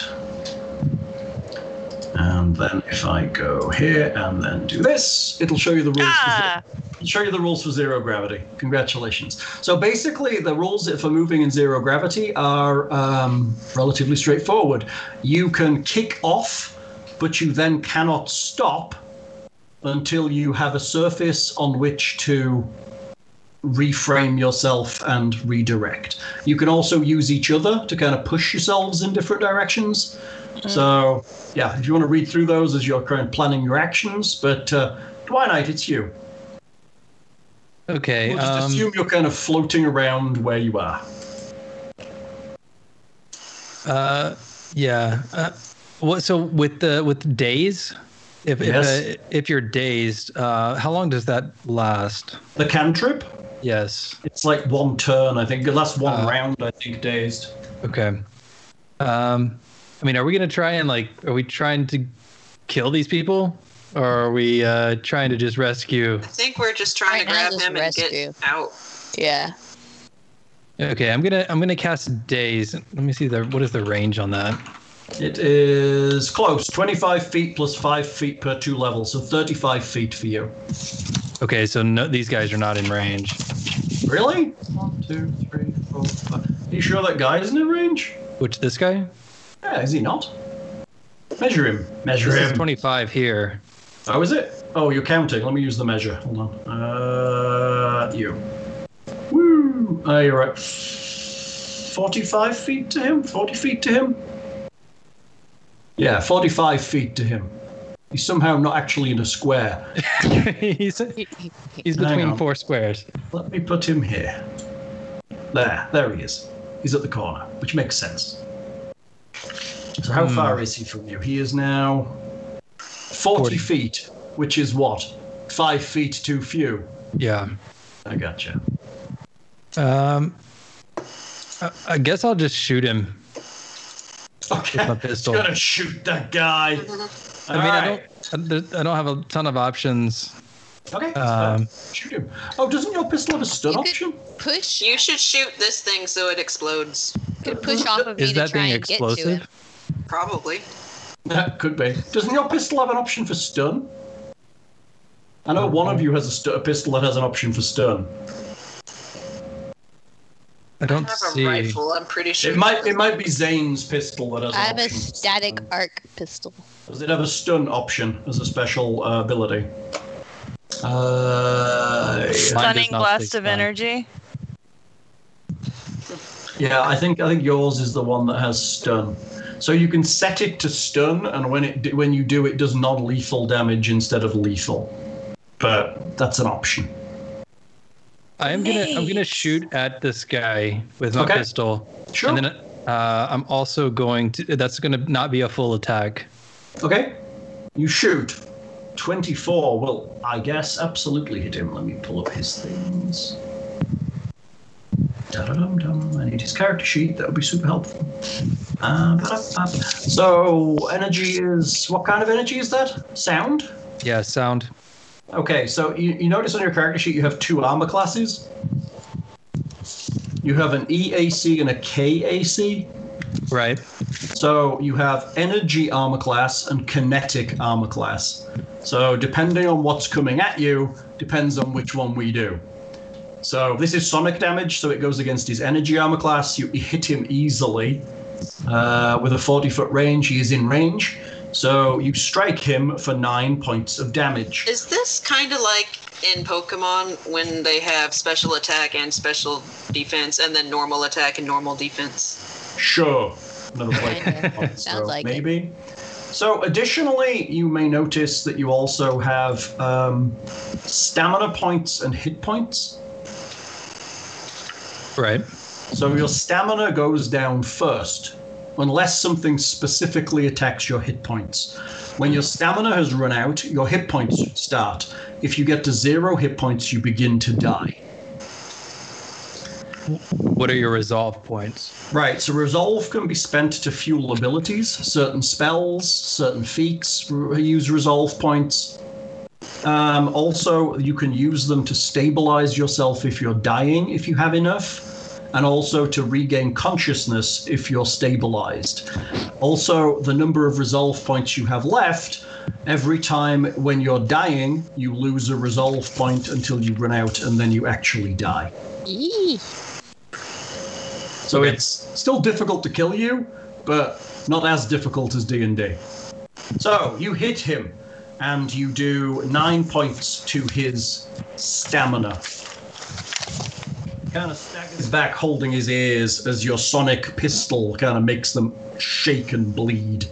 [SPEAKER 2] And then if I go here and then do this, it'll show you the rules. for the-
[SPEAKER 4] Ah,
[SPEAKER 2] I'll show you the rules for zero gravity. Congratulations. So basically, the rules for moving in zero gravity are um, relatively straightforward. You can kick off, but you then cannot stop until you have a surface on which to reframe yourself and redirect. You can also use each other to kind of push yourselves in different directions. So, yeah, if you want to read through those as you're kind of planning your actions, but uh, Dwinite, it's you.
[SPEAKER 7] Okay.
[SPEAKER 2] We'll just
[SPEAKER 7] um,
[SPEAKER 2] assume you're kind of floating around where you are.
[SPEAKER 7] Uh, yeah. Uh, what? So with the with days, if
[SPEAKER 2] Yes.
[SPEAKER 7] if, uh, if you're dazed, uh, how long does that last?
[SPEAKER 2] The cantrip,
[SPEAKER 7] Yes.
[SPEAKER 2] it's like one turn, I think. It lasts one
[SPEAKER 7] Uh,
[SPEAKER 2] round, I think, dazed.
[SPEAKER 7] Okay. Um, I mean, are we gonna try and like, are we trying to kill these people, or are we uh, trying to just rescue?
[SPEAKER 3] I think we're just trying to
[SPEAKER 5] Right
[SPEAKER 3] grab
[SPEAKER 5] now, just
[SPEAKER 3] him and
[SPEAKER 5] rescue.
[SPEAKER 3] get out.
[SPEAKER 5] Yeah.
[SPEAKER 7] Okay, I'm gonna I'm gonna cast days. Let me see the what is the range on that?
[SPEAKER 2] It is close 25 feet plus 5 feet per two levels, so 35 feet for you.
[SPEAKER 7] Okay, so no, these guys are not in range.
[SPEAKER 2] Really? One, two, three, four, five. Are you sure that guy isn't in range?
[SPEAKER 7] Which this guy?
[SPEAKER 2] Yeah, is he not? Measure him. Measure
[SPEAKER 7] This
[SPEAKER 2] him.
[SPEAKER 7] is 25 here. [LAUGHS]
[SPEAKER 2] Oh, is it? Oh, you're counting. Let me use the measure. Hold on. Uh, you. Woo! Uh, you're at 45 feet to him? 40 feet to him? Yeah, 45 feet to him. He's somehow not actually in a square.
[SPEAKER 7] he's he's
[SPEAKER 2] Hang
[SPEAKER 7] between
[SPEAKER 2] on.
[SPEAKER 7] four squares.
[SPEAKER 2] Let me put him here. There, there he is. He's at the corner, which makes sense. So how
[SPEAKER 7] Hmm.
[SPEAKER 2] far is he from you? He is now 40,
[SPEAKER 7] 40.
[SPEAKER 2] feet, which is what? Five feet too few.
[SPEAKER 7] Yeah.
[SPEAKER 2] I gotcha.
[SPEAKER 7] Um, I, I guess I'll just shoot him
[SPEAKER 2] Okay.
[SPEAKER 7] with my pistol.
[SPEAKER 2] Gonna shoot that
[SPEAKER 5] [LAUGHS]
[SPEAKER 2] guy.
[SPEAKER 7] I mean, I don't. I- there- I don't have a ton of options.
[SPEAKER 2] don't. Okay.
[SPEAKER 7] um,
[SPEAKER 2] uh, shoot him. Oh, doesn't your pistol have a stun
[SPEAKER 5] You could-
[SPEAKER 2] option?
[SPEAKER 5] Push. You
[SPEAKER 3] You should shoot this thing so it explodes.
[SPEAKER 5] could push off of me
[SPEAKER 7] Is
[SPEAKER 5] to
[SPEAKER 7] that
[SPEAKER 5] try
[SPEAKER 7] thing
[SPEAKER 5] and get to
[SPEAKER 7] explosive?
[SPEAKER 5] it.
[SPEAKER 3] Probably.
[SPEAKER 2] That could be. Doesn't your pistol have an option for stun? I know one of you has a, stu- a pistol that has an option for stun.
[SPEAKER 7] I
[SPEAKER 3] I
[SPEAKER 7] don't
[SPEAKER 3] have a
[SPEAKER 7] see.
[SPEAKER 3] rifle, I'm pretty sure.
[SPEAKER 2] It might it might be Zane's pistol that has.
[SPEAKER 5] I
[SPEAKER 2] An
[SPEAKER 5] have a
[SPEAKER 2] option for
[SPEAKER 5] static
[SPEAKER 2] stun.
[SPEAKER 5] arc pistol.
[SPEAKER 2] Does it have a stun option as a special uh, ability? Uh, yeah.
[SPEAKER 7] Mine does
[SPEAKER 4] Stunning
[SPEAKER 7] not
[SPEAKER 4] blast
[SPEAKER 7] take
[SPEAKER 4] of
[SPEAKER 7] stun.
[SPEAKER 4] energy.
[SPEAKER 2] yeah, I think I think yours is the one that has stun. So you can set it to stun, and when it when you do, it does non-lethal damage instead of lethal. But that's an option.
[SPEAKER 7] I am gonna. I'm gonna
[SPEAKER 4] Nice.
[SPEAKER 7] shoot at this guy with my
[SPEAKER 2] Okay.
[SPEAKER 7] pistol,
[SPEAKER 2] Sure.
[SPEAKER 7] and then uh, I'm also going to. That's gonna not be a full attack.
[SPEAKER 2] Okay. You shoot. 24 will, I guess, absolutely hit him. Let me pull up his things. Da-da-dum-dum. I need his character sheet. That would be super helpful. Uh, ba-da-ba. so, energy is. What kind of energy is that? Sound?
[SPEAKER 7] Yeah, sound.
[SPEAKER 2] Okay, so you, you notice on your character sheet you have two armor classes. You have an EAC and a KAC.
[SPEAKER 7] Right.
[SPEAKER 2] So you have energy armor class and kinetic armor class. So depending on what's coming at you, depends on which one we do. So this is sonic damage, so it goes against his energy armor class. You hit him easily uh, with a 40 foot range. He is in range. So you strike him for nine points of damage.
[SPEAKER 3] Is this kind of like in Pokemon when they have special attack and special defense and then normal attack and normal defense?
[SPEAKER 2] Sure.
[SPEAKER 5] [LAUGHS]
[SPEAKER 2] Never played
[SPEAKER 5] Kinda.
[SPEAKER 2] Pokemon,
[SPEAKER 5] Sounds
[SPEAKER 2] so
[SPEAKER 5] like it.
[SPEAKER 2] maybe. So, additionally, you may notice that you also have um, stamina points and hit points.
[SPEAKER 7] Right.
[SPEAKER 2] So your stamina goes down first, unless something specifically attacks your hit points. When your stamina has run out, your hit points start. If you get to zero hit points, you begin to die.
[SPEAKER 7] What are your resolve points?
[SPEAKER 2] Right, so resolve can be spent to fuel abilities, certain spells, certain feats r- use resolve points. Um, also, you can use them to stabilize yourself if you're dying, if you have enough, and also to regain consciousness if you're stabilized. Also, the number of resolve points you have left, every time when you're dying, you lose a resolve point until you run out and then you actually die.
[SPEAKER 5] Eee.
[SPEAKER 2] So it's still difficult to kill you, but not as difficult as D and D. So you hit him, and you do nine points to his stamina. Kind of staggers back, holding his ears as your sonic pistol kind of makes them shake and bleed.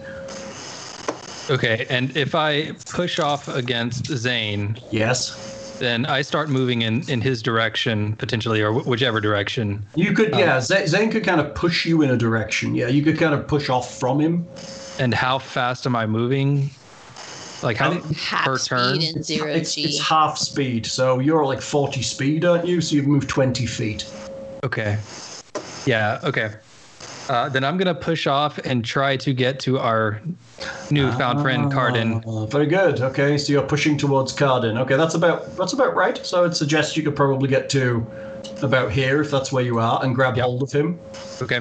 [SPEAKER 7] Okay, and if I push off against Zane,
[SPEAKER 2] Yes,
[SPEAKER 7] then I start moving in in his direction potentially, or wh- whichever direction.
[SPEAKER 2] you could. yeah, Z- Zane could kind of push you in a direction. Yeah, you could kind of push off from him.
[SPEAKER 7] And how fast am I moving? Like how
[SPEAKER 2] Um,
[SPEAKER 5] Half
[SPEAKER 7] per turn?
[SPEAKER 5] speed and zero
[SPEAKER 2] It's,
[SPEAKER 5] G.
[SPEAKER 2] it's half speed, so you're like 40 speed, aren't you? So you've moved 20 feet.
[SPEAKER 7] Okay. Yeah. Okay. Uh, then I'm gonna push off and try to get to our newfound friend Cardin.
[SPEAKER 2] Uh, very good. Okay, so you're pushing towards Cardin. Okay, that's about that's about right. So I'd suggest you could probably get to about here if that's where you are and grab
[SPEAKER 7] Yep.
[SPEAKER 2] hold of him.
[SPEAKER 7] Okay.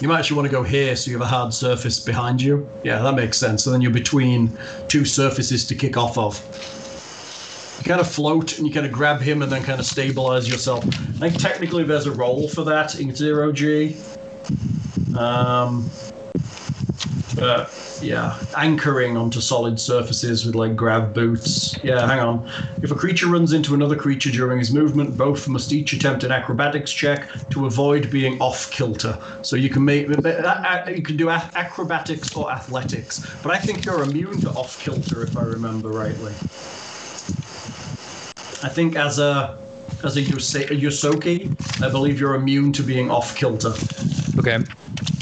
[SPEAKER 2] You might actually want to go here so you have a hard surface behind you. Yeah, that makes sense. And then you're between two surfaces to kick off of. You kind of float and you kind of grab him and then kind of stabilize yourself. I think technically there's a role for that in zero G. Um, but yeah, anchoring onto solid surfaces with like grab boots. Yeah, hang on. If a creature runs into another creature during his movement, both must each attempt an acrobatics check to avoid being off kilter. So you can make uh, you can do a- acrobatics or athletics, but I think you're immune to off kilter if I remember rightly. I think as a as a Yose- a Yosoki, I believe you're immune to being off kilter
[SPEAKER 7] Okay.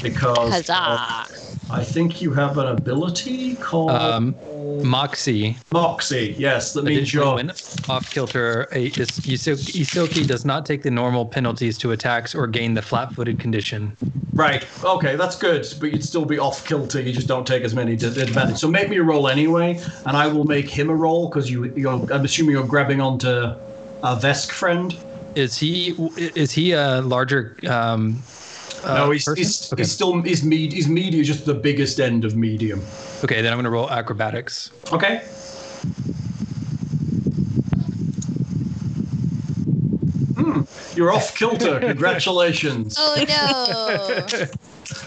[SPEAKER 2] because of-
[SPEAKER 5] Huzzah.
[SPEAKER 2] I think you have an ability called
[SPEAKER 7] Um, Moxie.
[SPEAKER 2] Moxie. Yes, that means
[SPEAKER 7] Additionally,
[SPEAKER 2] you're.
[SPEAKER 7] when off kilter, a- is- Isoki Isoki does not take the normal penalties to attacks or gain the flat footed condition.
[SPEAKER 2] Right. Okay, that's good. But you'd still be off kilter. You just don't take as many d- advantage. So make me a roll anyway, and I will make him a roll because you. You're. I'm assuming you're grabbing onto a Vesk friend.
[SPEAKER 7] Is he is he a larger? Um, uh,
[SPEAKER 2] no, he's,
[SPEAKER 7] person?
[SPEAKER 2] he's,
[SPEAKER 7] okay.
[SPEAKER 2] he's still he's med- he's medium, just the biggest end of medium.
[SPEAKER 7] okay. Then I'm gonna roll acrobatics.
[SPEAKER 2] Okay. Hmm, you're off
[SPEAKER 7] [LAUGHS]
[SPEAKER 2] kilter. Congratulations.
[SPEAKER 5] Oh no.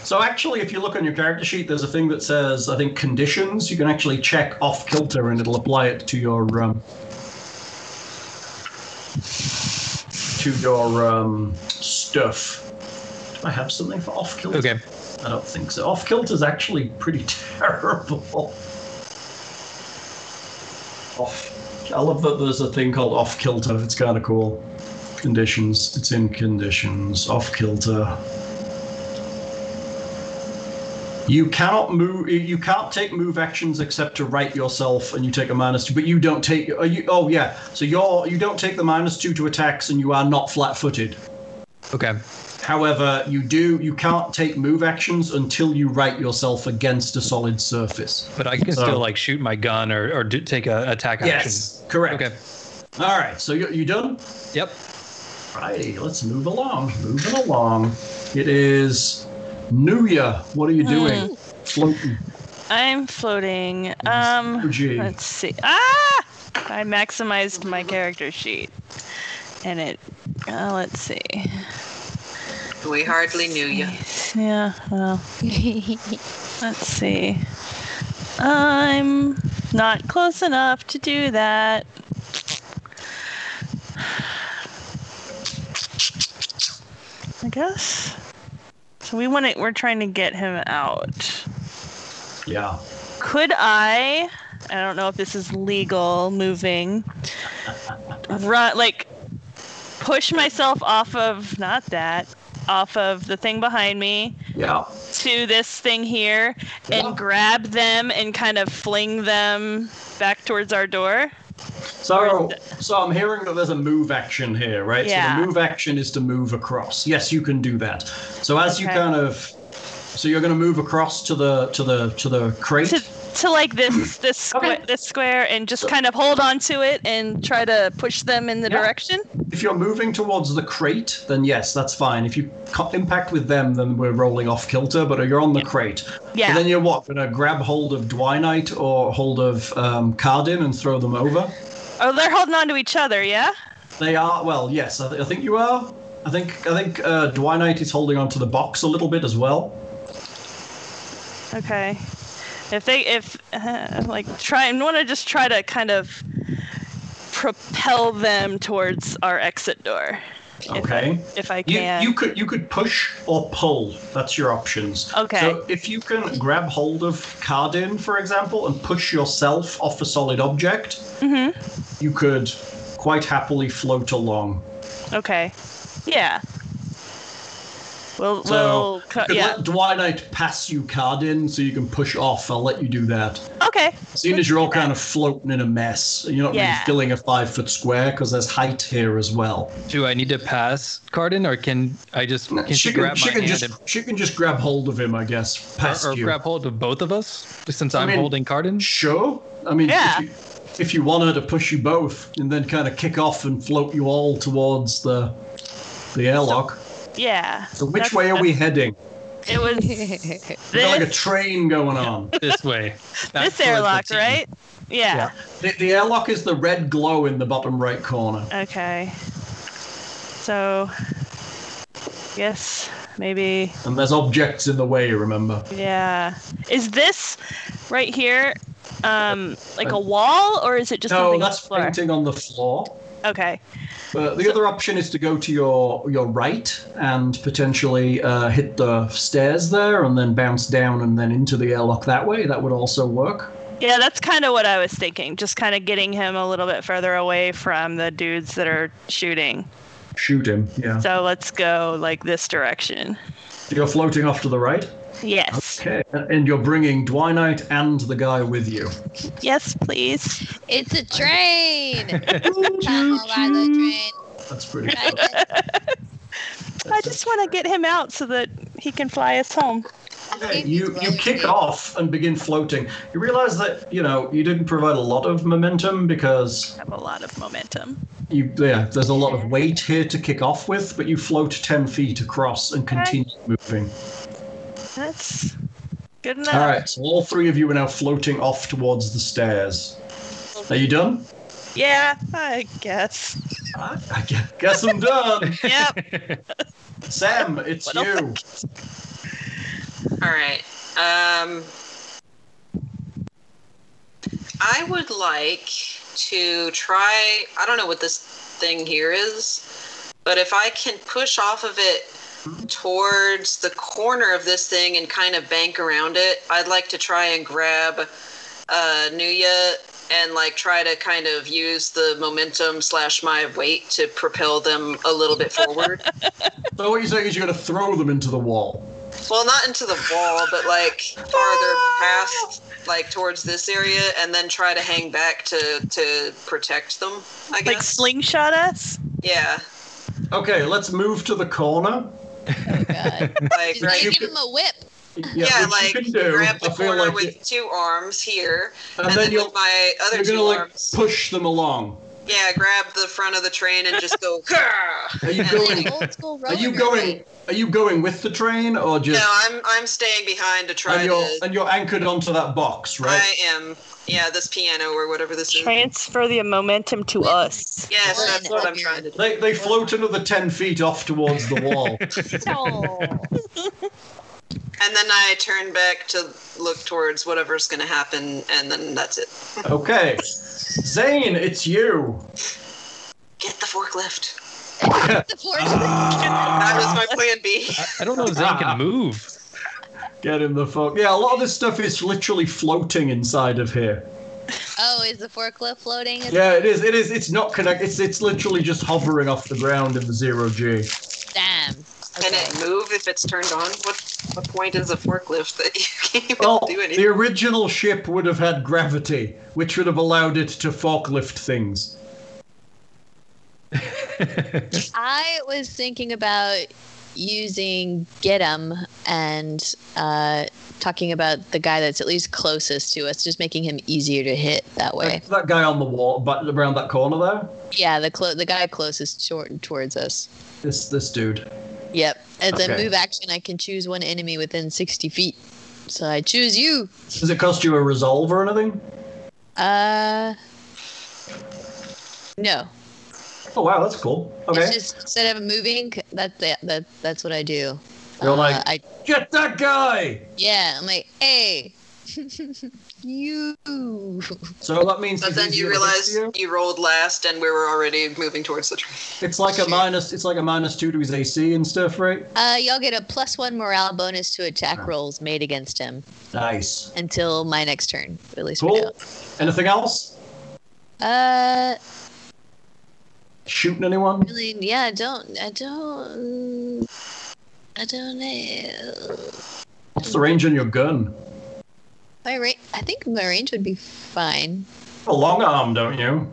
[SPEAKER 2] So actually, if you look on your character sheet, there's a thing that says I think conditions. You can actually check off kilter, and it'll apply it to your um, to your um, stuff. Do I have something for off kilter?
[SPEAKER 7] Okay.
[SPEAKER 2] I don't think so. Off kilter's actually pretty [LAUGHS] terrible. Off. I love that there's a thing called off kilter. It's kind of cool. Conditions. It's in conditions. Off kilter. You cannot move. You can't take move actions except to right yourself, and you take a minus two. But you don't take. Are you, oh yeah. So you're you don't take the minus two to attacks, and you are not flat-footed.
[SPEAKER 7] Okay.
[SPEAKER 2] However, you do you can't take move actions until you right yourself against a solid surface.
[SPEAKER 7] But I can
[SPEAKER 2] So-
[SPEAKER 7] still like shoot my gun or or do, take a attack action.
[SPEAKER 2] correct.
[SPEAKER 7] Okay.
[SPEAKER 2] All right, so you you done?
[SPEAKER 7] Yep.
[SPEAKER 2] Righty, let's move along. Moving along. It is Nuya. What are you doing?
[SPEAKER 4] Hmm.
[SPEAKER 2] Floating.
[SPEAKER 4] I'm floating. Um,
[SPEAKER 2] Gee.
[SPEAKER 4] let's see. Ah! I maximized my character sheet, and it. Uh, let's see.
[SPEAKER 3] We hardly knew you.
[SPEAKER 4] Yeah. Well, let's see. I'm not close enough to do that. I guess. So we want to. We're trying to get him out.
[SPEAKER 2] Yeah.
[SPEAKER 4] Could I? I don't know if this is legal. Moving, run like push myself off of not that off of the thing behind me
[SPEAKER 2] Yeah.
[SPEAKER 4] to this thing here
[SPEAKER 2] Yeah.
[SPEAKER 4] and grab them and kind of fling them back towards our door.
[SPEAKER 2] So, so I'm hearing that there's a move action here, right? So
[SPEAKER 4] Yeah.
[SPEAKER 2] the move action is to move across. Yes, you can do that. So as you
[SPEAKER 4] Okay.
[SPEAKER 2] kind of, so you're going to move across to the to the to the crate.
[SPEAKER 4] To to like
[SPEAKER 2] [CLEARS THROAT]
[SPEAKER 4] this this square
[SPEAKER 2] Okay.
[SPEAKER 4] this square and just kind of hold on to it and try to push them in the
[SPEAKER 2] Yeah.
[SPEAKER 4] direction.
[SPEAKER 2] If you're moving towards the crate, then yes, that's fine. If you co- impact with them, then we're rolling off kilter. But you're on the crate.
[SPEAKER 4] Yeah.
[SPEAKER 2] But then you're what? Gonna grab hold of Dwinite or hold of um, Cardin and throw them over?
[SPEAKER 4] Oh, they're holding on to each other, yeah?
[SPEAKER 2] They are. Well, yes, I, th- I think you are. I think I think uh, Dwinite is holding onto the box a little bit as well.
[SPEAKER 4] Okay. If they, if uh, like, try and want to just try to kind of propel them towards our exit door. If I-
[SPEAKER 2] Okay.
[SPEAKER 4] If I
[SPEAKER 2] You,
[SPEAKER 4] can.
[SPEAKER 2] you could you could push or pull. That's your options.
[SPEAKER 4] Okay.
[SPEAKER 2] So if you can grab hold of Cardin, for example, and push yourself off a solid object,
[SPEAKER 4] Mhm.
[SPEAKER 2] you could quite happily float along.
[SPEAKER 4] Okay. Yeah. We'll,
[SPEAKER 2] So
[SPEAKER 4] we'll, co-
[SPEAKER 2] you could
[SPEAKER 4] yeah.
[SPEAKER 2] let Dwinite pass you Cardin so you can push off. I'll let you do that.
[SPEAKER 4] Okay.
[SPEAKER 2] Seeing as you're all kind of floating in a mess, you're not really
[SPEAKER 4] Yeah.
[SPEAKER 2] filling a five foot square because there's height here as well.
[SPEAKER 7] Do I need to pass Cardin or can I just can she,
[SPEAKER 2] She can,
[SPEAKER 7] grab
[SPEAKER 2] she
[SPEAKER 7] my
[SPEAKER 2] can
[SPEAKER 7] hand
[SPEAKER 2] just
[SPEAKER 7] and,
[SPEAKER 2] she can just grab hold of him, I guess. Past
[SPEAKER 7] or, or
[SPEAKER 2] you.
[SPEAKER 7] grab hold of both of us since
[SPEAKER 2] I
[SPEAKER 7] I'm
[SPEAKER 2] mean-
[SPEAKER 7] holding
[SPEAKER 2] [LAUGHS]
[SPEAKER 7] Cardin?
[SPEAKER 2] Sure. I mean,
[SPEAKER 4] Yeah.
[SPEAKER 2] if, you, if you want her to push you both and then kind of kick off and float you all towards the the airlock.
[SPEAKER 4] Yeah.
[SPEAKER 2] So, which
[SPEAKER 4] that's-
[SPEAKER 2] way are we heading?
[SPEAKER 4] It
[SPEAKER 2] [LAUGHS]
[SPEAKER 4] was this,
[SPEAKER 2] We've got like a train going on.
[SPEAKER 7] This way. Back towards
[SPEAKER 4] this
[SPEAKER 7] the
[SPEAKER 4] airlock,
[SPEAKER 7] team.
[SPEAKER 4] right? Yeah.
[SPEAKER 2] The, the airlock is the red glow in the bottom right corner.
[SPEAKER 4] Okay. So, yes, maybe.
[SPEAKER 2] And there's objects in the way, remember?
[SPEAKER 4] Yeah. Is this right here um like a wall or is it just
[SPEAKER 2] No,
[SPEAKER 4] something on the
[SPEAKER 2] that's
[SPEAKER 4] floor?
[SPEAKER 2] painting on the floor.
[SPEAKER 4] Okay.
[SPEAKER 2] But the other option is to go to your your right and potentially uh, hit the stairs there and then bounce down and then into the airlock that way. That would also work.
[SPEAKER 4] Yeah, that's kind of what I was thinking. Just kind of getting him a little bit further away from the dudes that are shooting.
[SPEAKER 2] Shoot him. Yeah.
[SPEAKER 4] So let's go like this direction.
[SPEAKER 2] You're floating off to the right.
[SPEAKER 4] Yes.
[SPEAKER 2] Okay, and you're bringing Dwinite and the guy with you.
[SPEAKER 4] Yes, please.
[SPEAKER 5] It's
[SPEAKER 2] [LAUGHS]
[SPEAKER 5] a train. Come on, by the train.
[SPEAKER 2] That's pretty
[SPEAKER 4] [LAUGHS]
[SPEAKER 5] By
[SPEAKER 2] cool.
[SPEAKER 5] the-
[SPEAKER 4] I just want to get him out so that he can fly us home.
[SPEAKER 5] Okay,
[SPEAKER 2] You you
[SPEAKER 5] well,
[SPEAKER 2] kick
[SPEAKER 5] yeah.
[SPEAKER 2] off and begin floating. You realize that you know you didn't provide a lot of momentum because
[SPEAKER 4] I have a lot of momentum.
[SPEAKER 2] you yeah there's a lot of weight here to kick off with, but you float ten feet across and continue moving.
[SPEAKER 4] That's good enough.
[SPEAKER 2] All right, so all three of you are now floating off towards the stairs. Are you done?
[SPEAKER 4] Yeah, I guess.
[SPEAKER 2] I, I gue- guess I'm
[SPEAKER 3] [LAUGHS]
[SPEAKER 2] done.
[SPEAKER 4] Yep.
[SPEAKER 2] Sam, it's
[SPEAKER 4] What
[SPEAKER 2] you.
[SPEAKER 3] All right. Um, I would like to try. I don't know what this thing here is, but if I can push off of it towards the corner of this thing and kind of bank around it, I'd like to try and grab uh, Nuya and like try to kind of use the momentum slash my weight to propel them a little bit forward.
[SPEAKER 2] So what you're saying is you're going to throw them into the wall.
[SPEAKER 3] Well, not into the wall, but like farther past, like towards this area, and then try to hang back to to protect them. I
[SPEAKER 4] Like
[SPEAKER 3] guess.
[SPEAKER 4] slingshot us?
[SPEAKER 3] yeah,
[SPEAKER 2] Okay, let's move to the corner.
[SPEAKER 5] Oh, God.
[SPEAKER 2] [LAUGHS]
[SPEAKER 3] like
[SPEAKER 5] Just
[SPEAKER 2] Right.
[SPEAKER 5] gonna
[SPEAKER 2] You
[SPEAKER 5] give
[SPEAKER 2] could-
[SPEAKER 5] him
[SPEAKER 2] [LAUGHS]
[SPEAKER 5] a whip.
[SPEAKER 3] yeah,
[SPEAKER 2] which
[SPEAKER 3] like
[SPEAKER 2] you can do.
[SPEAKER 3] grab the
[SPEAKER 2] I feel
[SPEAKER 3] corner
[SPEAKER 2] like
[SPEAKER 3] with
[SPEAKER 2] it-
[SPEAKER 3] two arms here,
[SPEAKER 2] and,
[SPEAKER 3] and,
[SPEAKER 2] then
[SPEAKER 3] then,
[SPEAKER 2] you'll,
[SPEAKER 3] with my other
[SPEAKER 2] you're
[SPEAKER 3] two
[SPEAKER 2] gonna like
[SPEAKER 3] arms.
[SPEAKER 2] push them along.
[SPEAKER 3] yeah, grab the front of the train and just go.
[SPEAKER 2] Are
[SPEAKER 3] [LAUGHS]
[SPEAKER 2] you
[SPEAKER 3] And
[SPEAKER 2] going?
[SPEAKER 5] Like old school
[SPEAKER 2] Are you
[SPEAKER 5] roller
[SPEAKER 2] going?
[SPEAKER 5] blade.
[SPEAKER 2] Are you going with the train or
[SPEAKER 3] no,
[SPEAKER 2] just?
[SPEAKER 3] I'm I'm staying behind to try
[SPEAKER 2] and you're
[SPEAKER 3] to.
[SPEAKER 2] and you're anchored onto that box, right?
[SPEAKER 3] I am. Yeah, this piano or whatever this is.
[SPEAKER 4] Transfer the momentum to us.
[SPEAKER 3] Yes, that's what I'm trying to do.
[SPEAKER 2] They they float another ten feet off towards the wall. [LAUGHS]
[SPEAKER 3] And then I turn back to look towards whatever's going to happen, and then that's it.
[SPEAKER 2] okay, Zane, it's you.
[SPEAKER 3] Get the forklift.
[SPEAKER 5] The force-
[SPEAKER 2] [LAUGHS]
[SPEAKER 3] That was
[SPEAKER 2] Ah.
[SPEAKER 3] my plan B.
[SPEAKER 7] I, I don't know if Zane can move.
[SPEAKER 2] Get in the fuck. Yeah, a lot of this stuff is literally floating inside of here.
[SPEAKER 5] Oh, is the forklift floating?
[SPEAKER 2] Yeah, it is. It is. It's not connected. It's it's literally just hovering off the ground in the zero g.
[SPEAKER 5] Damn.
[SPEAKER 3] Can
[SPEAKER 5] Okay.
[SPEAKER 3] it move if it's turned on? What what point is a forklift that [LAUGHS] you can't even
[SPEAKER 2] Well,
[SPEAKER 3] do
[SPEAKER 2] the
[SPEAKER 3] anything?
[SPEAKER 2] original ship would have had gravity, which would have allowed it to forklift things.
[SPEAKER 5] I was thinking about using get 'em and uh, talking about the guy that's at least closest to us, just making him easier to hit that way.
[SPEAKER 2] That, that guy on the wall, but around that corner there,
[SPEAKER 5] Yeah, the clo- the guy closest toward- towards us.
[SPEAKER 2] this this dude.
[SPEAKER 5] Yep. As
[SPEAKER 2] Okay.
[SPEAKER 5] a move action, I can choose one enemy within 60 feet. So I choose you.
[SPEAKER 2] Does it cost you a resolve or anything?
[SPEAKER 5] Uh, no.
[SPEAKER 2] Oh wow, that's cool. Okay,
[SPEAKER 5] It's just instead of moving, that, that, that that's what I do.
[SPEAKER 2] You're
[SPEAKER 5] Uh,
[SPEAKER 2] like-
[SPEAKER 5] I,
[SPEAKER 2] get that guy.
[SPEAKER 5] yeah, I'm like, hey, [LAUGHS] you. Uh,
[SPEAKER 2] So that means
[SPEAKER 3] But
[SPEAKER 2] he's
[SPEAKER 3] then
[SPEAKER 2] easier
[SPEAKER 3] you
[SPEAKER 2] to
[SPEAKER 3] realize
[SPEAKER 2] hit you.
[SPEAKER 3] you rolled last, and we were already moving towards the train.
[SPEAKER 2] it's like a minus. It's like a minus two to his AC and stuff, right?
[SPEAKER 5] Uh, y'all get a plus one morale bonus to attack rolls made against him
[SPEAKER 2] Nice.
[SPEAKER 5] until my next turn. At least for
[SPEAKER 2] Cool. Anything else?
[SPEAKER 5] now. Uh,
[SPEAKER 2] Shooting anyone?
[SPEAKER 5] really, yeah. I Don't I don't I don't know.
[SPEAKER 2] What's the range on your gun?
[SPEAKER 5] My range, I think my range would be fine.
[SPEAKER 2] A long arm, don't you?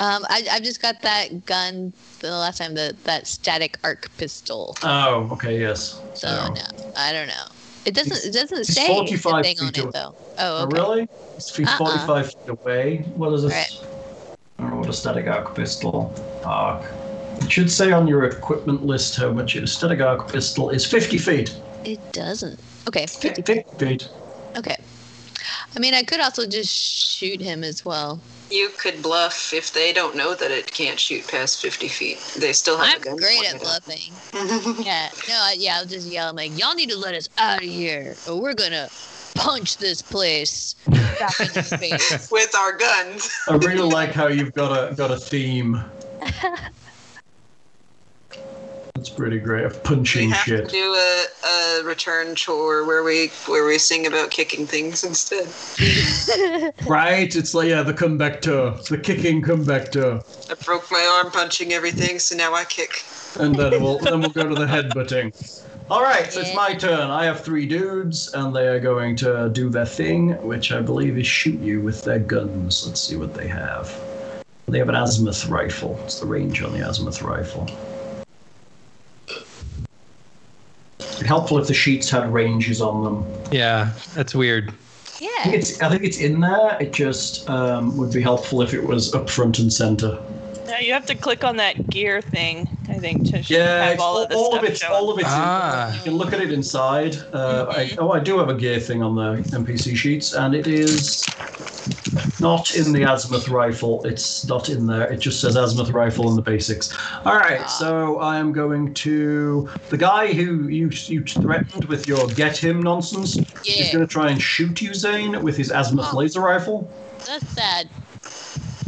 [SPEAKER 5] Um, I, I've just got that gun the last time, the that static arc pistol.
[SPEAKER 2] Oh, okay, yes.
[SPEAKER 5] So
[SPEAKER 2] Oh.
[SPEAKER 5] no, I don't know. It doesn't. It doesn't
[SPEAKER 2] it's
[SPEAKER 5] say anything
[SPEAKER 2] 45
[SPEAKER 5] on
[SPEAKER 2] feet away.
[SPEAKER 5] it though. Oh,
[SPEAKER 2] Oh,
[SPEAKER 5] okay.
[SPEAKER 2] really? It's fe-
[SPEAKER 5] Uh-uh.
[SPEAKER 2] 45 feet away. What is this? I don't know what a static arc pistol. Arc. It should say on your equipment list how much a static arc pistol is. 50 feet.
[SPEAKER 5] It doesn't. Okay.
[SPEAKER 2] 50
[SPEAKER 5] 50,
[SPEAKER 2] feet.
[SPEAKER 5] okay. I mean, I could also just shoot him as well.
[SPEAKER 3] You could bluff if they don't know that it can't shoot past 50 feet. They still have
[SPEAKER 5] I'm
[SPEAKER 3] a gun
[SPEAKER 5] great at
[SPEAKER 3] pointed at
[SPEAKER 5] bluffing.
[SPEAKER 3] them.
[SPEAKER 5] Yeah. No. I, yeah. I'll just yell. I'm like, y'all need to let us out of here, or we're gonna punch this place back in the
[SPEAKER 3] [LAUGHS] [LAUGHS]
[SPEAKER 5] face.
[SPEAKER 3] With our guns.
[SPEAKER 2] I really
[SPEAKER 3] [LAUGHS]
[SPEAKER 2] like how you've got a got a theme. That's pretty great. Of
[SPEAKER 3] We
[SPEAKER 2] punching
[SPEAKER 3] have to
[SPEAKER 2] shit.
[SPEAKER 3] do a, a return chore where we where we sing about kicking things instead.
[SPEAKER 2] Right? It's like, yeah, the comeback tour. The kicking comeback tour.
[SPEAKER 3] I broke my arm punching everything, so now I kick.
[SPEAKER 2] And then we'll then we'll go to the headbutting. All right, so it's my turn. I have three dudes, and they are going to do their thing, which I believe is shoot you with their guns. Let's see what they have. They have an azimuth rifle. It's the range on the azimuth rifle. It'd helpful if the sheets had ranges on them.
[SPEAKER 7] Yeah, that's weird.
[SPEAKER 2] I think [LAUGHS]
[SPEAKER 5] Yeah.
[SPEAKER 2] it's, I think it's in there. It just um, would be helpful if it was up front and center.
[SPEAKER 4] Now you have to click on that gear thing, I think, to
[SPEAKER 2] Yeah,
[SPEAKER 4] have
[SPEAKER 2] it's
[SPEAKER 4] all
[SPEAKER 2] all,
[SPEAKER 4] of this
[SPEAKER 2] all
[SPEAKER 4] stuff
[SPEAKER 2] of it's
[SPEAKER 4] show
[SPEAKER 2] all of it's. in-
[SPEAKER 7] Ah.
[SPEAKER 2] you can look at it inside. Uh, I, oh, I do have a gear thing on the NPC sheets, and it is not in the azimuth rifle. It's not in there. It just says azimuth rifle in the basics. All
[SPEAKER 4] Ah.
[SPEAKER 2] right, so I am going to the guy who you you threatened with your get him nonsense. He's
[SPEAKER 5] Yeah.
[SPEAKER 2] going to try and shoot you, Zane, with his azimuth
[SPEAKER 5] Oh.
[SPEAKER 2] laser rifle.
[SPEAKER 5] That's sad.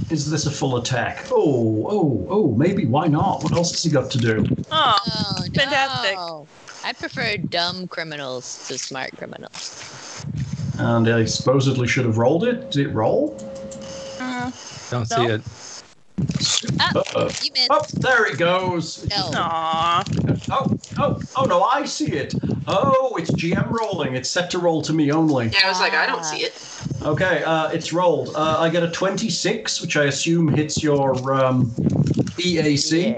[SPEAKER 2] Is this a full attack? Oh, oh, oh, maybe. Why not? What else has he got to do?
[SPEAKER 4] Oh,
[SPEAKER 5] Oh,
[SPEAKER 4] Fantastic.
[SPEAKER 5] no. I prefer dumb criminals to
[SPEAKER 2] [LAUGHS]
[SPEAKER 5] smart criminals.
[SPEAKER 2] And I supposedly should have rolled it. Did it roll?
[SPEAKER 4] mm,
[SPEAKER 7] Don't
[SPEAKER 4] No.
[SPEAKER 7] see it.
[SPEAKER 2] Uh-oh.
[SPEAKER 5] Ah, You missed.
[SPEAKER 2] Oh, there it goes. It
[SPEAKER 5] No.
[SPEAKER 4] aw.
[SPEAKER 2] just- Oh, oh, oh no, I see it. Oh, it's GM rolling. It's set to roll to me only.
[SPEAKER 3] Yeah, I was like, I don't see it.
[SPEAKER 2] Okay, uh, it's rolled. Uh, I get a 26, which I assume hits your um, EAC.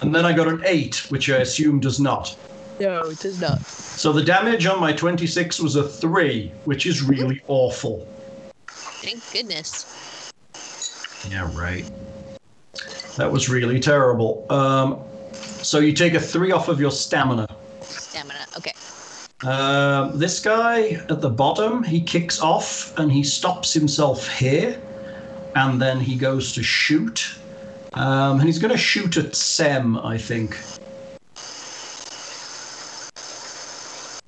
[SPEAKER 2] And then I got an 8, which I assume does not.
[SPEAKER 5] No, it does not.
[SPEAKER 2] So the damage on my 26 was a 3, which is really awful.
[SPEAKER 5] Thank goodness.
[SPEAKER 2] Yeah, right. That was really terrible. Um, so you take a three off of your stamina.
[SPEAKER 5] Stamina. Okay.
[SPEAKER 2] Um, this guy at the bottom, he kicks off and he stops himself here, and then he goes to shoot. Um, and he's going to shoot at Sem, I think.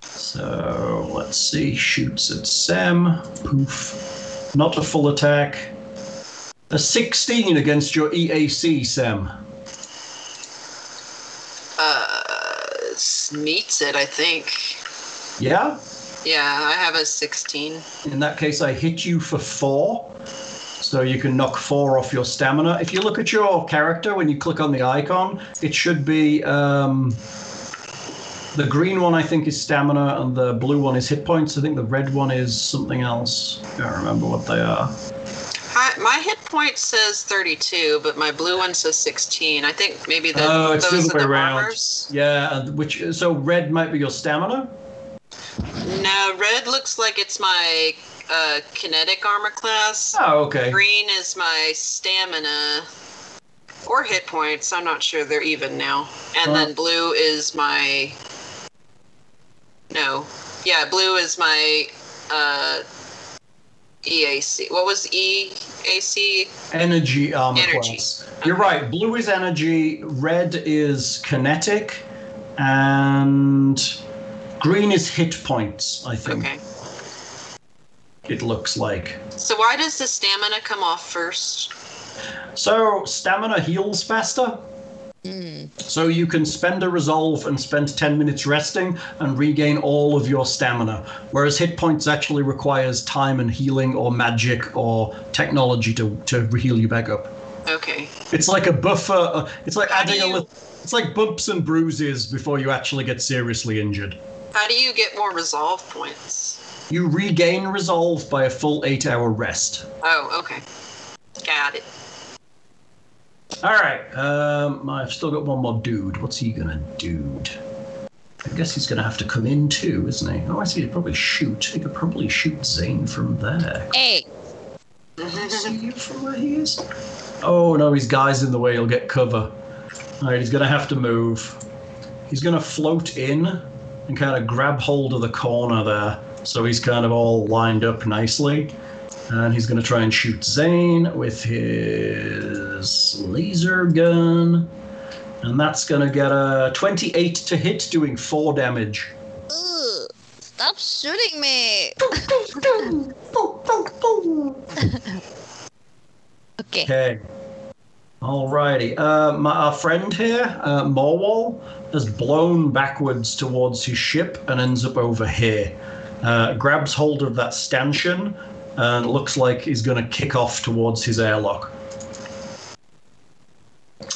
[SPEAKER 2] So let's see. Shoots at Sem. Poof. Not a full attack. A 16 against your E EAC, Sem.
[SPEAKER 3] Uh, Smeets it, I think.
[SPEAKER 2] Yeah?
[SPEAKER 3] Yeah, I have a 16.
[SPEAKER 2] In that case, I hit you for four. So you can knock four off your stamina. If you look at your character when you click on the icon, it should be um, the green one, I think, is stamina, and the blue one is hit points. I think the red one is something else. I can't remember what they are.
[SPEAKER 3] Hi, my hit point says 32, but my blue one says 16. I think maybe the,
[SPEAKER 2] Oh, it's the
[SPEAKER 3] those
[SPEAKER 2] other
[SPEAKER 3] are
[SPEAKER 2] way
[SPEAKER 3] the
[SPEAKER 2] around.
[SPEAKER 3] armors.
[SPEAKER 2] Yeah, and which so red might be your stamina.
[SPEAKER 3] No, red looks like it's my uh, kinetic armor class.
[SPEAKER 2] Oh, okay.
[SPEAKER 3] Green is my stamina or hit points. I'm not sure they're even now. And
[SPEAKER 2] Well-
[SPEAKER 3] then blue is my. No. Yeah, blue is my uh, EAC. What was E EAC?
[SPEAKER 2] Energy armor
[SPEAKER 3] Energy.
[SPEAKER 2] class. You're right. Blue is energy. Red is kinetic, and green is hit points. I think
[SPEAKER 3] Okay.
[SPEAKER 2] it looks like.
[SPEAKER 3] So why does the stamina come off first?
[SPEAKER 2] So stamina heals faster.
[SPEAKER 5] Mm.
[SPEAKER 2] So you can spend a resolve and spend 10 minutes resting and regain all of your stamina. Whereas hit points actually requires time and healing or magic or technology to, to heal you back up.
[SPEAKER 3] Okay.
[SPEAKER 2] It's like a buffer. uh, It's like
[SPEAKER 3] How do
[SPEAKER 2] adding a
[SPEAKER 3] you-
[SPEAKER 2] little. It's like bumps and bruises before you actually get seriously injured.
[SPEAKER 3] How do you get more resolve points?
[SPEAKER 2] You regain resolve by a full eight-hour rest.
[SPEAKER 3] Oh, okay. Got it. [LAUGHS]
[SPEAKER 2] All right. Um, I've still got one more dude. What's he gonna do? I guess he's gonna have to come in too, isn't he? Oh, I see. He'd probably shoot. He could probably shoot Zane from there.
[SPEAKER 5] Hey,
[SPEAKER 2] see him from where he is? Oh no, his guy's in the way. He'll get cover. All right, he's gonna have to move. He's gonna float in and kind of grab hold of the corner there, so he's kind of all lined up nicely. And he's gonna try and shoot Zane with his laser gun, and that's gonna get a 28 to hit, doing four damage.
[SPEAKER 5] ooh, stop shooting me. okay.
[SPEAKER 2] Okay. Alrighty. Uh, my, our friend here, uh, Morwall, has blown backwards towards his ship and ends up over here. Uh, grabs hold of that stanchion and looks like he's going to kick off towards his airlock.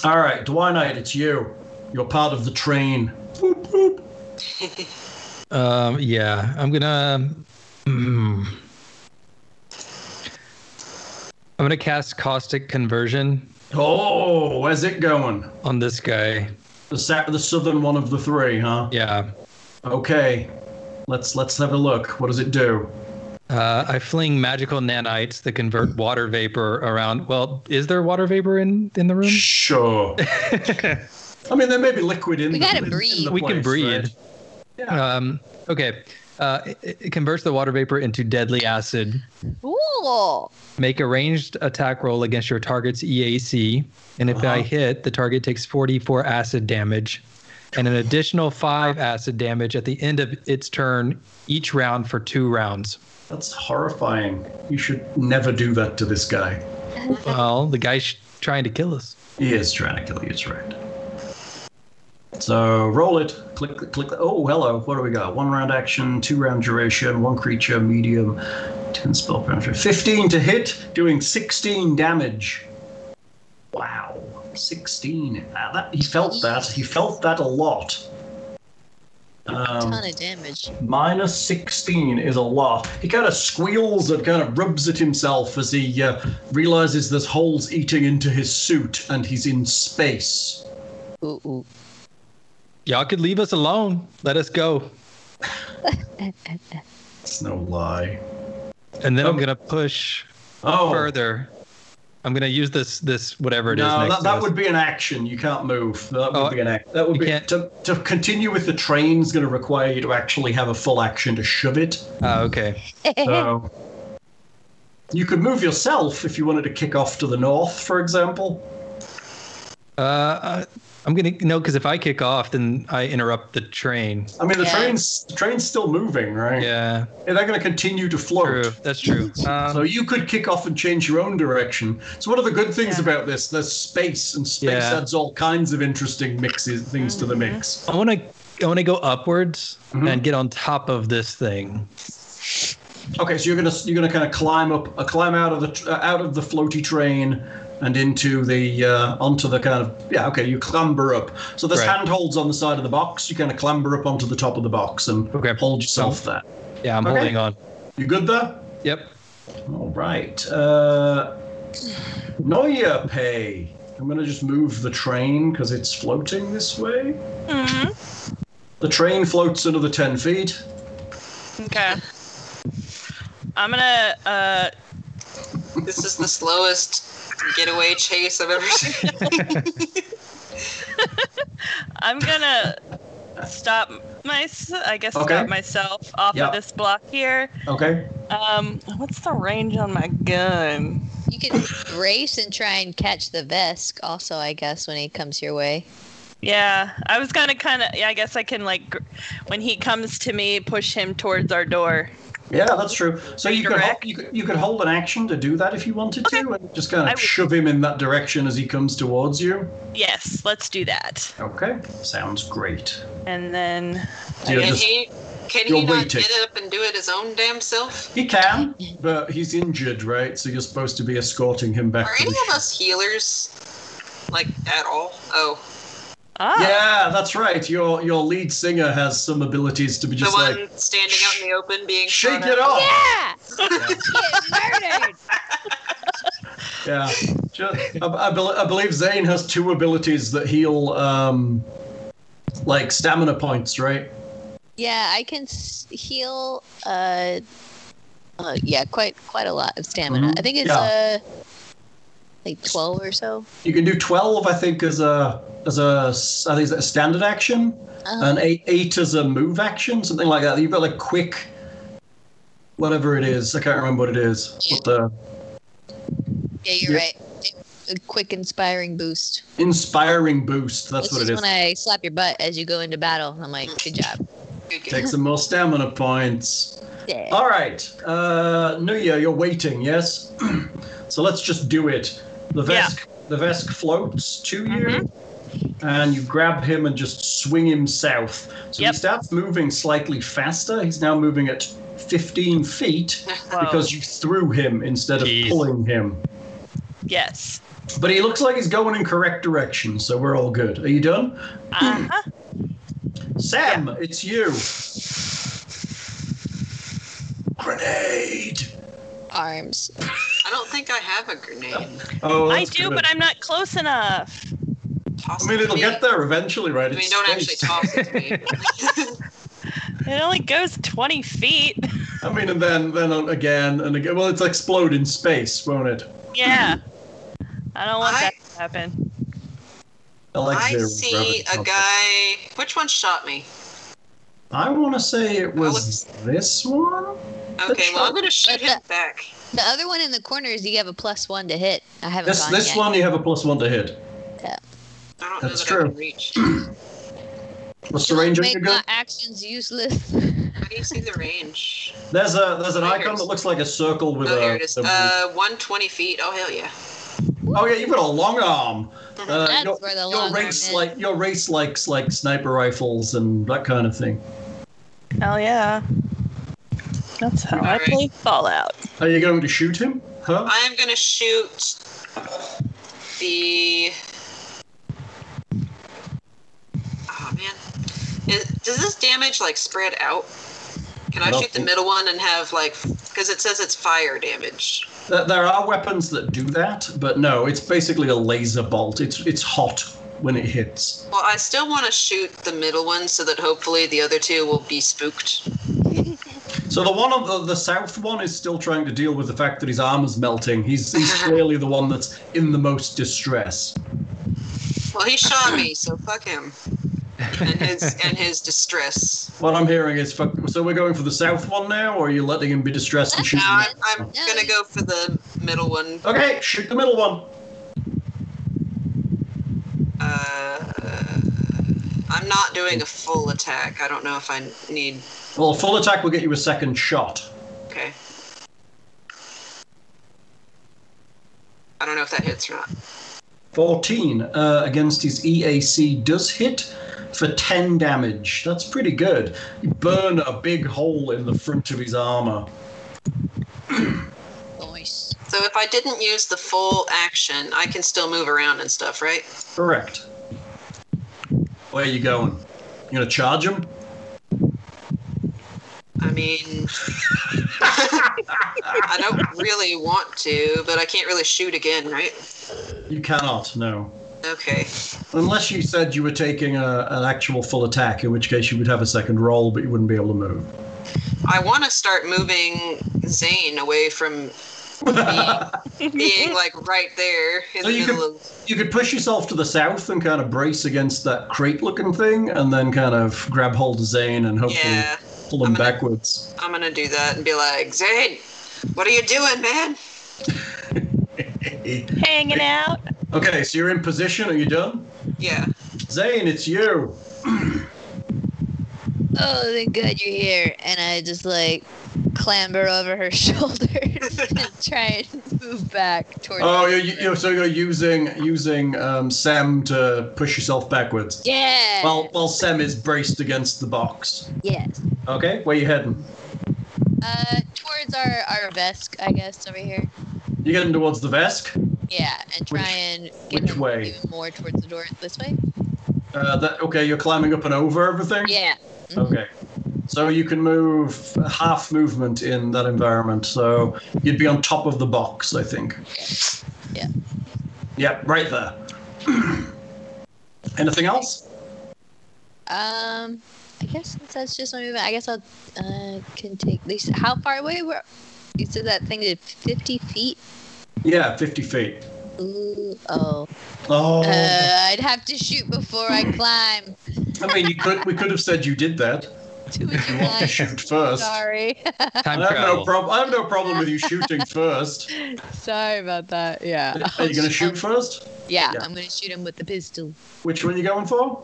[SPEAKER 2] All right, Dwinite, it's you. You're part of the train. Boop, boop.
[SPEAKER 7] Um, yeah, I'm gonna. mm. I'm gonna cast caustic conversion
[SPEAKER 2] Oh, where's it going?
[SPEAKER 7] on this guy.
[SPEAKER 2] The sa- the southern one of the three, huh?
[SPEAKER 7] Yeah,
[SPEAKER 2] Okay. Let's let's have a look. What does it do?
[SPEAKER 7] uh, I fling magical nanites that convert water vapor around. Well, is there water vapor in in the room? [LAUGHS]
[SPEAKER 2] Sure. I mean, there may be liquid in.
[SPEAKER 5] We gotta
[SPEAKER 2] in- in
[SPEAKER 5] breathe.
[SPEAKER 2] the
[SPEAKER 7] we can
[SPEAKER 2] place,
[SPEAKER 7] breathe.
[SPEAKER 2] right? Yeah.
[SPEAKER 7] Um, okay. Uh, it, it converts the water vapor into deadly acid.
[SPEAKER 5] Cool.
[SPEAKER 7] Make a ranged attack roll against your target's EAC, and if I
[SPEAKER 2] Uh-huh.
[SPEAKER 7] hit, the target takes 44 acid damage, and an additional five acid damage at the end of its turn each round for two rounds.
[SPEAKER 2] That's horrifying. You should never do that to this guy.
[SPEAKER 7] Well, the guy's trying to kill us.
[SPEAKER 2] He is trying to kill you. It's right. So roll it. Click, click. Oh, hello. What do we got? One round action, two round duration, one creature, medium, ten spell penetration. Fifteen to hit, doing sixteen damage. Wow, sixteen. Ah, that, he felt that. He felt that a lot. Um,
[SPEAKER 5] Ton of damage.
[SPEAKER 2] minus 16 is a lot. He kind of squeals and kind of rubs at himself as he uh, realizes there's holes eating into his suit and he's in space.
[SPEAKER 5] Ooh, ooh.
[SPEAKER 7] Y'all could leave us alone. Let us go.
[SPEAKER 2] It's no lie.
[SPEAKER 7] And then I'm
[SPEAKER 2] Okay.
[SPEAKER 7] gonna push
[SPEAKER 2] Oh,
[SPEAKER 7] further. I'm gonna use this this whatever it is.
[SPEAKER 2] no,
[SPEAKER 7] next
[SPEAKER 2] that,
[SPEAKER 7] to
[SPEAKER 2] that
[SPEAKER 7] us.
[SPEAKER 2] would be an action. You can't move. That would
[SPEAKER 7] Oh,
[SPEAKER 2] be an act. That would
[SPEAKER 7] you
[SPEAKER 2] be
[SPEAKER 7] can't-
[SPEAKER 2] to, to continue with the train is going to require you to actually have a full action to shove it.
[SPEAKER 7] Ah, okay.
[SPEAKER 2] So you could move yourself if you wanted to kick off to the north, for example.
[SPEAKER 7] Uh, uh, I'm gonna no, because if I kick off, then I interrupt the train.
[SPEAKER 2] I mean, the
[SPEAKER 5] Yeah.
[SPEAKER 2] train's the train's still moving, right?
[SPEAKER 7] Yeah,
[SPEAKER 2] And they're going to continue to float.
[SPEAKER 7] true. That's true.
[SPEAKER 2] So
[SPEAKER 7] Um,
[SPEAKER 2] you could kick off and change your own direction. So one of the good things
[SPEAKER 4] Yeah.
[SPEAKER 2] about this, there's space, and space
[SPEAKER 7] Yeah.
[SPEAKER 2] adds all kinds of interesting mixes things to the mix.
[SPEAKER 7] I want to I want to go upwards
[SPEAKER 2] Mhm.
[SPEAKER 7] and get on top of this thing.
[SPEAKER 2] Okay, so you're gonna you're gonna kind of climb up, uh, climb out of the tr- uh, out of the floaty train, and into the uh, onto the kind of yeah. Okay, you clamber up. So there's
[SPEAKER 7] Right.
[SPEAKER 2] handholds on the side of the box. You kind of clamber up onto the top of the box and
[SPEAKER 7] Okay.
[SPEAKER 2] hold yourself there.
[SPEAKER 7] Yeah, I'm
[SPEAKER 2] Okay.
[SPEAKER 7] holding on.
[SPEAKER 2] You good there?
[SPEAKER 7] Yep.
[SPEAKER 2] All right. Uh, Noya pay. I'm gonna just move the train because it's floating this way.
[SPEAKER 4] hmm
[SPEAKER 2] The train floats another 10 feet.
[SPEAKER 4] Okay. I'm gonna uh
[SPEAKER 3] This is the slowest getaway chase I've ever seen.
[SPEAKER 4] I'm gonna stop my I guess
[SPEAKER 2] Okay.
[SPEAKER 4] stop myself off
[SPEAKER 2] Yeah.
[SPEAKER 4] of this block here.
[SPEAKER 2] Okay.
[SPEAKER 4] Um, what's the range on my gun?
[SPEAKER 5] You can race and try and catch the Vesk also, I guess, when he comes your way.
[SPEAKER 4] Yeah, I was gonna kind of. Yeah, I guess I can like, gr- when he comes to me, push him towards our door.
[SPEAKER 2] Yeah, that's true. So you could, hol-
[SPEAKER 4] Direct.
[SPEAKER 2] you could you could hold an action to do that if you wanted to, and just
[SPEAKER 4] I
[SPEAKER 2] kind
[SPEAKER 4] would-
[SPEAKER 2] of shove him in that direction as he comes towards you.
[SPEAKER 4] Yes, let's do that.
[SPEAKER 2] Okay. Sounds great.
[SPEAKER 4] And then
[SPEAKER 2] So you're
[SPEAKER 3] Can
[SPEAKER 2] just-
[SPEAKER 3] he? Can
[SPEAKER 2] you're
[SPEAKER 3] he not
[SPEAKER 2] waiting.
[SPEAKER 3] get up and do it his own damn self?
[SPEAKER 2] he can, but he's injured, right? So you're supposed to be escorting him back.
[SPEAKER 3] Are
[SPEAKER 2] to
[SPEAKER 3] any
[SPEAKER 2] the
[SPEAKER 3] of
[SPEAKER 2] ship.
[SPEAKER 3] us healers? Like at all? Oh,
[SPEAKER 4] ah,
[SPEAKER 2] Yeah, that's right. Your your lead singer has some abilities to be just
[SPEAKER 3] the one
[SPEAKER 2] like
[SPEAKER 3] standing out in the open, being
[SPEAKER 2] shake
[SPEAKER 3] shot
[SPEAKER 2] it
[SPEAKER 3] at.
[SPEAKER 2] off.
[SPEAKER 5] Yeah! murdered!
[SPEAKER 2] Yeah, Ju- I, I, bel I believe Zane has two abilities that heal, um, like stamina points, right?
[SPEAKER 5] Yeah, I can s- heal. Uh, uh, yeah, quite quite a lot of stamina.
[SPEAKER 2] Mhm.
[SPEAKER 5] I think it's uh, like twelve or so.
[SPEAKER 2] You can do twelve, I think, as a as a s- I think it's a standard action,
[SPEAKER 5] Uh,
[SPEAKER 2] and eight eight as a move action, something like that. You've got like quick, whatever it is. I can't remember what it is. What the
[SPEAKER 5] yeah, you're
[SPEAKER 2] yeah.
[SPEAKER 5] right. A quick, inspiring boost.
[SPEAKER 2] inspiring boost? That's
[SPEAKER 5] This
[SPEAKER 2] what
[SPEAKER 5] is
[SPEAKER 2] it is.
[SPEAKER 5] when I slap your butt as you go into battle. I'm like, good job.
[SPEAKER 3] Good, good.
[SPEAKER 2] Take some more stamina points.
[SPEAKER 5] Yeah.
[SPEAKER 2] All right, uh, Nuya, you're waiting, yes? [CLEARS THROAT] so let's just do it. The
[SPEAKER 4] Yeah.
[SPEAKER 2] Vesk, the Vesk floats to you,
[SPEAKER 4] Mm-hmm.
[SPEAKER 2] and you grab him and just swing him south. So
[SPEAKER 4] Yep.
[SPEAKER 2] he starts moving slightly faster. He's now moving at 15 feet
[SPEAKER 4] whoa.
[SPEAKER 2] because you threw him instead of
[SPEAKER 7] Jeez.
[SPEAKER 2] pulling him.
[SPEAKER 4] yes,
[SPEAKER 2] But he looks like he's going in correct direction, so we're all good. Are you done?
[SPEAKER 4] uh-huh.
[SPEAKER 2] Sam, it's you. Grenade.
[SPEAKER 5] Arms.
[SPEAKER 3] I don't think I have a grenade.
[SPEAKER 2] Oh,
[SPEAKER 4] I
[SPEAKER 2] that's
[SPEAKER 4] do,
[SPEAKER 2] good.
[SPEAKER 4] but I'm not close enough.
[SPEAKER 2] I mean, it'll
[SPEAKER 3] Possibly.
[SPEAKER 2] get there eventually, right?
[SPEAKER 3] I mean,
[SPEAKER 2] It's
[SPEAKER 3] don't actually
[SPEAKER 2] space.
[SPEAKER 3] toss it to me.
[SPEAKER 4] It only goes 20 feet.
[SPEAKER 2] [LAUGHS]
[SPEAKER 4] [LAUGHS]
[SPEAKER 2] I mean, and then, then on- again, and again. Well, it's explode in space, won't it?
[SPEAKER 4] Yeah. I don't want
[SPEAKER 3] I-
[SPEAKER 4] that to happen.
[SPEAKER 2] I like
[SPEAKER 3] I
[SPEAKER 2] zero
[SPEAKER 3] see
[SPEAKER 2] gravity
[SPEAKER 3] a
[SPEAKER 2] concept.
[SPEAKER 3] guy. Which one shot me?
[SPEAKER 2] I want to say it was this one.
[SPEAKER 3] Okay, well, I'm going to shoot
[SPEAKER 5] But
[SPEAKER 3] him back.
[SPEAKER 5] The other one in the corner is you have a plus one to hit. I haven't
[SPEAKER 2] This
[SPEAKER 5] gone
[SPEAKER 2] this
[SPEAKER 5] yet.
[SPEAKER 2] one you have a plus one to hit.
[SPEAKER 3] I don't know
[SPEAKER 2] That's
[SPEAKER 3] that I
[SPEAKER 2] true.
[SPEAKER 3] can reach.
[SPEAKER 2] What's the range on
[SPEAKER 5] Make
[SPEAKER 2] your gun?
[SPEAKER 5] my actions useless. [LAUGHS]
[SPEAKER 3] How do you see the range?
[SPEAKER 2] There's a there's an
[SPEAKER 3] Oh, here
[SPEAKER 2] icon
[SPEAKER 3] it
[SPEAKER 2] that
[SPEAKER 3] is.
[SPEAKER 2] looks like a circle with
[SPEAKER 3] oh,
[SPEAKER 2] a.
[SPEAKER 3] here it is.
[SPEAKER 2] a-
[SPEAKER 3] Uh, 120 feet. Oh, hell yeah.
[SPEAKER 2] oh yeah, you've got a long
[SPEAKER 3] [LAUGHS]
[SPEAKER 2] arm. Uh,
[SPEAKER 5] That's
[SPEAKER 2] your,
[SPEAKER 5] where the
[SPEAKER 2] your
[SPEAKER 5] long arm
[SPEAKER 2] race
[SPEAKER 5] is.
[SPEAKER 2] like your race likes like sniper rifles and that kind of thing.
[SPEAKER 4] Hell yeah. That's how I
[SPEAKER 3] Alright.
[SPEAKER 2] [LAUGHS]
[SPEAKER 4] play Fallout.
[SPEAKER 2] Are you going to shoot him? Huh?
[SPEAKER 3] I am going to shoot the. Oh, man. Is, does this damage, like, spread out? Can I,
[SPEAKER 2] I don't
[SPEAKER 3] shoot the
[SPEAKER 2] think-
[SPEAKER 3] middle one and have, like. Because it says it's fire damage.
[SPEAKER 2] There, there are weapons that do that, but no, it's basically a laser bolt. It's it's hot when it hits.
[SPEAKER 3] Well, I still want to shoot the middle one so that hopefully the other two will be spooked.
[SPEAKER 2] So the one on the, the south one is still trying to deal with the fact that his arm is melting. He's
[SPEAKER 3] [LAUGHS]
[SPEAKER 2] he's clearly the one that's in the most distress.
[SPEAKER 3] Well, he shot me, so fuck him. And his
[SPEAKER 2] [LAUGHS]
[SPEAKER 3] and his distress.
[SPEAKER 2] What I'm hearing is, fuck, so we're going for the south one now, or are you letting him be distressed and
[SPEAKER 5] No,
[SPEAKER 2] shooting?
[SPEAKER 3] Now
[SPEAKER 2] him?
[SPEAKER 3] I'm, I'm gonna go for the middle one.
[SPEAKER 2] Okay, shoot the middle one.
[SPEAKER 3] Uh, I'm not doing a full attack. I don't know if I need.
[SPEAKER 2] Well, full attack will get you a second shot.
[SPEAKER 3] Okay. I don't know if that hits or not.
[SPEAKER 2] 14 uh, against his EAC does hit for 10 damage. That's pretty good. You burn a big hole in the front of his armor.
[SPEAKER 5] Nice.
[SPEAKER 3] So if I didn't use the full action, I can still move around and stuff, right?
[SPEAKER 2] Correct. Where are you going? You gonna charge him?
[SPEAKER 3] I mean, I don't really want to, but I can't really shoot again, right?
[SPEAKER 2] You cannot, no.
[SPEAKER 3] Okay.
[SPEAKER 2] Unless you said you were taking a, an actual full attack, in which case you would have a second roll, but you wouldn't be able to move.
[SPEAKER 3] I want to start moving Zane away from
[SPEAKER 2] [LAUGHS]
[SPEAKER 3] being, being like right there
[SPEAKER 2] So
[SPEAKER 3] in the
[SPEAKER 2] Oh, you
[SPEAKER 3] middle
[SPEAKER 2] can-
[SPEAKER 3] of.
[SPEAKER 2] You could push yourself to the south and kind of brace against that crate looking thing and then kind of grab hold of Zane and hopefully
[SPEAKER 3] Yeah,
[SPEAKER 2] pull him
[SPEAKER 3] I'm gonna-
[SPEAKER 2] backwards.
[SPEAKER 3] I'm gonna do that and be like, Zane, what are you doing, man?
[SPEAKER 4] [LAUGHS] Hanging out. [LAUGHS]
[SPEAKER 2] Okay, so you're in position. Are you done?
[SPEAKER 3] Yeah.
[SPEAKER 2] Zane, it's you.
[SPEAKER 5] Oh, thank God you're here. And I just like clamber over her [LAUGHS] shoulders [LAUGHS] and try and move back towards.
[SPEAKER 2] Oh,
[SPEAKER 5] her.
[SPEAKER 2] you're, you're, so you're using using um, Sam to push yourself backwards.
[SPEAKER 5] yeah.
[SPEAKER 2] While, while Sam is braced against the box.
[SPEAKER 5] yes.
[SPEAKER 2] Okay, where you heading?
[SPEAKER 5] Uh, towards our our vesk, I guess, over here.
[SPEAKER 2] You're getting towards the Vesk.
[SPEAKER 5] Yeah, and try
[SPEAKER 2] Which-
[SPEAKER 5] and
[SPEAKER 2] which
[SPEAKER 5] him
[SPEAKER 2] way?
[SPEAKER 5] even more towards the door. This way.
[SPEAKER 2] Uh, that, okay, you're climbing up and over everything?
[SPEAKER 5] Yeah.
[SPEAKER 2] Okay. So you can move half movement in that environment. So you'd be on top of the box, I think.
[SPEAKER 5] Yeah.
[SPEAKER 2] Yeah, right there. [CLEARS THROAT] Anything else?
[SPEAKER 5] Um, I guess since that's just my movement. I guess I'll uh can take at least how far away? Were you said that thing is fifty feet?
[SPEAKER 2] Yeah, 50 feet.
[SPEAKER 5] Ooh, oh.
[SPEAKER 2] Oh,
[SPEAKER 5] Uh, I'd have to shoot before I climb. [LAUGHS]
[SPEAKER 2] I mean, you could we could have said you did
[SPEAKER 3] [LAUGHS]
[SPEAKER 2] that. [LAUGHS]
[SPEAKER 5] Do what you
[SPEAKER 2] You want to
[SPEAKER 5] like.
[SPEAKER 2] shoot first.
[SPEAKER 5] Sorry. [LAUGHS]
[SPEAKER 2] I have
[SPEAKER 7] Time
[SPEAKER 2] no
[SPEAKER 7] travel.
[SPEAKER 2] problem. I have no problem with you shooting
[SPEAKER 3] [LAUGHS]
[SPEAKER 2] first.
[SPEAKER 5] Sorry about that. Yeah.
[SPEAKER 2] Are you going to shoot first?
[SPEAKER 5] [LAUGHS] Yeah,
[SPEAKER 2] Yeah.
[SPEAKER 5] I'm gonna shoot him with the pistol.
[SPEAKER 2] Which one you going for?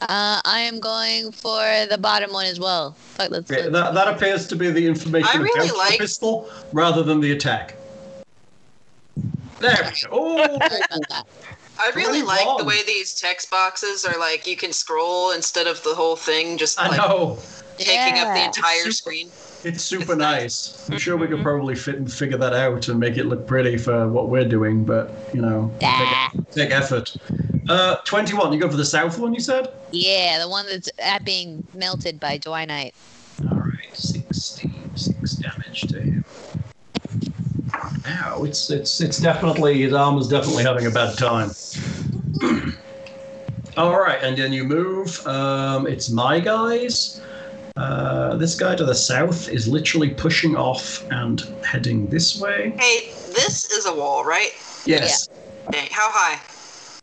[SPEAKER 5] Uh, I am going for the bottom one as well. Fuck, let's.
[SPEAKER 2] Okay,
[SPEAKER 5] let's- [LAUGHS]
[SPEAKER 2] that, that appears to be the information
[SPEAKER 3] I really
[SPEAKER 2] about the
[SPEAKER 3] like-
[SPEAKER 2] pistol rather than the attack. There we go.
[SPEAKER 3] [LAUGHS]
[SPEAKER 5] Sorry
[SPEAKER 2] Oh,
[SPEAKER 5] about that.
[SPEAKER 3] I really
[SPEAKER 2] Really
[SPEAKER 3] like the
[SPEAKER 2] wrong.
[SPEAKER 3] way these text boxes are like you can scroll instead of the whole thing just
[SPEAKER 2] I
[SPEAKER 3] like
[SPEAKER 2] know.
[SPEAKER 3] taking up the
[SPEAKER 5] Yeah.
[SPEAKER 3] entire
[SPEAKER 2] Super.
[SPEAKER 3] screen.
[SPEAKER 2] It's super
[SPEAKER 3] It's nice.
[SPEAKER 2] nice. I'm sure we
[SPEAKER 3] Mm-hmm.
[SPEAKER 2] could probably fit and figure that out and make it look pretty for what we're doing, but you know,
[SPEAKER 5] Ah,
[SPEAKER 2] take, take effort. Uh, 21. You go for the south one, you said?
[SPEAKER 5] yeah, the one that's at being melted by Dwinite.
[SPEAKER 2] All right, 16, six damage to him. Ow, it's it's it's definitely his arm is definitely having a bad time. [CLEARS THROAT] All right, and then you move. Um, it's my guys. Uh, this guy to the south is literally pushing off and heading this way.
[SPEAKER 3] Hey, this is a wall, right?
[SPEAKER 2] Yes,
[SPEAKER 3] Dang, how high?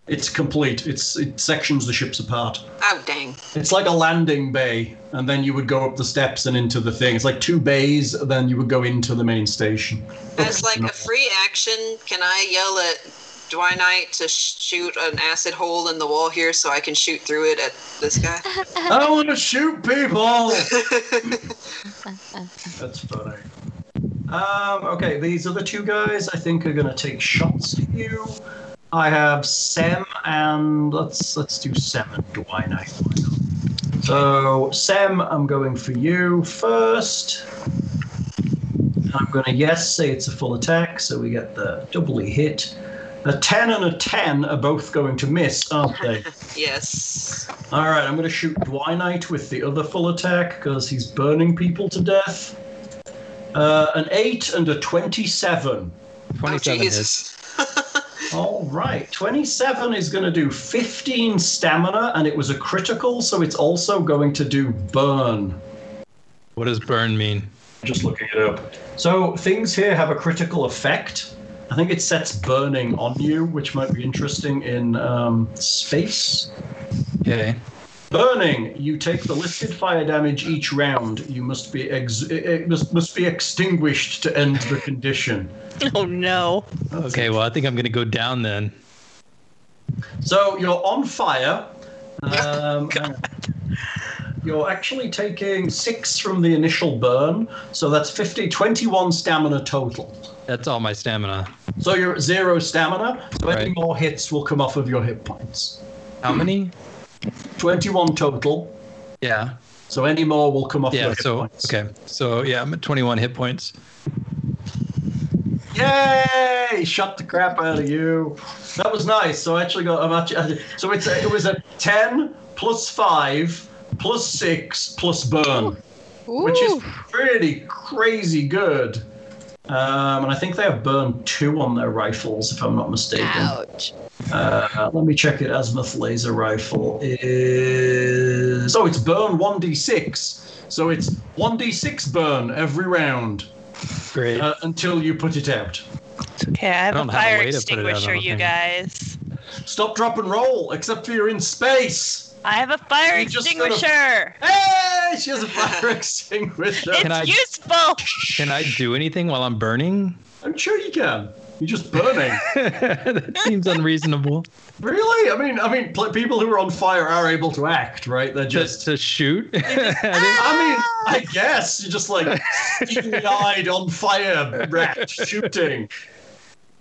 [SPEAKER 2] it's complete. It's it sections the ships apart.
[SPEAKER 3] Oh, dang.
[SPEAKER 2] It's like a landing bay, and then you would go up the steps and into the thing. It's like two bays, then you would go into the main station.
[SPEAKER 3] As like a free action, can I yell at Dwinite to sh- shoot an acid hole in the wall here so I can shoot through it at this guy?
[SPEAKER 2] I want to shoot people. That's funny. Um, okay, these other two guys I think are gonna take shots at you. I have Sem and let's let's do Sem and Dwine. I think. So Sem, I'm going for you first. I'm gonna yes say it's a full attack, so we get the doubly hit. A ten and a ten are both going to miss, aren't they?
[SPEAKER 3] yes.
[SPEAKER 2] All right, I'm going to shoot Dwinite with the other full attack because he's burning people to death. Uh, an 8 and a 27.
[SPEAKER 3] Oh,
[SPEAKER 7] 27 is.
[SPEAKER 3] Jesus.
[SPEAKER 2] All right, 27 is going to do 15 stamina, and it was a critical, so it's also going to do burn.
[SPEAKER 7] What does burn mean?
[SPEAKER 2] Just looking it up. So things here have a critical effect. I think it sets burning on you, which might be interesting in um, space.
[SPEAKER 7] Okay.
[SPEAKER 2] Burning. You take the listed fire damage each round. You must be ex- it must, must be extinguished to end the condition.
[SPEAKER 4] Oh no.
[SPEAKER 7] Okay, well, I think I'm going to go down then.
[SPEAKER 2] So you're on fire.
[SPEAKER 7] [LAUGHS]
[SPEAKER 2] Um, you're actually taking six from the initial burn, so that's 50, 21 stamina total.
[SPEAKER 7] That's all my stamina.
[SPEAKER 2] So you're at zero stamina. So any
[SPEAKER 7] Right.
[SPEAKER 2] more hits will come off of your hit points.
[SPEAKER 7] How many?
[SPEAKER 2] 21 total.
[SPEAKER 7] Yeah.
[SPEAKER 2] So any more will come off your
[SPEAKER 7] Yeah.
[SPEAKER 2] hit
[SPEAKER 7] So,
[SPEAKER 2] points.
[SPEAKER 7] okay. So, yeah, I'm at 21 hit points.
[SPEAKER 2] Yay! Shut the crap out of you. That was nice. So I actually got. I'm actually, so it's a, it was a ten plus five plus six plus burn, which is pretty crazy good. Um, and I think they have burn two on their rifles, if I'm not mistaken.
[SPEAKER 5] Ouch.
[SPEAKER 2] Uh, let me check it. Azimuth laser rifle is. Oh, it's burn 1d6. So it's 1d6 burn every round
[SPEAKER 7] Great.
[SPEAKER 2] uh, until you put it out.
[SPEAKER 4] It's okay. I have a
[SPEAKER 7] I don't have a
[SPEAKER 4] fire
[SPEAKER 7] way to put it out, I
[SPEAKER 4] extinguisher,
[SPEAKER 7] don't
[SPEAKER 4] you
[SPEAKER 7] think.
[SPEAKER 4] guys.
[SPEAKER 2] Stop, drop, and roll, except for you're in space.
[SPEAKER 4] I have a fire
[SPEAKER 2] You just gotta-
[SPEAKER 4] extinguisher.
[SPEAKER 2] Hey, she has a fire extinguisher.
[SPEAKER 4] It's
[SPEAKER 7] Can I-
[SPEAKER 4] useful.
[SPEAKER 7] Can I do anything while I'm burning? [LAUGHS]
[SPEAKER 2] I'm sure you can. You're just burning.
[SPEAKER 7] that seems unreasonable.
[SPEAKER 2] really? I mean, I mean, pl- people who are on fire are able to act, right? They're
[SPEAKER 7] Just
[SPEAKER 2] just.
[SPEAKER 7] to shoot.
[SPEAKER 2] [LAUGHS]
[SPEAKER 7] I
[SPEAKER 2] I mean, I guess you're just like steely-eyed on fire, rat shooting.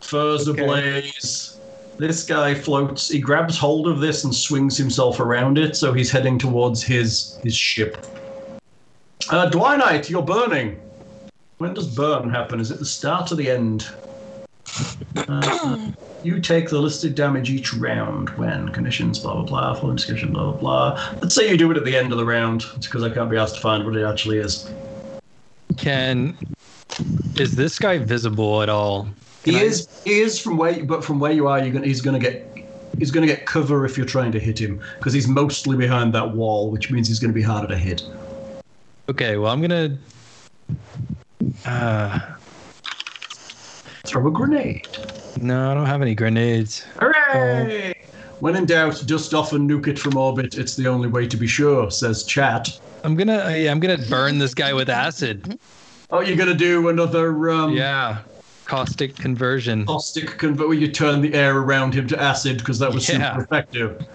[SPEAKER 2] Furs ablaze. This guy floats. He grabs hold of this and swings himself around it, so he's heading towards his his ship. Uh, Dwinite, you're burning. When does burn happen? Is it the start or the end? Uh, you take the listed damage each round when conditions, blah, blah, blah, full description, blah, blah, blah. Let's say you do it at the end of the round. It's because I can't be asked to find what it actually is.
[SPEAKER 7] think- Can. Is this guy visible at all? Can
[SPEAKER 2] he
[SPEAKER 7] I-
[SPEAKER 2] is he is from where but from where you are you're gonna, he's going to get he's going to get cover if you're trying to hit him because he's mostly behind that wall which means he's going to be harder to hit
[SPEAKER 7] Okay, well, I'm going to. Uh,
[SPEAKER 2] throw a grenade
[SPEAKER 7] no, I don't have any grenades.
[SPEAKER 2] hooray when in doubt dust off and nuke it from orbit it's the only way to be sure says chat
[SPEAKER 7] Oh, I'm going to. Yeah, I'm going to burn this guy with acid.
[SPEAKER 2] oh you're going to do another um Oh,
[SPEAKER 7] Yeah. Caustic conversion.
[SPEAKER 2] caustic convert where you turn the air around him to acid because that was
[SPEAKER 7] Yeah.
[SPEAKER 2] super effective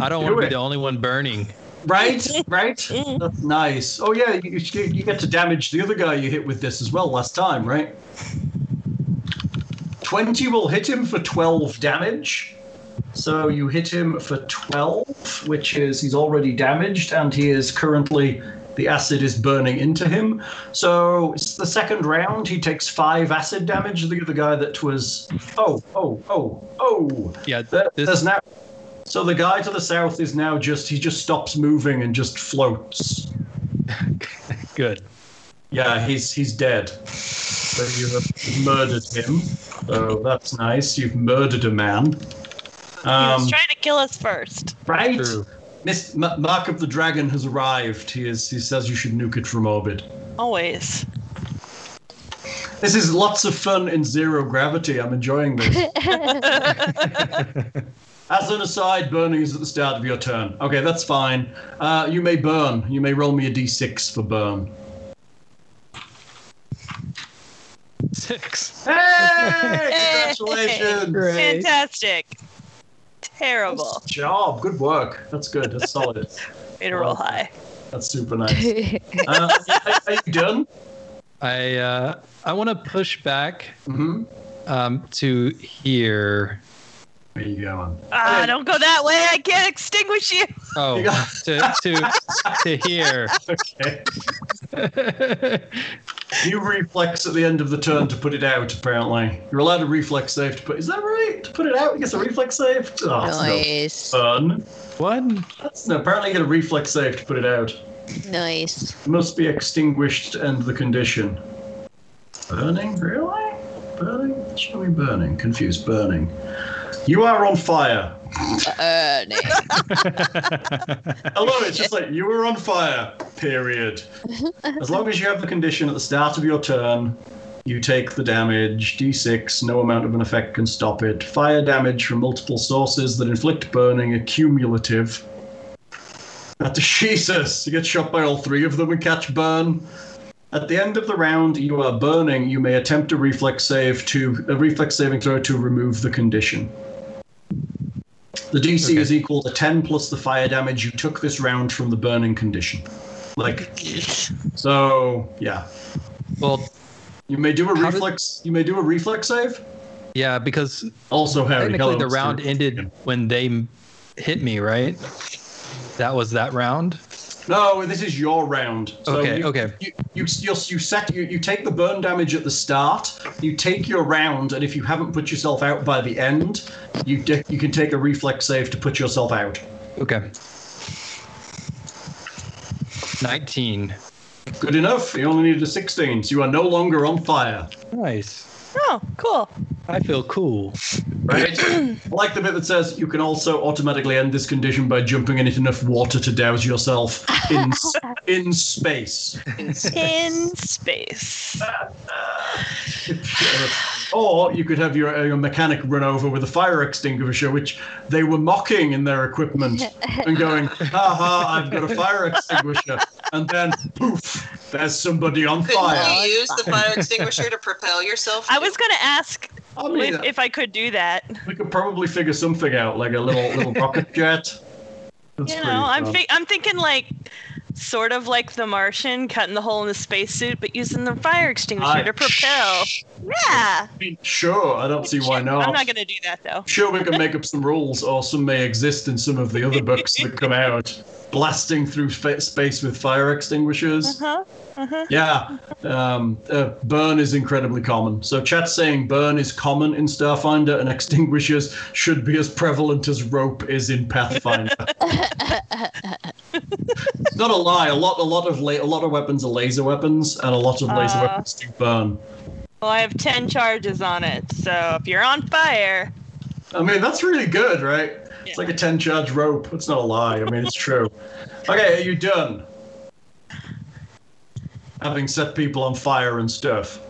[SPEAKER 7] I don't
[SPEAKER 2] Do
[SPEAKER 7] want to
[SPEAKER 2] it.
[SPEAKER 7] be the only one burning.
[SPEAKER 2] Right, right. That's nice. Oh yeah, you, you you get to damage the other guy you hit with this as well last time, right? Twenty will hit him for twelve damage. So you hit him for twelve, which is he's already damaged, and he is currently The acid is burning into him. So it's the second round. He takes five acid damage. The other guy that was. Oh, oh, oh, oh.
[SPEAKER 7] Yeah,
[SPEAKER 2] There,
[SPEAKER 7] this-
[SPEAKER 2] there's now. So the guy to the south is now just. He just stops moving and just floats.
[SPEAKER 7] [LAUGHS] good.
[SPEAKER 2] Yeah, he's he's dead. So you have murdered him. So that's nice. You've murdered a man.
[SPEAKER 4] he
[SPEAKER 2] Um,
[SPEAKER 4] was trying to kill us first.
[SPEAKER 2] right?
[SPEAKER 7] True.
[SPEAKER 2] Miss M- Mark of the Dragon has arrived. He is. He says you should nuke it from orbit.
[SPEAKER 4] Always.
[SPEAKER 2] This is lots of fun in zero gravity. I'm enjoying this. [LAUGHS] As an aside, burning is at the start of your turn. Okay, that's fine. Uh, you may burn. You may roll me a d6 for burn.
[SPEAKER 7] Six.
[SPEAKER 2] Hey! Congratulations!
[SPEAKER 4] Fantastic. Terrible.
[SPEAKER 2] Good job. Good work. That's good. That's solid.
[SPEAKER 4] Way to roll high.
[SPEAKER 2] That's super nice.
[SPEAKER 5] [LAUGHS]
[SPEAKER 2] Uh, are, are you done?
[SPEAKER 7] I uh, I want to push back
[SPEAKER 2] hmm
[SPEAKER 7] um, to here.
[SPEAKER 2] There you go. man.
[SPEAKER 4] Ah, don't go that way. I can't extinguish you. [LAUGHS]
[SPEAKER 7] Oh,
[SPEAKER 2] You got-
[SPEAKER 7] to to to here.
[SPEAKER 2] Okay. You reflex at the end of the turn to put it out. Apparently, you're allowed a reflex save to put. Is that right? To put it out, you get a reflex save. Oh, that's no
[SPEAKER 5] Nice.
[SPEAKER 2] fun.
[SPEAKER 7] what?
[SPEAKER 2] That's no. Apparently, you get a reflex save to put it out.
[SPEAKER 5] Nice.
[SPEAKER 2] It must be extinguished to end the condition. Burning, really? Burning? Should we burning? Confused. Burning. You are on fire.
[SPEAKER 5] Uh, [LAUGHS] nice.
[SPEAKER 2] I love it. It's just like you were on fire. Period. As long as you have the condition at the start of your turn, you take the damage. D6. No amount of an effect can stop it. Fire damage from multiple sources that inflict burning are cumulative. At the [LAUGHS] Jesus, you get shot by all three of them and catch burn. At the end of the round, you are burning. You may attempt a reflex save to a reflex saving throw to remove the condition. The DC
[SPEAKER 7] Okay.
[SPEAKER 2] is equal to 10 plus the fire damage you took this round from the burning condition. Like, so yeah,
[SPEAKER 7] Well,
[SPEAKER 2] you may do a
[SPEAKER 7] How did-
[SPEAKER 2] reflex. You may do a reflex save.
[SPEAKER 7] yeah, because
[SPEAKER 2] Also, Harry.
[SPEAKER 7] technically
[SPEAKER 2] hello,
[SPEAKER 7] the
[SPEAKER 2] Mr.
[SPEAKER 7] round ended when they m- hit me, right? That was that round.
[SPEAKER 2] No, this is your round. So
[SPEAKER 7] Okay,
[SPEAKER 2] you,
[SPEAKER 7] okay.
[SPEAKER 2] You you you, you set you, you take the burn damage at the start. You take your round, and if you haven't put yourself out by the end, you de- you can take a reflex save to put yourself out.
[SPEAKER 7] Okay. Nineteen.
[SPEAKER 2] Good enough. You only needed a sixteen, so you are no longer on fire.
[SPEAKER 7] Nice.
[SPEAKER 4] Oh, cool.
[SPEAKER 7] I feel cool.
[SPEAKER 2] Right. [CLEARS THROAT] I like the bit that says you can also automatically end this condition by jumping in it enough water to douse yourself in
[SPEAKER 4] [LAUGHS]
[SPEAKER 2] s- in space.
[SPEAKER 4] In space.
[SPEAKER 2] Or you could have your, your mechanic run over with a fire extinguisher, which they were mocking in their equipment and going, ha ha, I've got a fire extinguisher. And then poof, there's somebody on
[SPEAKER 3] Couldn't
[SPEAKER 2] fire.
[SPEAKER 3] you use the fire extinguisher to
[SPEAKER 2] [LAUGHS]
[SPEAKER 3] propel yourself?
[SPEAKER 4] I was going to ask
[SPEAKER 2] I mean,
[SPEAKER 4] if, if I could do that.
[SPEAKER 2] we could probably figure something out, like a little little rocket jet. That's
[SPEAKER 4] you
[SPEAKER 2] pretty
[SPEAKER 4] know, I'm
[SPEAKER 2] fun.
[SPEAKER 4] fi- I'm thinking like sort of like the Martian cutting the hole in the spacesuit, but using the fire extinguisher
[SPEAKER 2] I-
[SPEAKER 4] to propel. Yeah.
[SPEAKER 2] I mean, sure, I don't see why not.
[SPEAKER 4] I'm not gonna do that though.
[SPEAKER 2] sure we can make up some rules, or some may exist in some of the other books that come out. Blasting through fa- space with fire extinguishers.
[SPEAKER 4] Uh-huh. Uh-huh.
[SPEAKER 2] Yeah, um, uh, burn is incredibly common. So chat's saying burn is common in Starfinder, and extinguishers should be as prevalent as rope is in Pathfinder. It's Not a lie. A lot, a lot of la- a lot of weapons are laser weapons, and a lot of laser
[SPEAKER 4] Uh.
[SPEAKER 2] weapons do burn.
[SPEAKER 4] Well, I have ten charges on it, so if you're on fire,
[SPEAKER 2] I mean, that's really good, right? It's like a ten charge rope. It's not a lie. I mean, it's true. Okay, are you done? Having set people on fire and
[SPEAKER 4] [LAUGHS]
[SPEAKER 2] stuff,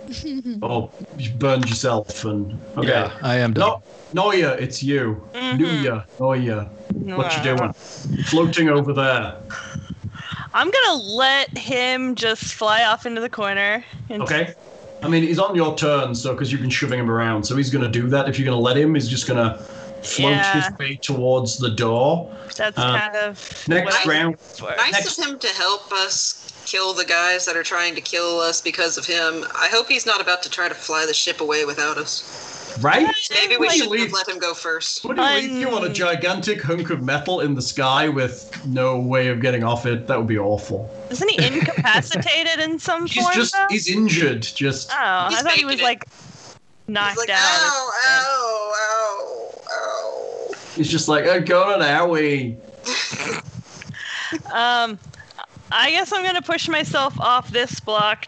[SPEAKER 2] or you burned yourself and okay.
[SPEAKER 7] Yeah, I am done.
[SPEAKER 2] No, Noya, it's you.
[SPEAKER 4] Mm-hmm.
[SPEAKER 2] Nuya, Noya. What you
[SPEAKER 4] uh,
[SPEAKER 2] doing? Floating over there.
[SPEAKER 4] I'm gonna let him just fly off into the corner. And
[SPEAKER 2] Okay. I mean, he's on your turn, so because you've been shoving him around, so he's going to do that. If you're going to let him, he's just going to float
[SPEAKER 4] Yeah.
[SPEAKER 2] his way towards the door.
[SPEAKER 4] That's
[SPEAKER 2] Uh,
[SPEAKER 4] kind of
[SPEAKER 2] Next
[SPEAKER 4] what I-
[SPEAKER 2] round.
[SPEAKER 3] Nice
[SPEAKER 2] Next-
[SPEAKER 3] of him to help us kill the guys that are trying to kill us because of him. I hope he's not about to try to fly the ship away without us.
[SPEAKER 2] right?
[SPEAKER 3] Maybe we
[SPEAKER 2] What do you
[SPEAKER 3] should
[SPEAKER 2] leave-
[SPEAKER 3] have let him go first.
[SPEAKER 2] Would you leave you on a gigantic hunk of metal in the sky with no way of getting off it? That would be awful.
[SPEAKER 4] Isn't he incapacitated in some
[SPEAKER 2] He's
[SPEAKER 4] form?
[SPEAKER 2] just
[SPEAKER 4] though?
[SPEAKER 2] he's injured. Just
[SPEAKER 4] oh, I
[SPEAKER 3] He's
[SPEAKER 4] thought he was
[SPEAKER 3] making it.
[SPEAKER 4] like knocked
[SPEAKER 3] He's like, "Oh,
[SPEAKER 4] out.
[SPEAKER 3] ow, ow, ow, ow.
[SPEAKER 2] he's just like oh, go on an owie.
[SPEAKER 3] oh."
[SPEAKER 4] Um, I guess I'm gonna push myself off this block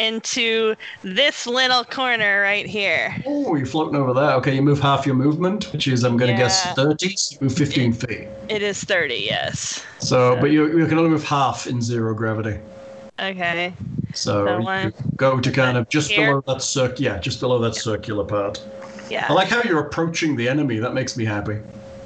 [SPEAKER 4] into this little corner right here.
[SPEAKER 2] Oh, you're floating over there. Okay, you move half your movement, which is I'm going to guess
[SPEAKER 4] Yeah.
[SPEAKER 2] 30. So you move 15 feet.
[SPEAKER 4] It is 30, yes.
[SPEAKER 2] So, but you, you can only move half in zero gravity.
[SPEAKER 4] Okay.
[SPEAKER 2] So,
[SPEAKER 4] So
[SPEAKER 2] you
[SPEAKER 4] one-
[SPEAKER 2] go to kind of just
[SPEAKER 4] here.
[SPEAKER 2] below that circ. Yeah, just below that circular part.
[SPEAKER 4] Yeah.
[SPEAKER 2] I like how you're approaching the enemy. That makes me happy.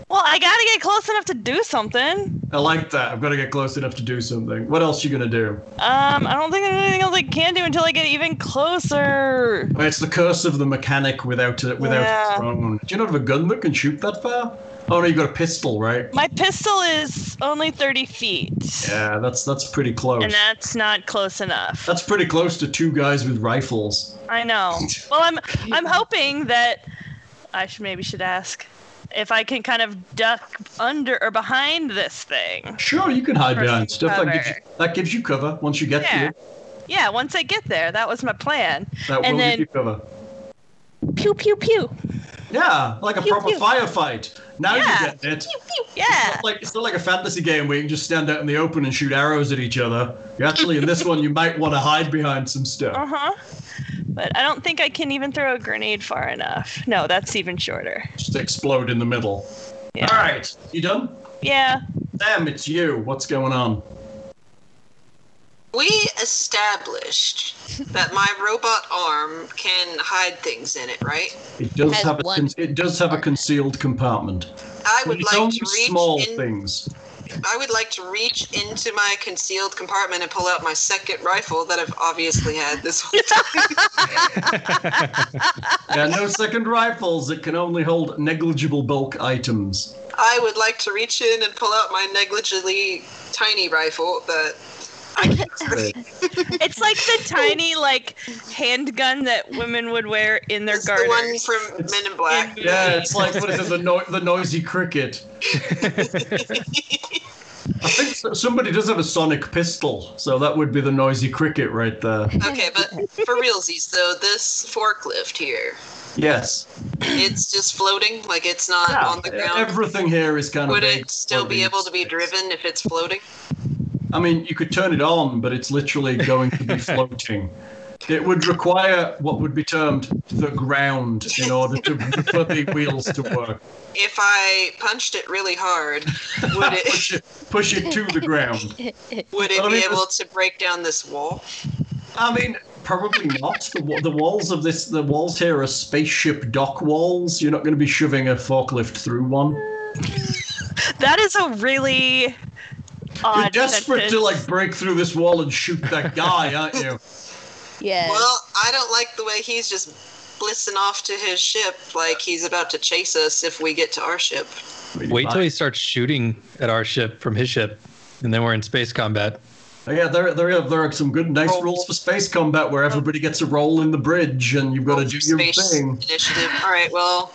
[SPEAKER 4] well, I gotta get close enough to do something.
[SPEAKER 2] I like that. I've got to get close enough to do something. What else you gonna do?
[SPEAKER 4] Um, I don't think there's anything else I can do until I get even closer.
[SPEAKER 2] Oh, It's the curse of the mechanic without a, without
[SPEAKER 4] Yeah.
[SPEAKER 2] a throne. Do you not have a gun that can shoot that far? Oh no, you got a pistol, right?
[SPEAKER 4] My pistol is only 30 feet.
[SPEAKER 2] Yeah, that's that's pretty close.
[SPEAKER 4] And that's not
[SPEAKER 2] [LAUGHS]
[SPEAKER 4] close enough.
[SPEAKER 2] that's pretty close to two guys with rifles.
[SPEAKER 4] I know. Well, I'm I'm hoping that I should maybe should ask if I can kind of duck under or behind this thing.
[SPEAKER 2] Sure, you can hide
[SPEAKER 4] For
[SPEAKER 2] behind
[SPEAKER 4] some
[SPEAKER 2] stuff that gives, you,
[SPEAKER 4] cover.
[SPEAKER 2] that gives you cover. Once you get
[SPEAKER 4] Yeah.
[SPEAKER 2] here,
[SPEAKER 4] Yeah, once I get there, that was my plan.
[SPEAKER 2] that
[SPEAKER 4] And
[SPEAKER 2] will
[SPEAKER 4] then-
[SPEAKER 2] give you cover.
[SPEAKER 4] Pew pew pew.
[SPEAKER 2] Yeah, like a
[SPEAKER 4] Pew,
[SPEAKER 2] proper
[SPEAKER 4] pew.
[SPEAKER 2] firefight. Now
[SPEAKER 4] Yeah.
[SPEAKER 2] you get it.
[SPEAKER 4] Pew pew. Yeah.
[SPEAKER 2] It's like it's not like a fantasy game where you can just stand out in the open and shoot arrows at each other. You actually in
[SPEAKER 4] [LAUGHS]
[SPEAKER 2] this one you might want to hide behind some
[SPEAKER 4] Uh
[SPEAKER 2] stuff.
[SPEAKER 4] huh. But I don't think I can even throw a grenade far enough. No, that's even shorter.
[SPEAKER 2] Just explode in the middle.
[SPEAKER 4] Yeah.
[SPEAKER 2] All right, you done?
[SPEAKER 4] Yeah.
[SPEAKER 2] Sam, it's you. What's going on?
[SPEAKER 3] We established that my robot arm can hide things in it, right?
[SPEAKER 2] It does
[SPEAKER 5] Has
[SPEAKER 2] have a
[SPEAKER 5] one
[SPEAKER 2] con- it does have a concealed compartment.
[SPEAKER 3] I
[SPEAKER 2] But
[SPEAKER 3] would
[SPEAKER 2] it's
[SPEAKER 3] like
[SPEAKER 2] only
[SPEAKER 3] to reach
[SPEAKER 2] small
[SPEAKER 3] in-
[SPEAKER 2] things.
[SPEAKER 3] I would like to reach into my concealed compartment and pull out my second rifle that I've obviously had this [LAUGHS] whole time.
[SPEAKER 2] Yeah,
[SPEAKER 3] [LAUGHS]
[SPEAKER 2] no second rifles. It can only hold negligible bulk items.
[SPEAKER 3] I would like to reach in and pull out my negligently tiny rifle that I can
[SPEAKER 2] Right.
[SPEAKER 4] It's
[SPEAKER 2] [LAUGHS]
[SPEAKER 4] like the tiny like handgun that women would wear in their
[SPEAKER 3] It's the one
[SPEAKER 4] garters.
[SPEAKER 3] from Men in Black.
[SPEAKER 2] Yeah, it's like what is it? The, no- the noisy cricket. I think so- somebody does have a sonic pistol, so that would be the noisy cricket right there.
[SPEAKER 3] Okay, but for realsies though, this forklift here,
[SPEAKER 2] Yes.
[SPEAKER 3] it's just floating, like it's not
[SPEAKER 2] Yeah,
[SPEAKER 3] on the ground.
[SPEAKER 2] Everything here is kind of.
[SPEAKER 3] would
[SPEAKER 2] made
[SPEAKER 3] it still
[SPEAKER 2] for
[SPEAKER 3] be
[SPEAKER 2] these
[SPEAKER 3] able to be
[SPEAKER 2] things.
[SPEAKER 3] driven if it's floating?
[SPEAKER 2] I mean, you could turn it on, but it's literally going to
[SPEAKER 7] [LAUGHS]
[SPEAKER 2] be floating. It would require what would be termed the ground in order to, for the wheels to work.
[SPEAKER 3] If I punched it really
[SPEAKER 2] [LAUGHS]
[SPEAKER 3] hard, would it
[SPEAKER 2] Push it, push it to the ground.
[SPEAKER 3] would it
[SPEAKER 2] Well, I
[SPEAKER 3] be
[SPEAKER 2] mean,
[SPEAKER 3] able to break down this wall?
[SPEAKER 2] I mean, probably not. The, wa- the walls of this, the walls here are spaceship dock walls. You're not going to be shoving a forklift through one.
[SPEAKER 4] That is a really odd
[SPEAKER 2] You're desperate to
[SPEAKER 4] sentence.
[SPEAKER 2] like break through this wall and shoot that guy, aren't you?
[SPEAKER 6] Yes.
[SPEAKER 3] Well, I don't like the way he's just blissing off to his ship like he's about to chase us if we get to our ship.
[SPEAKER 7] Wait till he starts shooting at our ship from his ship, and then we're in space combat.
[SPEAKER 2] Yeah, there, there, are, there are some good, nice
[SPEAKER 3] Roll.
[SPEAKER 2] rules for space combat where everybody gets a roll in the bridge and you've got to do your
[SPEAKER 3] Space
[SPEAKER 2] thing.
[SPEAKER 3] initiative. All right, well,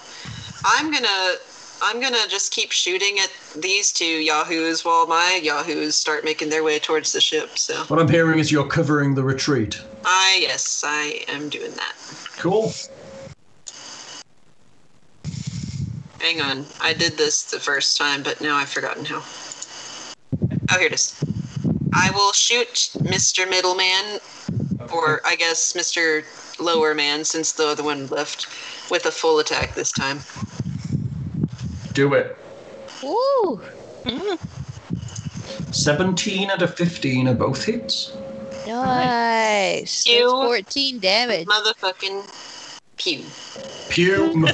[SPEAKER 3] I'm gonna I'm gonna just keep shooting at these two yahoos while my yahoos start making their way towards the ship. So,
[SPEAKER 2] What I'm hearing is you're covering the retreat.
[SPEAKER 3] I yes, I am doing that.
[SPEAKER 2] Cool.
[SPEAKER 3] Hang on, I did this the first time, but now I've forgotten how. Oh, here it is. I will shoot Mr. Middleman, or I guess Mr. Lower Man, since the other one left, with a full attack this time.
[SPEAKER 2] Do it.
[SPEAKER 6] Ooh.
[SPEAKER 2] 17 out of 15 are both hits.
[SPEAKER 6] Nice. That's
[SPEAKER 3] You-
[SPEAKER 6] 14 damage.
[SPEAKER 3] Motherfucking pew.
[SPEAKER 2] Pew. [LAUGHS]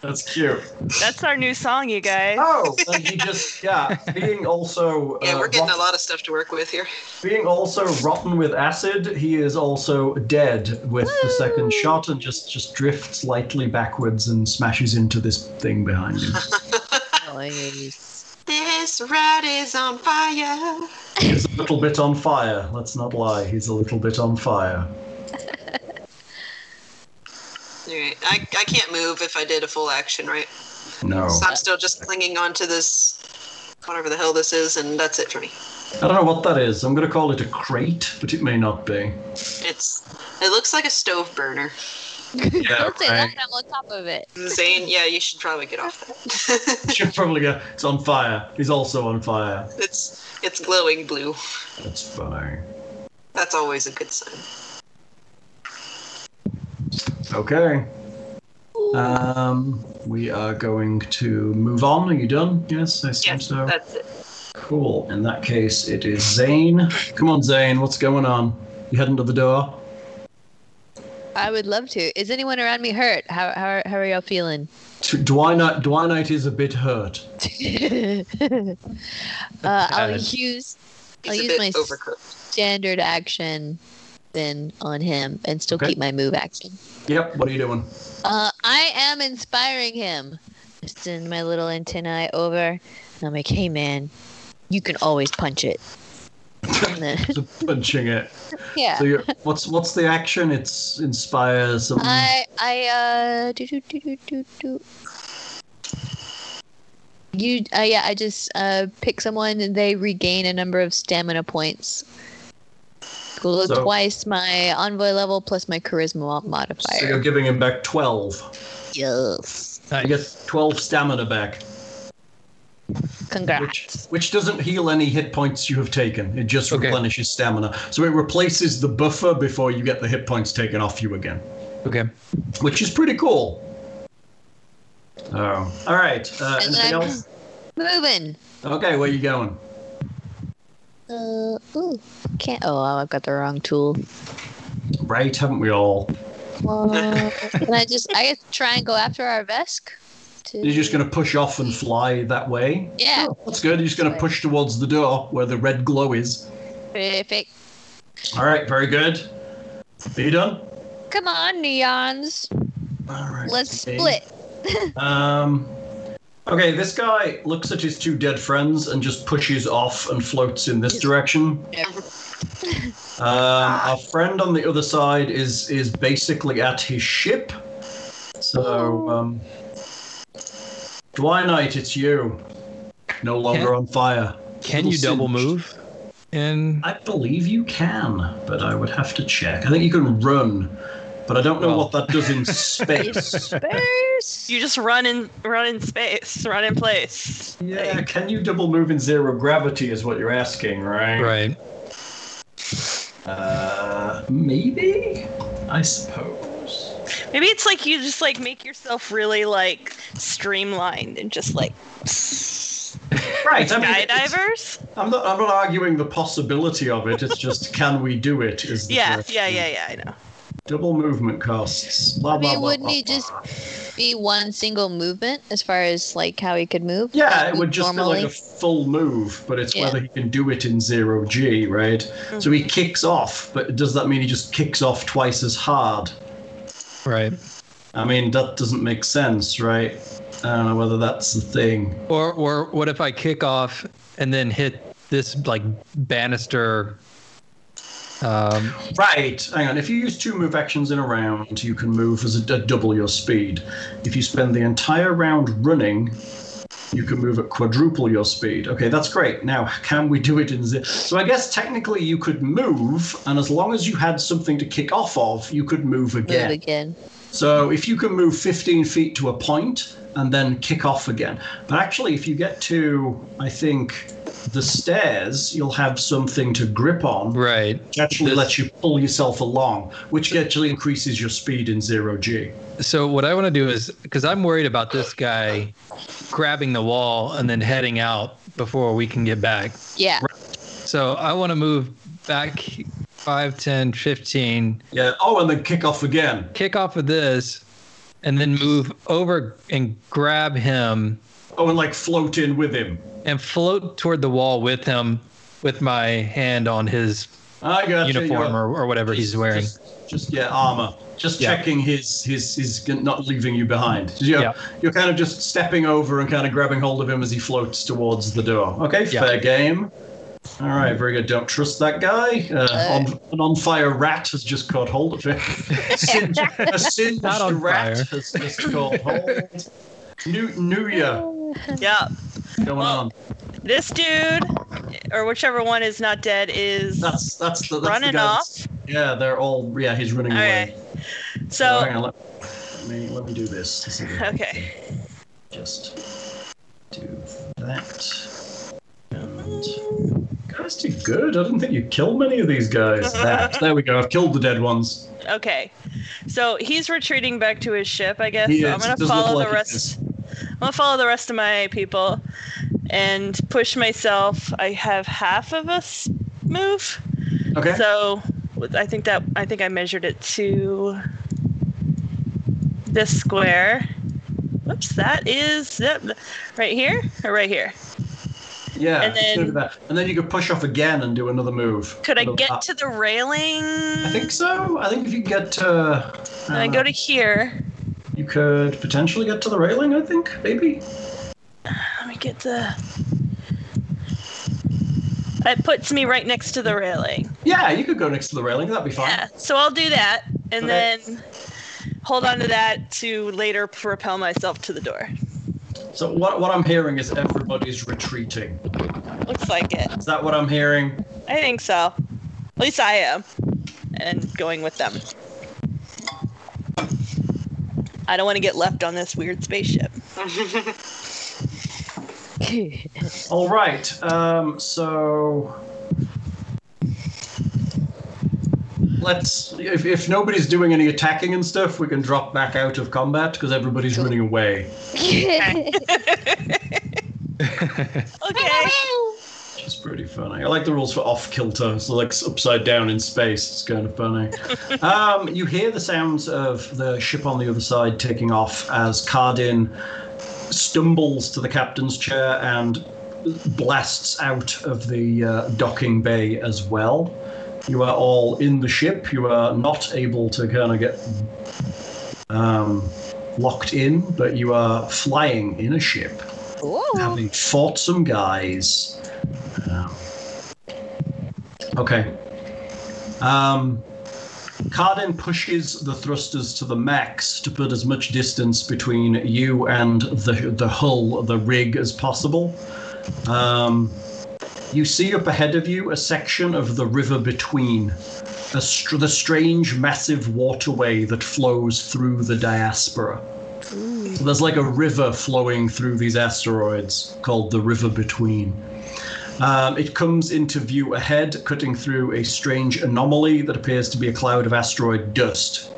[SPEAKER 2] That's cute.
[SPEAKER 4] That's our new song, you guys.
[SPEAKER 2] Oh, and he just yeah. Being also
[SPEAKER 3] Yeah,
[SPEAKER 2] uh,
[SPEAKER 3] we're getting
[SPEAKER 2] rot-
[SPEAKER 3] a lot of stuff to work with here.
[SPEAKER 2] being also rotten with acid, he is also dead with the second shot and just just drifts lightly backwards and smashes into this thing behind him.
[SPEAKER 3] [LAUGHS]
[SPEAKER 6] Nice.
[SPEAKER 3] This rat is on fire.
[SPEAKER 2] He's a little bit on fire. Let's not lie. He's a little bit on fire.
[SPEAKER 3] All right. I, I can't move if I did a full action, right?
[SPEAKER 2] No.
[SPEAKER 3] So I'm still just clinging on to this, whatever the hell this is, and that's it for me.
[SPEAKER 2] I don't know what that is. I'm going to call it a crate, but it may not be. [LAUGHS]
[SPEAKER 3] It's it looks like a stove burner.
[SPEAKER 2] Yeah,
[SPEAKER 5] Don't say that. I'm on top of it.
[SPEAKER 3] Zane, yeah, you should probably get off that. [LAUGHS]
[SPEAKER 2] Should probably go. It's on fire. He's also on fire.
[SPEAKER 3] it's it's glowing blue.
[SPEAKER 2] That's fine.
[SPEAKER 3] That's always a good sign.
[SPEAKER 2] Okay. Um, we are going to move on. Are you done? Yes, I assume
[SPEAKER 3] Yes,
[SPEAKER 2] so.
[SPEAKER 3] that's it.
[SPEAKER 2] Cool. In that case, it is Zane. Come on, Zane. What's going on? You heading to the door?
[SPEAKER 5] I would love to. Is anyone around me hurt? How how are, how are y'all feeling? [LAUGHS]
[SPEAKER 2] T- Dwight Knight, Dwight Knight is a bit hurt.
[SPEAKER 5] uh, I'll
[SPEAKER 7] Yes.
[SPEAKER 5] use I'll
[SPEAKER 3] He's a
[SPEAKER 5] use
[SPEAKER 3] bit
[SPEAKER 5] my s-
[SPEAKER 3] overcooked.
[SPEAKER 5] standard action then on him and still
[SPEAKER 2] Okay.
[SPEAKER 5] keep my move action.
[SPEAKER 2] Yep. What are you doing?
[SPEAKER 5] Uh, I am inspiring him. I send my little antennae over, and I'm like, "Hey, man, you can always punch it." And then- [LAUGHS]
[SPEAKER 2] So punching it.
[SPEAKER 5] yeah.
[SPEAKER 2] So you're, what's what's the action? It's inspire some.
[SPEAKER 5] I I uh do do do do do do. You uh, yeah I just uh pick someone and they regain a number of stamina points. Go
[SPEAKER 2] So-
[SPEAKER 5] twice my envoy level plus my charisma
[SPEAKER 2] so
[SPEAKER 5] modifier.
[SPEAKER 2] you're giving him back twelve.
[SPEAKER 5] Yes,
[SPEAKER 2] You get twelve stamina back,
[SPEAKER 5] congrats.
[SPEAKER 2] which which doesn't heal any hit points you have taken. It just
[SPEAKER 7] Okay.
[SPEAKER 2] replenishes stamina. So it replaces the buffer before you get the hit points taken off you again.
[SPEAKER 7] Okay.
[SPEAKER 2] which is pretty cool. Oh, all right. Uh,
[SPEAKER 5] And
[SPEAKER 2] anything
[SPEAKER 5] then-
[SPEAKER 2] else?
[SPEAKER 5] Moving.
[SPEAKER 2] Okay, where you going?
[SPEAKER 5] Uh, ooh, can't. Oh, I've got the wrong tool.
[SPEAKER 2] Right, haven't we all?
[SPEAKER 5] Uh, Can I [LAUGHS] just? I guess try and go after our Vesk. To,
[SPEAKER 2] You're just Oh. going to push off and fly that way.
[SPEAKER 5] Yeah,
[SPEAKER 2] That's good. You're just going to push towards the door where the red glow is.
[SPEAKER 5] perfect.
[SPEAKER 2] All right, very good. Are you done?
[SPEAKER 5] Come on, neons.
[SPEAKER 2] All right.
[SPEAKER 5] Let's
[SPEAKER 2] okay.
[SPEAKER 5] split.
[SPEAKER 2] Um. Okay, this guy looks at his two dead friends and just pushes off and floats in this direction. Um, our friend on the other side is is basically at his ship.
[SPEAKER 5] Oh.
[SPEAKER 2] So, um, Dwight Knight, it's you. No longer
[SPEAKER 7] Can-
[SPEAKER 2] on fire.
[SPEAKER 7] Can you
[SPEAKER 2] Little
[SPEAKER 7] double
[SPEAKER 2] singed.
[SPEAKER 7] move? And
[SPEAKER 2] I believe you can, but I would have to check. I think you can run, but I don't know
[SPEAKER 7] Well.
[SPEAKER 2] what that does in space. [LAUGHS]
[SPEAKER 4] You just run in run in space, run in place.
[SPEAKER 2] yeah, can you double move in zero gravity is what you're asking, right?
[SPEAKER 7] right.
[SPEAKER 2] Uh, maybe? I suppose.
[SPEAKER 4] Maybe it's like you just like make yourself really like streamlined and just like skydivers.
[SPEAKER 2] Right, I mean, it's- I'm not. I'm not arguing the possibility of it. It's just, can we do it? Is the
[SPEAKER 4] Yeah,
[SPEAKER 2] question.
[SPEAKER 4] yeah, yeah, yeah. I know.
[SPEAKER 2] Double movement costs. Blah, blah,
[SPEAKER 5] mean,
[SPEAKER 2] blah,
[SPEAKER 5] wouldn't
[SPEAKER 2] blah,
[SPEAKER 5] he
[SPEAKER 2] blah.
[SPEAKER 5] just- Be one single movement as far as like how he could move.
[SPEAKER 2] Yeah, it
[SPEAKER 5] Move
[SPEAKER 2] would just
[SPEAKER 5] normally.
[SPEAKER 2] be like a full move, but it's
[SPEAKER 5] Yeah. Mm-hmm.
[SPEAKER 2] whether he can do it in zero g, right? So he kicks off, but does that mean he just kicks off twice as hard?
[SPEAKER 7] Right.
[SPEAKER 2] I mean, that doesn't make sense, right? I don't know whether that's the thing.
[SPEAKER 7] Or or what if I kick off and then hit this like banister? Um,
[SPEAKER 2] Right. Hang on. If you use two move actions in a round, you can move as a, a double your speed. If you spend the entire round running, you can move at quadruple your speed. Okay, that's great. Now, can we do it in zero? So I guess technically you could move, and as long as you had something to kick off of, you could move
[SPEAKER 5] Move
[SPEAKER 2] again.
[SPEAKER 5] again.
[SPEAKER 2] So if you can move 15 feet to a point and then kick off again. But actually, if you get to, I think, the stairs, you'll have something to grip on
[SPEAKER 7] right.
[SPEAKER 2] which actually
[SPEAKER 7] This-
[SPEAKER 2] lets you pull yourself along, which actually increases your speed in zero G.
[SPEAKER 7] So what I want to do is because I'm worried about this guy grabbing the wall and then heading out before we can get back.
[SPEAKER 5] Yeah.
[SPEAKER 7] So I want to move back 5, 10, 15,
[SPEAKER 2] Yeah. Oh, and then kick off again.
[SPEAKER 7] kick off of this, and then move over and grab him
[SPEAKER 2] Oh, and like float in with him.
[SPEAKER 7] and float toward the wall with him with my hand on his
[SPEAKER 2] I got
[SPEAKER 7] uniform or, or whatever he's wearing.
[SPEAKER 2] Just, just, yeah, armor. Just
[SPEAKER 7] Yeah.
[SPEAKER 2] checking his his his not leaving you behind. You're,
[SPEAKER 7] Yeah.
[SPEAKER 2] you're kind of just stepping over and kind of grabbing hold of him as he floats towards the door. Okay,
[SPEAKER 7] Yeah.
[SPEAKER 2] fair game. All right, very good. Don't trust that guy. Uh, on, an on fire rat has just caught hold of it. Singed- [LAUGHS]
[SPEAKER 7] [LAUGHS]
[SPEAKER 2] a singed
[SPEAKER 7] Not on
[SPEAKER 2] rat
[SPEAKER 7] fire.
[SPEAKER 2] has just caught hold. New, new
[SPEAKER 5] [LAUGHS]
[SPEAKER 2] year
[SPEAKER 4] Yeah.
[SPEAKER 2] going
[SPEAKER 4] Well-
[SPEAKER 2] on.
[SPEAKER 4] This dude, or whichever one is not dead, is
[SPEAKER 2] That's that's the that's the
[SPEAKER 4] running
[SPEAKER 2] guy
[SPEAKER 4] off.
[SPEAKER 2] that's- Yeah, they're all. Yeah, he's running
[SPEAKER 4] All
[SPEAKER 2] away.
[SPEAKER 4] right.
[SPEAKER 2] Oh,
[SPEAKER 4] So,
[SPEAKER 2] hang on, let, let me let me do this. This is it.
[SPEAKER 4] [LAUGHS] okay.
[SPEAKER 2] Just do that. And guys do good. I didn't think you killed many of these
[SPEAKER 4] [LAUGHS]
[SPEAKER 2] guys. That. There we go. I've killed the dead ones.
[SPEAKER 4] Okay. So he's retreating back to his ship, I guess.
[SPEAKER 2] He
[SPEAKER 4] So I'm
[SPEAKER 2] is.
[SPEAKER 4] gonna
[SPEAKER 2] Doesn't look
[SPEAKER 4] follow
[SPEAKER 2] like
[SPEAKER 4] the
[SPEAKER 2] he
[SPEAKER 4] rest
[SPEAKER 2] is.
[SPEAKER 4] I'm gonna follow the rest of my people and push myself. I have half of us move.
[SPEAKER 2] Okay.
[SPEAKER 4] So with- I think that I think I measured it to this square. Whoops, that is that, right here or right here.
[SPEAKER 2] yeah.
[SPEAKER 4] and
[SPEAKER 2] just
[SPEAKER 4] then-
[SPEAKER 2] do that. and then you could push off again and do another move.
[SPEAKER 4] Could I
[SPEAKER 2] Another-
[SPEAKER 4] get to the railing?
[SPEAKER 2] I think so. I think if you get to. uh,
[SPEAKER 4] And I go to here.
[SPEAKER 2] You could potentially get to the railing. I think maybe.
[SPEAKER 4] Let me get the. It puts me right next to the railing.
[SPEAKER 2] Yeah, you could go next to the railing. That'd be fine.
[SPEAKER 4] Yeah, so I'll do that and
[SPEAKER 2] Okay.
[SPEAKER 4] then hold on to that to later propel myself to the door.
[SPEAKER 2] So what what I'm hearing is everybody's retreating.
[SPEAKER 4] Looks like it.
[SPEAKER 2] Is that what I'm hearing?
[SPEAKER 4] I think so. At least I am. And going with them. I don't want to get left on this weird spaceship.
[SPEAKER 2] All right. Um, so let's. If, if nobody's doing any attacking and stuff, we can drop back out of combat because everybody's running away.
[SPEAKER 4] Okay.
[SPEAKER 2] Which is pretty funny. I like the rules for off kilter, so like upside down in space. It's kind of funny. um, you hear the sounds of the ship on the other side taking off as Cardin stumbles to the captain's chair and blasts out of the uh, docking bay as well. You are all in the ship. You are not able to kind of get um, locked in, but you are flying in a ship having fought some guys. Um, okay. Um, Cardin pushes the thrusters to the max to put as much distance between you and the the hull, the rig, as possible. Um, you see up ahead of you a section of the river between, a str- the strange massive waterway that flows through the diaspora. So there's like a river flowing through these asteroids called the River Between. Um, it comes into view ahead, cutting through a strange anomaly that appears to be a cloud of asteroid dust.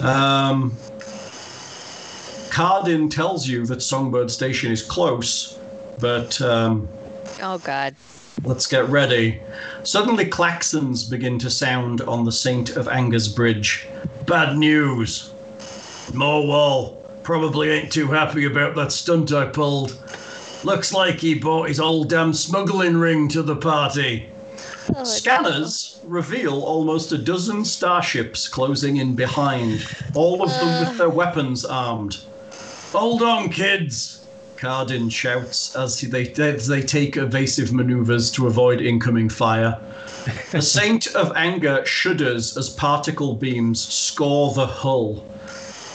[SPEAKER 2] Um, Cardin tells you that Songbird Station is close, but um,
[SPEAKER 5] Oh God.
[SPEAKER 2] Let's get ready. Suddenly, claxons begin to sound on the Saint of Anger's Bridge. Bad news. Morwall probably ain't too happy about that stunt I pulled. Looks like he brought his old damn smuggling ring to the party.
[SPEAKER 5] Oh,
[SPEAKER 2] Scanners reveal almost a dozen starships closing in behind, all of them with their weapons armed. Hold on, kids! Cardin shouts as he- they, as they take evasive maneuvers to avoid incoming fire. The Saint of Anger shudders as particle beams score the hull.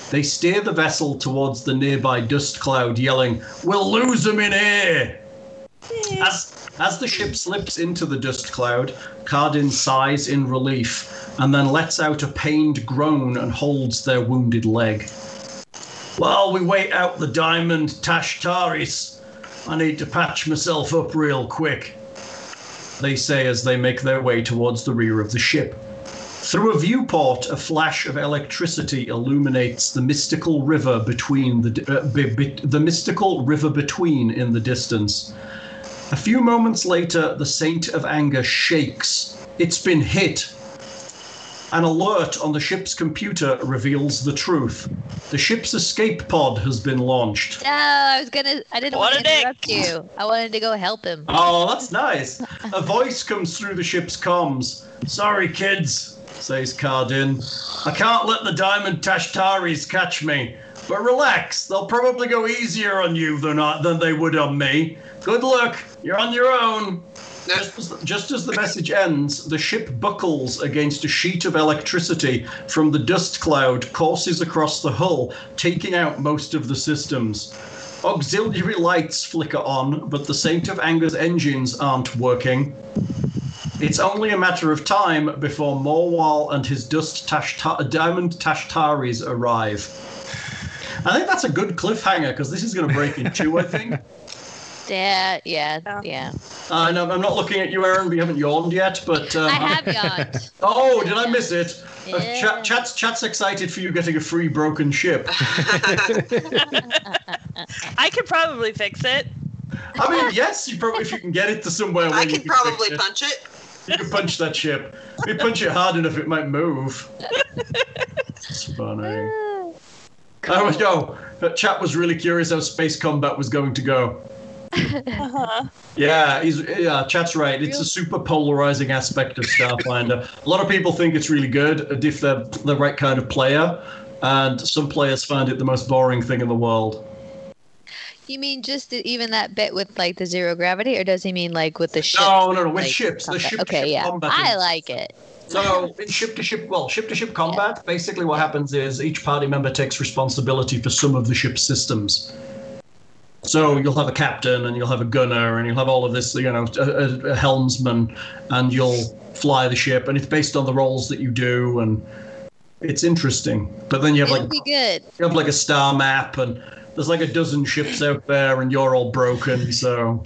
[SPEAKER 2] They steer the vessel towards the nearby dust cloud, yelling, We'll lose them in here! As, as the ship slips into the dust cloud, Cardin sighs in relief and then lets out a pained groan and holds their wounded leg. While we wait out the diamond Tashtaris, I need to patch myself up real quick, they say as they make their way towards the rear of the ship. Through a viewport, a flash of electricity illuminates the mystical river between the uh, be, be- the mystical river between in the distance. A few moments later, the Saint of Anger shakes. It's been hit. An alert on the ship's computer reveals the truth. The ship's escape pod has been launched.
[SPEAKER 5] No, I was gonna. I didn't
[SPEAKER 4] What
[SPEAKER 5] want to
[SPEAKER 4] a dick.
[SPEAKER 5] interrupt you. I wanted to go help him.
[SPEAKER 2] Oh, that's nice. A voice comes through the ship's comms. Sorry, kids, says Cardin. I can't let the Diamond Tashtaris catch me. But relax, they'll probably go easier on you than I, than they would on me. Good luck. You're on your own. Just as, just as the message ends, the ship buckles against a sheet of electricity from the dust cloud courses across the hull, taking out most of the systems. Auxiliary lights flicker on, but the Saint of Anger's engines aren't working. It's only a matter of time before Morwal and his dust tashta- diamond Tashtaris arrive. I think that's a good cliffhanger because this is going to break in two, I think.
[SPEAKER 5] Yeah, yeah,
[SPEAKER 4] Yeah.
[SPEAKER 2] [LAUGHS]
[SPEAKER 5] yeah.
[SPEAKER 2] Uh, and I'm I'm not looking at you, Aaron. We haven't yawned yet, but um,
[SPEAKER 5] I have yawned.
[SPEAKER 2] oh, did I miss it? Uh,
[SPEAKER 5] Yeah.
[SPEAKER 2] chat, chat's, chat's excited for you getting a free broken ship.
[SPEAKER 4] I could probably fix it.
[SPEAKER 2] I mean, yes, you probably if you can get it to somewhere. Where
[SPEAKER 3] I
[SPEAKER 2] you
[SPEAKER 3] can
[SPEAKER 2] fix
[SPEAKER 3] probably
[SPEAKER 2] it,
[SPEAKER 3] punch it.
[SPEAKER 2] You can punch that ship. If you punch it hard enough, it might move. It's funny. Oh we go. That chap was really curious how space combat was going to go.
[SPEAKER 4] Uh-huh.
[SPEAKER 2] Yeah, he's yeah, chat's right. It's a super polarizing aspect of Starfinder. a lot of people think it's really good and if they're the right kind of player, and some players find it the most boring thing in the world.
[SPEAKER 5] [LAUGHS] You mean just the, even that bit with like the zero gravity, or does he mean like with the ship?
[SPEAKER 2] No, no, no, with
[SPEAKER 5] like,
[SPEAKER 2] ships, the
[SPEAKER 5] combat?
[SPEAKER 2] ship-
[SPEAKER 5] okay,
[SPEAKER 2] ship
[SPEAKER 5] yeah,
[SPEAKER 2] combat
[SPEAKER 5] I
[SPEAKER 2] is-
[SPEAKER 5] like it.
[SPEAKER 2] So in ship to ship, well, ship to ship combat, basically what happens is each party member takes responsibility for some of the ship's systems. So you'll have a captain and you'll have a gunner and you'll have all of this, you know, a, a, a helmsman, and you'll fly the ship, and it's based on the roles that you do, and it's interesting. But then you have
[SPEAKER 5] It'll
[SPEAKER 2] like
[SPEAKER 5] be good.
[SPEAKER 2] you have like a star map, and there's like a dozen ships out there, and you're all broken. So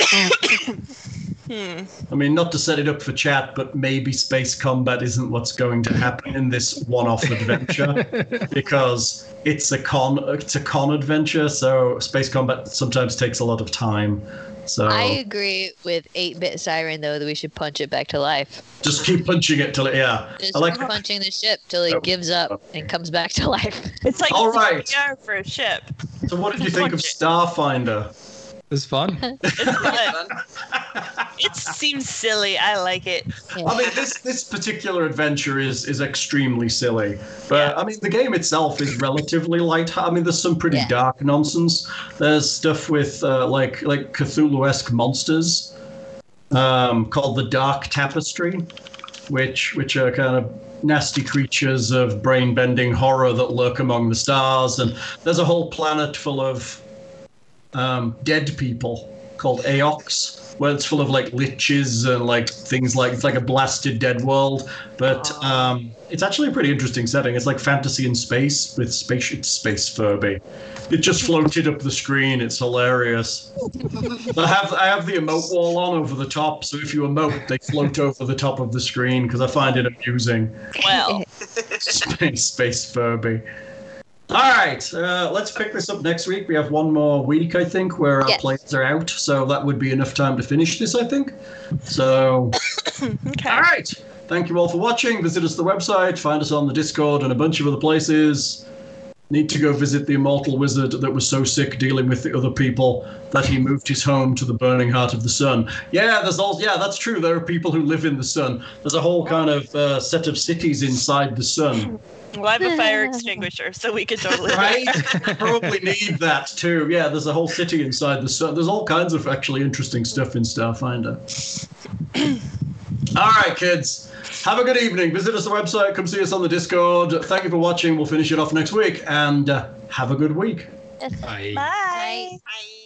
[SPEAKER 4] Hmm.
[SPEAKER 2] I mean, not to set it up for chat, but maybe space combat isn't what's going to happen in this one-off adventure because it's a con it's a con adventure, so space combat sometimes takes a lot of time. So
[SPEAKER 5] I agree with eight bit siren though that we should punch it back to life.
[SPEAKER 2] just keep punching it till it yeah.
[SPEAKER 5] Just
[SPEAKER 2] I like
[SPEAKER 5] keep punching the ship till it gives up and comes back to life.
[SPEAKER 4] It's like
[SPEAKER 2] All right.
[SPEAKER 4] CPR for a ship.
[SPEAKER 2] So what
[SPEAKER 4] [LAUGHS]
[SPEAKER 2] did you think of
[SPEAKER 4] Punch it.
[SPEAKER 2] Starfinder?
[SPEAKER 7] It's fun.
[SPEAKER 4] It's
[SPEAKER 3] Fun.
[SPEAKER 4] fun. it seems silly. I like it.
[SPEAKER 5] [LAUGHS]
[SPEAKER 2] I mean, this this particular adventure is is extremely silly, but I mean, the game itself is relatively light. I mean, there's some pretty
[SPEAKER 5] Yeah.
[SPEAKER 2] dark nonsense. There's stuff with uh, like like Cthulhu-esque monsters um, called the Dark Tapestry, which which are kind of nasty creatures of brain-bending horror that lurk among the stars. And there's a whole planet full of um, dead people called Aox, where it's full of like liches and like things like it's like a blasted dead world. But um, it's actually a pretty interesting setting. It's like fantasy in space with space it's space Furby. It just floated up the screen. It's hilarious. I have I have the emote wall on over the top, so if you emote, they float over the top of the screen because I find it amusing.
[SPEAKER 4] Well,
[SPEAKER 2] Space, space Furby. All right, uh, let's pick this up next week. We have one more week, I think, where our
[SPEAKER 5] Yes.
[SPEAKER 2] players are out, so that would be enough time to finish this, I think. So,
[SPEAKER 4] okay.
[SPEAKER 2] all right. Thank you all for watching. Visit us at the website, find us on the Discord, and a bunch of other places. Need to go visit the immortal wizard that was so sick dealing with the other people that he moved his home to the burning heart of the sun. Yeah, there's all. Yeah, that's true. There are people who live in the sun. There's a whole kind of uh, set of cities inside the sun.
[SPEAKER 4] Well, I have a fire extinguisher, so we could totally.
[SPEAKER 2] [LAUGHS]
[SPEAKER 4] [LAUGHS]
[SPEAKER 2] right? Probably need that too. Yeah, there's a whole city inside the sun. There's all kinds of actually interesting stuff in Starfinder. all right, kids. Have a good evening. Visit us on the website. Come see us on the Discord. Thank you for watching. We'll finish it off next week and uh, have a good week.
[SPEAKER 7] I-
[SPEAKER 4] Bye.
[SPEAKER 3] Bye.